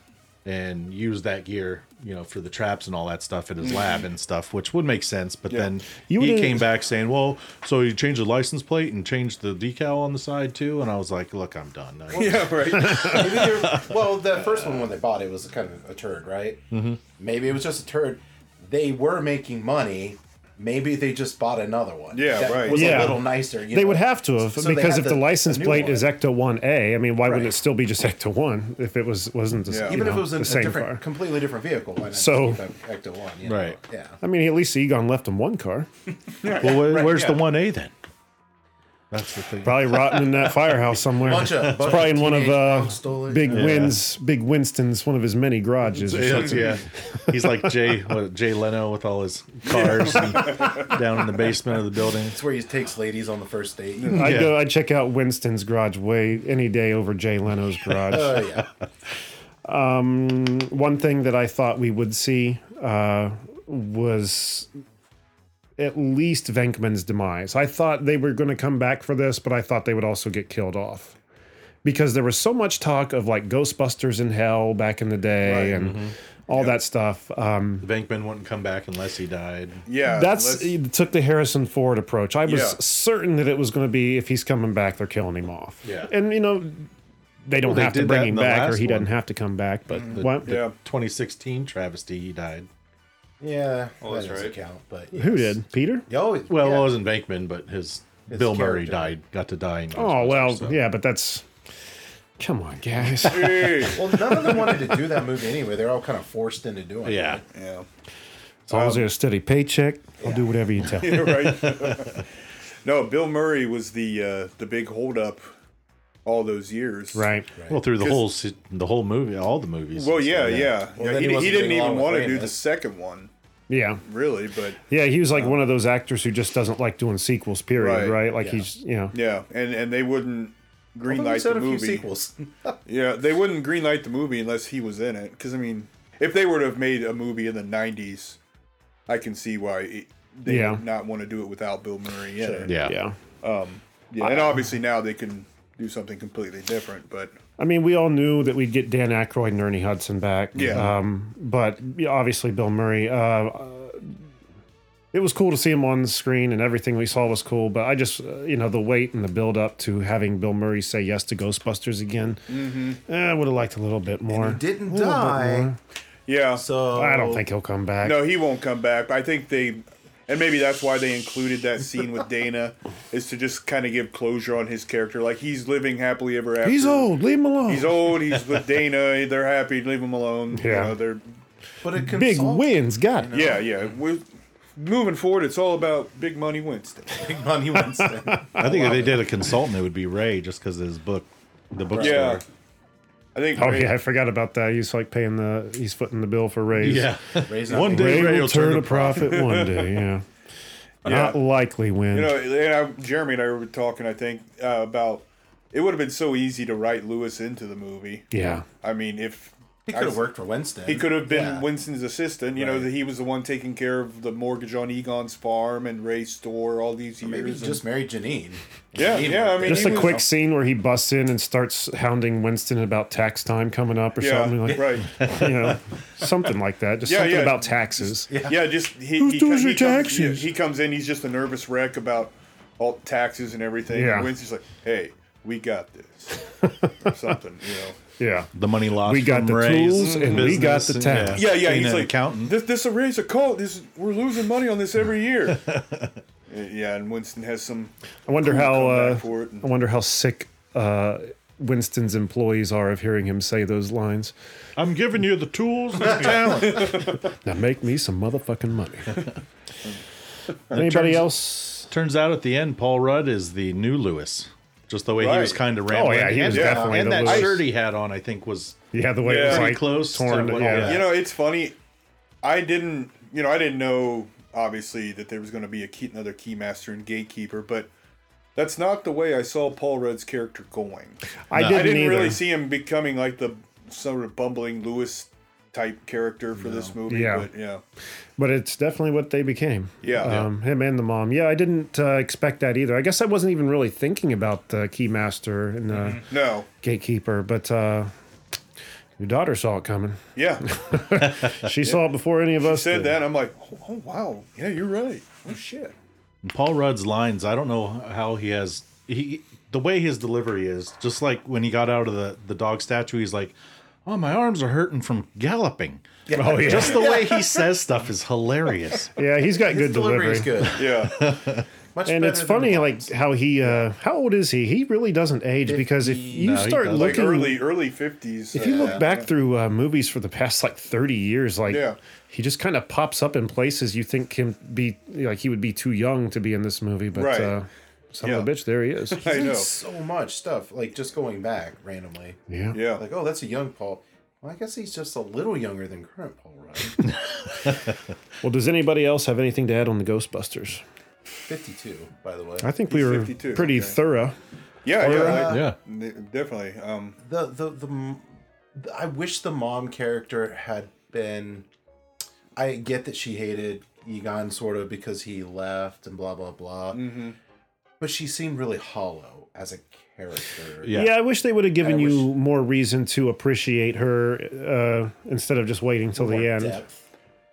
Speaker 4: and used that gear, you know, for the traps and all that stuff in
Speaker 6: Hmm.
Speaker 4: his lab and stuff, which would make sense. But then
Speaker 3: You
Speaker 4: he
Speaker 3: would've-
Speaker 4: came back saying, "Well, so you changed the license plate and changed the decal on the side too," and I was like, "Look, I'm done." I-
Speaker 6: Yeah. Right.
Speaker 7: I think they're- well, that first one when they bought it was kind of a turd, right? Mm-hmm. Maybe it was just a turd. They were making money. Maybe they just bought another one.
Speaker 6: Yeah,
Speaker 7: that
Speaker 6: right.
Speaker 7: Was
Speaker 3: Yeah.
Speaker 7: a little nicer. You
Speaker 3: They
Speaker 7: know?
Speaker 3: would have to have
Speaker 7: So they
Speaker 3: because
Speaker 7: had
Speaker 3: if the,
Speaker 7: the-
Speaker 3: license
Speaker 7: the new
Speaker 3: plate
Speaker 7: one.
Speaker 3: is Ecto One A, I mean, why wouldn't
Speaker 7: Right.
Speaker 3: it still be just Ecto One if it was wasn't the,
Speaker 6: Yeah.
Speaker 3: you
Speaker 7: even if
Speaker 3: know,
Speaker 7: it was in
Speaker 3: the
Speaker 7: a
Speaker 3: same
Speaker 7: different,
Speaker 3: car?
Speaker 7: completely different vehicle. Why not
Speaker 3: So-
Speaker 7: just keep that Ecto one, you know?
Speaker 4: Right.
Speaker 7: Yeah.
Speaker 3: I mean, at least Egon left him one car,
Speaker 4: Well, where, where's the
Speaker 6: yeah.
Speaker 4: one A then? That's the thing.
Speaker 3: probably rotten in that firehouse somewhere.
Speaker 7: Bunch of- bunch
Speaker 3: it's probably
Speaker 7: of
Speaker 3: in one of
Speaker 7: teenage
Speaker 3: uh,
Speaker 7: punks stole it.
Speaker 3: Big
Speaker 4: Yeah.
Speaker 3: Win's, Big Winston's, one of his many garages. or
Speaker 4: Yeah,
Speaker 3: something.
Speaker 4: yeah. he's like Jay, what, Jay Leno with all his cars and down in the basement of the building.
Speaker 7: It's where he takes ladies on the first date.
Speaker 3: I'd
Speaker 4: Yeah.
Speaker 3: go. I'd check out Winston's garage way any day over Jay Leno's garage. Um,
Speaker 7: Oh yeah.
Speaker 3: One thing that I thought we would see uh, was at least Venkman's demise. I thought they were going to come back for this, but I thought they would also get killed off because there was so much talk of like Ghostbusters in Hell back in the day and all that stuff. Um,
Speaker 4: The Bankman wouldn't come back unless he died.
Speaker 6: Yeah.
Speaker 3: That's
Speaker 6: Uh,
Speaker 3: e
Speaker 6: let's-
Speaker 3: it took the Harrison Ford approach. I was
Speaker 6: Yeah.
Speaker 3: certain that it was going to be if he's coming back, they're killing him off.
Speaker 4: Yeah.
Speaker 3: and you know they don't
Speaker 4: Well, they
Speaker 3: have to
Speaker 4: did
Speaker 3: bring
Speaker 4: that
Speaker 3: him
Speaker 4: in the
Speaker 3: back, or
Speaker 4: last
Speaker 3: he doesn't
Speaker 4: one.
Speaker 3: have to come back. But
Speaker 4: The-
Speaker 3: what?
Speaker 4: the
Speaker 6: Yeah.
Speaker 4: 2016 travesty, he died.
Speaker 7: Yeah.
Speaker 6: Well,
Speaker 7: that
Speaker 6: Oh, that's
Speaker 7: doesn't
Speaker 6: right.
Speaker 7: count, but
Speaker 3: Who did Peter?
Speaker 7: Yo,
Speaker 4: Well,
Speaker 7: yeah.
Speaker 4: it wasn't Bankman, but his,
Speaker 7: His
Speaker 4: Bill Murray
Speaker 7: character.
Speaker 4: died, got to die. In
Speaker 3: Oh
Speaker 4: Ghostbusters,
Speaker 3: well,
Speaker 4: so.
Speaker 3: yeah, but that's come on, guys.
Speaker 6: Hey.
Speaker 7: Well, none of them wanted to do that movie anyway. They're all kind of forced into doing it.
Speaker 4: yeah.
Speaker 6: yeah.
Speaker 3: as long as there's a steady paycheck, I'll do whatever you tell me.
Speaker 6: right. no, Bill Murray was the uh, the big holdup all those years.
Speaker 3: Right.
Speaker 4: Well, through the
Speaker 6: 'Cause-
Speaker 4: whole se- the whole movie, all the movies.
Speaker 6: Well,
Speaker 4: so,
Speaker 6: yeah, yeah.
Speaker 7: Well,
Speaker 6: Yeah,
Speaker 7: then
Speaker 6: he,
Speaker 7: he
Speaker 6: he didn't
Speaker 7: wasn't getting along
Speaker 6: even
Speaker 7: with
Speaker 6: want to
Speaker 7: Wayne,
Speaker 6: do the
Speaker 7: that's-
Speaker 6: second one,
Speaker 3: Yeah.
Speaker 6: really. But
Speaker 3: Yeah, he was like one of those actors who just doesn't like doing sequels. Period. Right.
Speaker 6: Right.
Speaker 3: Like he's you know.
Speaker 6: yeah, and and they wouldn't
Speaker 7: Although we
Speaker 6: greenlight
Speaker 7: said
Speaker 6: the
Speaker 7: a few
Speaker 6: movie.
Speaker 7: sequels.
Speaker 6: Yeah, they wouldn't greenlight the movie unless he was in it. Because I mean, if they were to have made a movie in the '90s, I can see why it, they
Speaker 3: Yeah.
Speaker 6: would not want to do it without Bill Murray in it.
Speaker 4: yeah,
Speaker 3: yeah.
Speaker 6: yeah, and obviously now they can do something completely different. But
Speaker 3: I mean, we all knew that we'd get Dan Aykroyd and Ernie Hudson back.
Speaker 6: Yeah.
Speaker 3: Um, but yeah, obviously, Bill Murray. Uh, uh, it was cool to see him on the screen, and everything we saw was cool. But I just, uh, you know, the wait and the build up to having Bill Murray say yes to Ghostbusters again,
Speaker 6: Mm-hmm.
Speaker 3: eh, I would have liked a little bit more.
Speaker 7: He didn't
Speaker 3: Little bit
Speaker 7: die.
Speaker 3: more.
Speaker 6: yeah,
Speaker 7: So
Speaker 3: I don't think he'll come back.
Speaker 6: No, he won't come back. I think they, and maybe that's why they included that scene with Dana, is to just kind of give closure on his character. Like he's living happily ever after.
Speaker 3: He's old. Leave him alone.
Speaker 6: He's old. He's with Dana. They're happy. Leave him alone. You
Speaker 3: Yeah.
Speaker 6: know, they're
Speaker 7: But it
Speaker 3: Big
Speaker 7: consult-
Speaker 3: wins. Got it.
Speaker 6: yeah, yeah. We're moving forward. It's all about big money Winston.
Speaker 7: Big money Winston.
Speaker 4: I think if they did a consultant, it would be Ray, just because his book, the bookstore.
Speaker 6: Yeah, I think.
Speaker 3: Oh yeah, I forgot about that. He's like paying the, he's footing the bill for Ray's.
Speaker 4: yeah.
Speaker 7: Raising
Speaker 4: One
Speaker 7: up-
Speaker 4: day
Speaker 3: Ray
Speaker 4: Ray
Speaker 3: will turn a profit one day. Yeah. Not likely win.
Speaker 6: You know, and I, Jeremy and I were talking. I think uh, about it would have been so easy to write Lewis into the movie.
Speaker 3: yeah.
Speaker 6: I mean, if
Speaker 7: He could have worked for Winston.
Speaker 6: He could have been
Speaker 7: Yeah.
Speaker 6: Winston's assistant. You know
Speaker 7: Right.
Speaker 6: that he was the one taking care of the mortgage on Egon's farm and Ray's store all these years.
Speaker 7: Maybe he
Speaker 6: and-
Speaker 7: just married Janine.
Speaker 6: yeah,
Speaker 7: Janine
Speaker 6: yeah. I
Speaker 7: worked
Speaker 6: mean,
Speaker 7: there.
Speaker 3: Just
Speaker 6: he
Speaker 3: a
Speaker 6: was-
Speaker 3: quick scene where he busts in and starts hounding Winston about tax time coming up or
Speaker 6: Yeah,
Speaker 3: something like
Speaker 6: right.
Speaker 3: you know, something like that. Just
Speaker 6: Yeah,
Speaker 3: something
Speaker 6: yeah.
Speaker 3: about taxes. Yeah.
Speaker 6: Yeah, just he,
Speaker 3: Who's
Speaker 6: he,
Speaker 3: doing
Speaker 6: co-
Speaker 3: your
Speaker 6: he comes,
Speaker 3: taxes?
Speaker 6: yeah, he comes in. He's just a nervous wreck about all taxes and everything.
Speaker 3: Yeah.
Speaker 6: And Winston's like, "Hey, we got this." or something, you know.
Speaker 4: The money lost.
Speaker 3: We got
Speaker 4: from
Speaker 3: the
Speaker 4: Ray's
Speaker 3: tools and we got
Speaker 4: business
Speaker 3: the
Speaker 4: and-
Speaker 3: tax.
Speaker 6: Yeah, yeah.
Speaker 4: Being
Speaker 6: he's
Speaker 4: an
Speaker 6: like,
Speaker 4: accountant.
Speaker 6: This, this array's a cult. This we're losing money on this every year. Uh, yeah, and Winston has some.
Speaker 3: I wonder
Speaker 6: cool
Speaker 3: how uh,
Speaker 6: comeback for it and-
Speaker 3: I wonder how sick uh, Winston's employees are of hearing him say those lines.
Speaker 4: I'm giving you the tools and the talent.
Speaker 3: Now make me some motherfucking money. Anybody
Speaker 4: turns-
Speaker 3: else?
Speaker 4: Turns out at the end, Paul Rudd is the new Lewis. Just the way he
Speaker 6: Right.
Speaker 4: Oh, was kind of rambling.
Speaker 3: yeah, he
Speaker 4: and,
Speaker 3: was definitely
Speaker 4: and
Speaker 3: the
Speaker 4: that
Speaker 3: Lewis.
Speaker 4: shirt he had on, I think, was
Speaker 3: Yeah, the way it was
Speaker 6: Yeah.
Speaker 3: like
Speaker 4: Close to
Speaker 3: torn.
Speaker 4: what-
Speaker 3: yeah.
Speaker 4: yeah.
Speaker 6: You know, it's funny. I didn't. You know, I didn't know obviously that there was going to be a key, another keymaster and gatekeeper, but that's not the way I saw Paul Rudd's character going.
Speaker 3: I didn't,
Speaker 6: I didn't
Speaker 3: either.
Speaker 6: really see him becoming like the sort of bumbling Lewis type character for this movie.
Speaker 3: Yeah.
Speaker 6: but yeah,
Speaker 3: but it's definitely what they became.
Speaker 6: Yeah.
Speaker 3: um, him and the mom. Yeah, I didn't uh, expect that either. I guess I wasn't even really thinking about the keymaster and the
Speaker 6: Mm-hmm. no,
Speaker 3: gatekeeper, but uh, your daughter saw it coming.
Speaker 6: yeah.
Speaker 3: She saw it before any of us
Speaker 6: Said
Speaker 3: did.
Speaker 6: that, I'm like, oh, oh wow, yeah, you're right. Oh shit.
Speaker 4: Paul Rudd's lines, I don't know how he has he the way his delivery is, just like when he got out of the, the dog statue, he's like, Oh, my arms are hurting from galloping.
Speaker 3: Oh yeah,
Speaker 4: Just the way he says stuff is hilarious.
Speaker 3: yeah. He's got
Speaker 7: His
Speaker 3: good
Speaker 7: delivery
Speaker 3: delivery.
Speaker 7: is good.
Speaker 6: Yeah,
Speaker 7: Much
Speaker 3: And
Speaker 7: better
Speaker 3: it's
Speaker 7: than
Speaker 3: funny,
Speaker 7: the
Speaker 3: like
Speaker 7: ones.
Speaker 3: how he, uh, how old is he? He really doesn't age because if you
Speaker 4: No, he
Speaker 3: start
Speaker 4: doesn't.
Speaker 6: like
Speaker 3: looking,
Speaker 6: early early fifties.
Speaker 3: if you look back through uh, movies for the past like thirty years, like
Speaker 6: Yeah.
Speaker 3: he just kind of pops up in places you think can be like he would be too young to be in this movie, but
Speaker 6: Right.
Speaker 3: uh, son of a
Speaker 6: Yeah.
Speaker 3: bitch, there he is.
Speaker 6: I know.
Speaker 7: so much stuff. Like just going back randomly,
Speaker 3: Yeah,
Speaker 6: Yeah,
Speaker 7: like oh, that's a young Paul. Well, I guess he's just a little younger than current Paul Rudd,
Speaker 3: Well, does anybody else have anything to add on the Ghostbusters?
Speaker 7: fifty-two, by the way.
Speaker 3: I think we
Speaker 6: He's
Speaker 3: were
Speaker 6: 52,
Speaker 3: pretty
Speaker 6: okay.
Speaker 3: thorough.
Speaker 6: yeah, yeah, I-
Speaker 4: Yeah.
Speaker 6: n- definitely. Um,
Speaker 7: the the the m- I wish the mom character had been. I get that she hated Egon sort of because he left and blah blah blah, but she seemed really hollow as a character.
Speaker 4: Yeah.
Speaker 3: Yeah. I wish they would have given
Speaker 7: I
Speaker 3: you more reason to appreciate her uh, instead of just waiting till the
Speaker 7: More
Speaker 3: end.
Speaker 7: depth.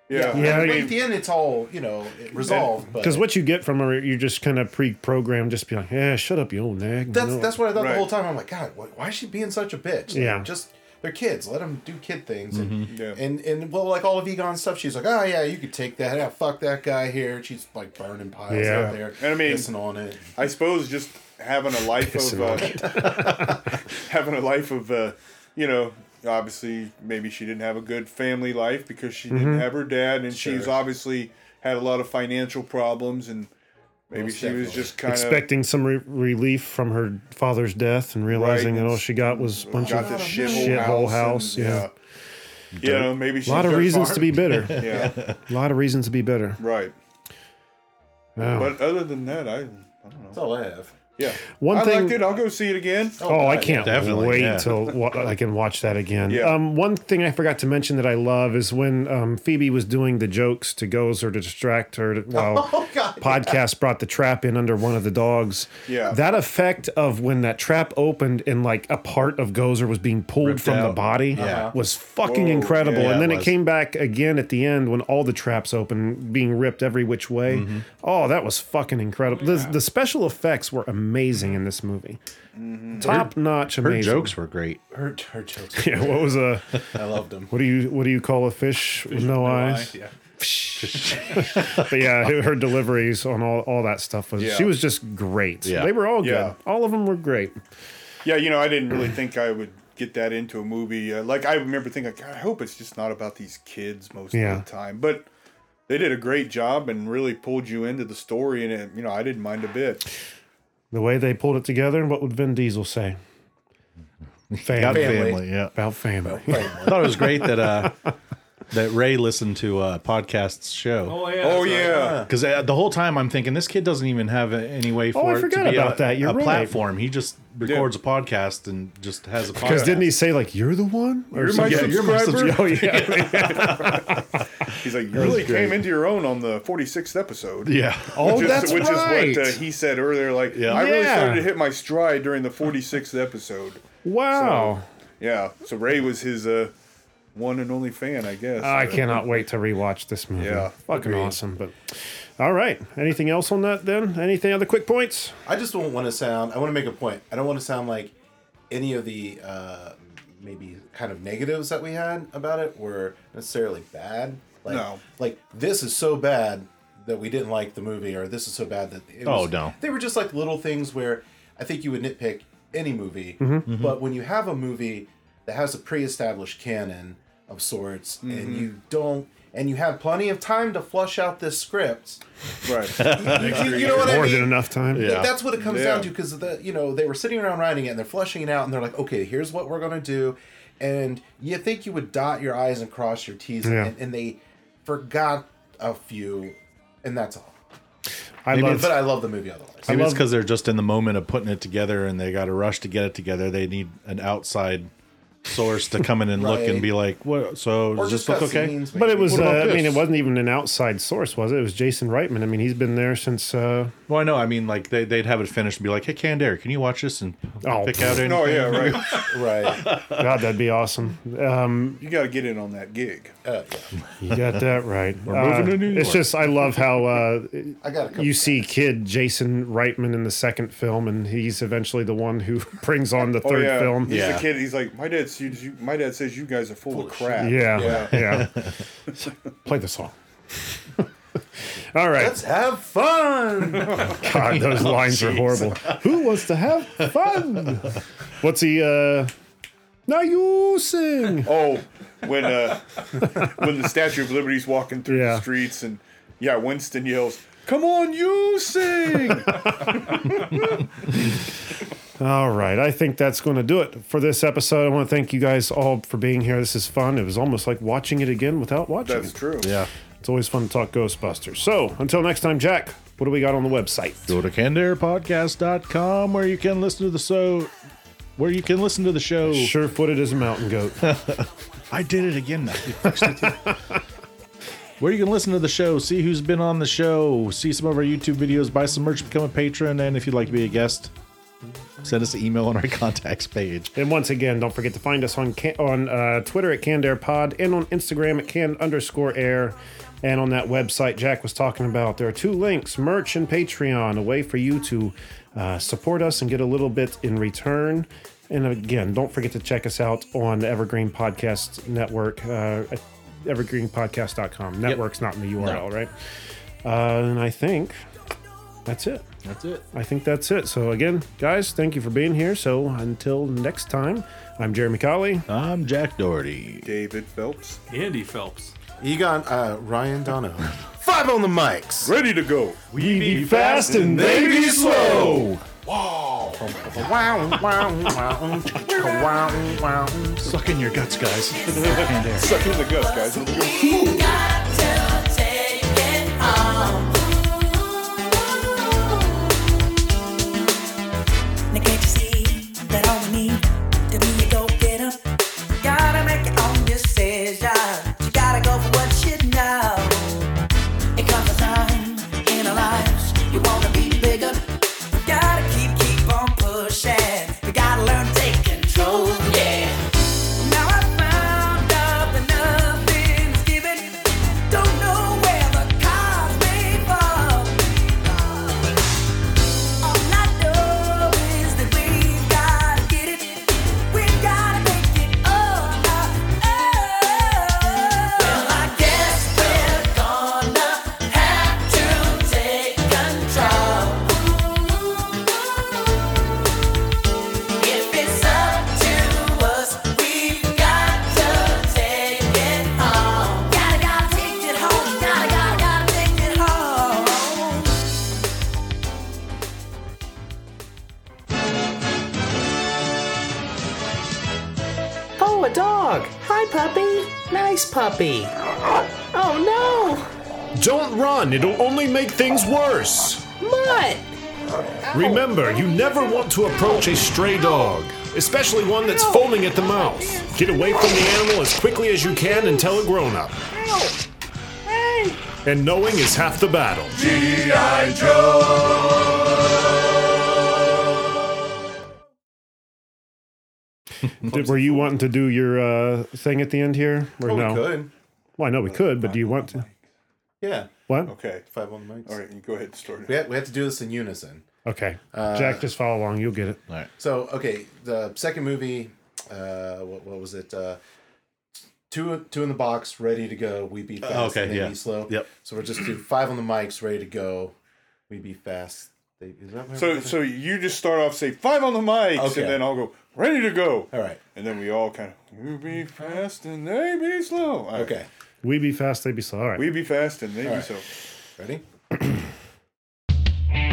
Speaker 6: yeah,
Speaker 3: Yeah,
Speaker 7: I
Speaker 6: I
Speaker 7: mean,
Speaker 6: mean,
Speaker 7: at the end, it's all you know it resolved. But
Speaker 3: Because what you get from her, you're just kind of pre-programmed, just be like, "Yeah, shut up, you old nag."
Speaker 7: that's
Speaker 3: No.
Speaker 7: that's what I thought
Speaker 6: Right.
Speaker 7: the whole time. I'm like, God, why, why is she being such a bitch? Like,
Speaker 3: Yeah.
Speaker 7: just they're kids. Let them do kid things. And,
Speaker 6: Mm-hmm. Yeah.
Speaker 7: and and well, like all of Egon's stuff, she's like, oh yeah, you could take that. Yeah, fuck that guy here. And she's like burning piles
Speaker 3: Yeah.
Speaker 7: out there,
Speaker 6: And I mean-
Speaker 7: pissing on it.
Speaker 6: I suppose just having a life of uh, having a life of uh, you know. Obviously, maybe she didn't have a good family life because she
Speaker 3: Mm-hmm.
Speaker 6: didn't have her dad, and she's
Speaker 7: Sure.
Speaker 6: obviously had a lot of financial problems, and maybe
Speaker 7: Most
Speaker 6: she was
Speaker 7: definitely.
Speaker 6: just kind of
Speaker 3: expecting some re- relief from her father's death and realizing
Speaker 6: Right.
Speaker 3: that all she got was a bunch
Speaker 6: got
Speaker 3: of
Speaker 6: this
Speaker 3: shithole
Speaker 6: shithole
Speaker 3: house.
Speaker 6: house. and,
Speaker 3: yeah.
Speaker 6: yeah. You know, maybe she's
Speaker 3: a lot of
Speaker 6: got
Speaker 3: reasons
Speaker 6: farm-
Speaker 3: to be bitter.
Speaker 6: Yeah,
Speaker 3: a lot of reasons to be bitter.
Speaker 6: right.
Speaker 3: Wow.
Speaker 6: But other than that, I, I don't know.
Speaker 7: That's all I have.
Speaker 6: Yeah,
Speaker 3: One
Speaker 6: I
Speaker 3: thing-
Speaker 6: liked it. I'll go see it again.
Speaker 3: Oh, I can't
Speaker 4: Definitely,
Speaker 3: wait
Speaker 4: yeah.
Speaker 3: till wa- I can watch that again.
Speaker 6: Yeah.
Speaker 3: Um, one thing I forgot to mention that I love is when um, Phoebe was doing the jokes to Gozer to distract her to- while
Speaker 7: Oh God.
Speaker 3: podcast brought the trap in under one of the dogs.
Speaker 6: Yeah.
Speaker 3: That effect of when that trap opened and like a part of Gozer was being pulled
Speaker 4: Ripped
Speaker 3: from the
Speaker 4: out.
Speaker 3: body
Speaker 4: Yeah.
Speaker 3: was fucking
Speaker 6: Whoa,
Speaker 3: incredible.
Speaker 4: yeah,
Speaker 3: and then
Speaker 4: it
Speaker 3: it,
Speaker 4: was.
Speaker 3: came back again at the end when all the traps open, being ripped every which way.
Speaker 4: Mm-hmm.
Speaker 3: Oh, that was fucking incredible. The, the special effects were amazing in this movie. Top notch
Speaker 4: Her
Speaker 3: amazing.
Speaker 4: jokes were great.
Speaker 7: Her, her jokes.
Speaker 3: Yeah, what was a
Speaker 7: I loved them.
Speaker 3: what do you what do you call a fish, with no, eyes?
Speaker 8: Yeah.
Speaker 3: But yeah, her her deliveries on all, all that stuff was
Speaker 6: Yeah.
Speaker 3: she was just great.
Speaker 4: Yeah.
Speaker 3: They were all good.
Speaker 6: Yeah.
Speaker 3: All of them were great.
Speaker 6: Yeah, you know, I didn't really think I would get that into a movie. Uh, like I remember thinking, like, I hope it's just not about these kids most
Speaker 3: Yeah.
Speaker 6: of the time. But they did a great job and really pulled you into the story, and it, you know, I didn't mind a bit.
Speaker 3: The way they pulled it together, and what would Vin Diesel say? Family.
Speaker 4: Got family. Yeah.
Speaker 3: About family.
Speaker 4: I thought it was great that uh that Ray listened to uh, podcast's show.
Speaker 8: Oh yeah.
Speaker 6: Oh
Speaker 8: that's right.
Speaker 6: yeah.
Speaker 4: Because the whole time I'm thinking this kid doesn't even have a- any way for
Speaker 3: Oh, I
Speaker 4: it
Speaker 3: forgot
Speaker 4: to be
Speaker 3: about
Speaker 4: a,
Speaker 3: that. You're
Speaker 4: a
Speaker 3: right.
Speaker 4: platform. He just records a podcast and just has a podcast.
Speaker 3: Because didn't he say like you're the one? Or
Speaker 6: You're my
Speaker 3: something?
Speaker 6: subscriber?
Speaker 3: Oh yeah.
Speaker 6: He's like, you really came into your own on the 46th episode.
Speaker 4: Yeah.
Speaker 3: Oh,
Speaker 6: Which is-
Speaker 3: that's
Speaker 6: which
Speaker 3: right.
Speaker 6: is what uh, he said earlier. Like,
Speaker 4: Yeah.
Speaker 6: I really
Speaker 3: Yeah.
Speaker 6: started to hit my stride during the 46th episode.
Speaker 3: wow.
Speaker 6: Yeah. So Ray was his uh, one and only fan, I guess. Uh,
Speaker 3: I cannot wait to rewatch this movie.
Speaker 6: Yeah,
Speaker 3: Fucking
Speaker 6: agreed.
Speaker 3: awesome. But all right. Anything else on that then? Anything other quick points?
Speaker 7: I just don't want to sound. I want to make a point. I don't want to sound like any of the uh, maybe kind of negatives that we had about it were necessarily bad. Like,
Speaker 6: No.
Speaker 7: Like this is so bad that we didn't like the movie, or this is so bad that it was,
Speaker 4: Oh, no.
Speaker 7: They were just like little things where I think you would nitpick any movie,
Speaker 3: Mm-hmm.
Speaker 7: but when you have a movie that has a pre-established canon of sorts, and
Speaker 3: Mm-hmm.
Speaker 7: you don't. And you have plenty of time to flush out this script.
Speaker 6: Right.
Speaker 7: You, you- you know what
Speaker 3: More
Speaker 7: I mean?
Speaker 3: than enough time.
Speaker 7: Like, that's what it comes
Speaker 6: Yeah.
Speaker 7: down to because the you know they were sitting around writing it and they're flushing it out and they're like, okay, here's what we're gonna do, and you think you would dot your i's and cross your t's,
Speaker 3: Yeah.
Speaker 7: and, and they forgot a few, and that's all.
Speaker 3: I
Speaker 4: Maybe
Speaker 3: love
Speaker 7: But I love the movie otherwise.
Speaker 4: Maybe it's
Speaker 3: love-
Speaker 4: because they're just in the moment of putting it together and they got to rush to get it together. They need an outside source to come in and look and
Speaker 7: Right.
Speaker 4: be like, "What? So
Speaker 7: Or
Speaker 4: does this
Speaker 7: just
Speaker 4: look
Speaker 7: cut
Speaker 4: okay?"
Speaker 7: scenes,
Speaker 3: But it
Speaker 7: maybe.
Speaker 3: was,
Speaker 4: What
Speaker 3: uh,
Speaker 4: about
Speaker 3: I mean, it
Speaker 4: this?
Speaker 3: wasn't even an outside source, was it? It was Jason Reitman. I mean, he's been there since. Uh,
Speaker 4: Well, I know. I mean, like they, they'd have it finished and be like, "Hey, Candare, can you watch this and
Speaker 3: Oh,
Speaker 4: pick out anything?"
Speaker 6: no, yeah, right.
Speaker 7: right.
Speaker 3: God, that'd be awesome. Um,
Speaker 6: You got to get in on that gig.
Speaker 7: Uh,
Speaker 3: you got that right.
Speaker 4: moving
Speaker 3: Uh,
Speaker 4: to New
Speaker 3: It's
Speaker 4: York.
Speaker 3: just, I love how uh,
Speaker 7: I got a couple.
Speaker 3: you see kid Jason Reitman in the second film, and he's eventually the one who brings on the
Speaker 6: Oh
Speaker 3: third
Speaker 6: yeah.
Speaker 3: film.
Speaker 6: He's
Speaker 4: Yeah.
Speaker 6: a kid. He's like, my dad. You, you, my dad says you guys are full, of crap.
Speaker 3: Yeah, yeah. Play the song. All right.
Speaker 7: Let's have fun.
Speaker 3: God, those lines are
Speaker 4: jeez.
Speaker 3: horrible. Who wants to have fun? What's he? Uh, now you sing.
Speaker 6: Oh, when uh, when the Statue of Liberty's walking through
Speaker 3: Yeah.
Speaker 6: the streets, and yeah, Winston yells, "Come on, you sing!"
Speaker 3: All right, I think that's going to do it for this episode. I want to thank you guys all for being here. This is fun. It was almost like watching it again without watching.
Speaker 6: That's
Speaker 3: it.
Speaker 6: true.
Speaker 4: Yeah.
Speaker 3: It's always fun to talk Ghostbusters. So until next time, Jack. What do we got on the website?
Speaker 4: Go to CandarePodcast.com where you can listen to the show. Where you can listen to the show.
Speaker 3: Sure-footed as a mountain goat.
Speaker 4: I did it again. Now. You fixed it. Where you can listen to the show, see who's been on the show, see some of our YouTube videos, buy some merch, become a patron, and if you'd like to be a guest, send us an email on our contacts page.
Speaker 3: And once again, don't forget to find us on can- on uh, Twitter at CandairPod and on Instagram at Can underscore Air. And on that website Jack was talking about, there are two links merch and Patreon, a way for you to uh, support us and get a little bit in return. And again, don't forget to check us out on the Evergreen Podcast Network, uh, at evergreenpodcast.com. Network's not in the URL, right? Uh, and I think that's it.
Speaker 4: That's it.
Speaker 3: I think that's it. So, again, guys, thank you for being here. So, until next time, I'm Jeremy Colley.
Speaker 4: I'm Jack Doherty.
Speaker 6: David Phelps,
Speaker 8: Andy Phelps.
Speaker 7: Egon, uh, Ryan Dono.
Speaker 5: Five on the mics.
Speaker 6: ready to go.
Speaker 3: We be fast and they be slow.
Speaker 7: wow, wow, wow, wow, wow.
Speaker 4: Suck in your guts, guys.
Speaker 6: Suck in the guts, guys. Let's go.
Speaker 9: Now can't you see that all we need to be a go-getter? Gotta make your own decisions. You gotta go for what you know. It comes a time in our lives you wanna be bigger. Gotta keep keep on pushing. We gotta learn to take control. Yeah. Now I found out that nothing's given. Don't know where the cards may fall. All I know is that we've gotta get it. We gotta make it all our own. Well, I guess we're gonna have to take control. If it's up to us, we've got to take it home. Gotta gotta take it home. Gotta gotta gotta take it home.
Speaker 10: Oh, a dog. Hi, puppy.
Speaker 11: Nice puppy. Oh
Speaker 3: Don't run, it'll only make things worse.
Speaker 11: no! Mutt!
Speaker 3: Remember, you never want to approach a stray dog, especially one that's foaming at the mouth. Get away from the animal as quickly as you can and tell a grown up. And knowing is half the battle.
Speaker 12: G.I. Joe.
Speaker 3: Did, were you wanting to do your uh, thing at the end here? Or
Speaker 7: Oh, we
Speaker 3: no?
Speaker 7: could. Uh,
Speaker 3: Well, I know we could, but do you want to?
Speaker 7: Yeah.
Speaker 3: What?
Speaker 6: Okay.
Speaker 7: Five on the mics.
Speaker 6: All right, you go ahead and start it.
Speaker 7: We have, we have to do this in unison.
Speaker 3: Okay.
Speaker 7: Uh,
Speaker 3: Jack, just follow along. You'll get it.
Speaker 4: All right.
Speaker 7: So okay, the second movie, uh, what, what was it? Uh, two two in the box, ready to go. We beat fast.
Speaker 4: Uh, okay,
Speaker 7: and they
Speaker 4: yeah.
Speaker 7: beat slow.
Speaker 4: Yep.
Speaker 7: So we're just do five on the mics, ready to go. We beat fast. They, is that what
Speaker 6: So, so you just start off, say five on the mics,
Speaker 7: Okay.
Speaker 6: and then I'll go ready to go,
Speaker 7: all right.
Speaker 6: and then we all kind of you be fast and they be slow. All right.
Speaker 7: Okay.
Speaker 3: We be fast, they be slow. All right.
Speaker 6: we be fast and they
Speaker 7: All
Speaker 6: be
Speaker 7: right.
Speaker 6: slow.
Speaker 7: Ready?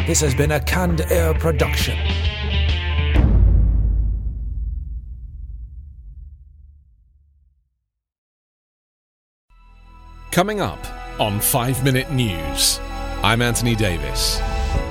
Speaker 8: This has been a Canned Air production. Coming up on 5 Minute News, I'm Anthony Davis.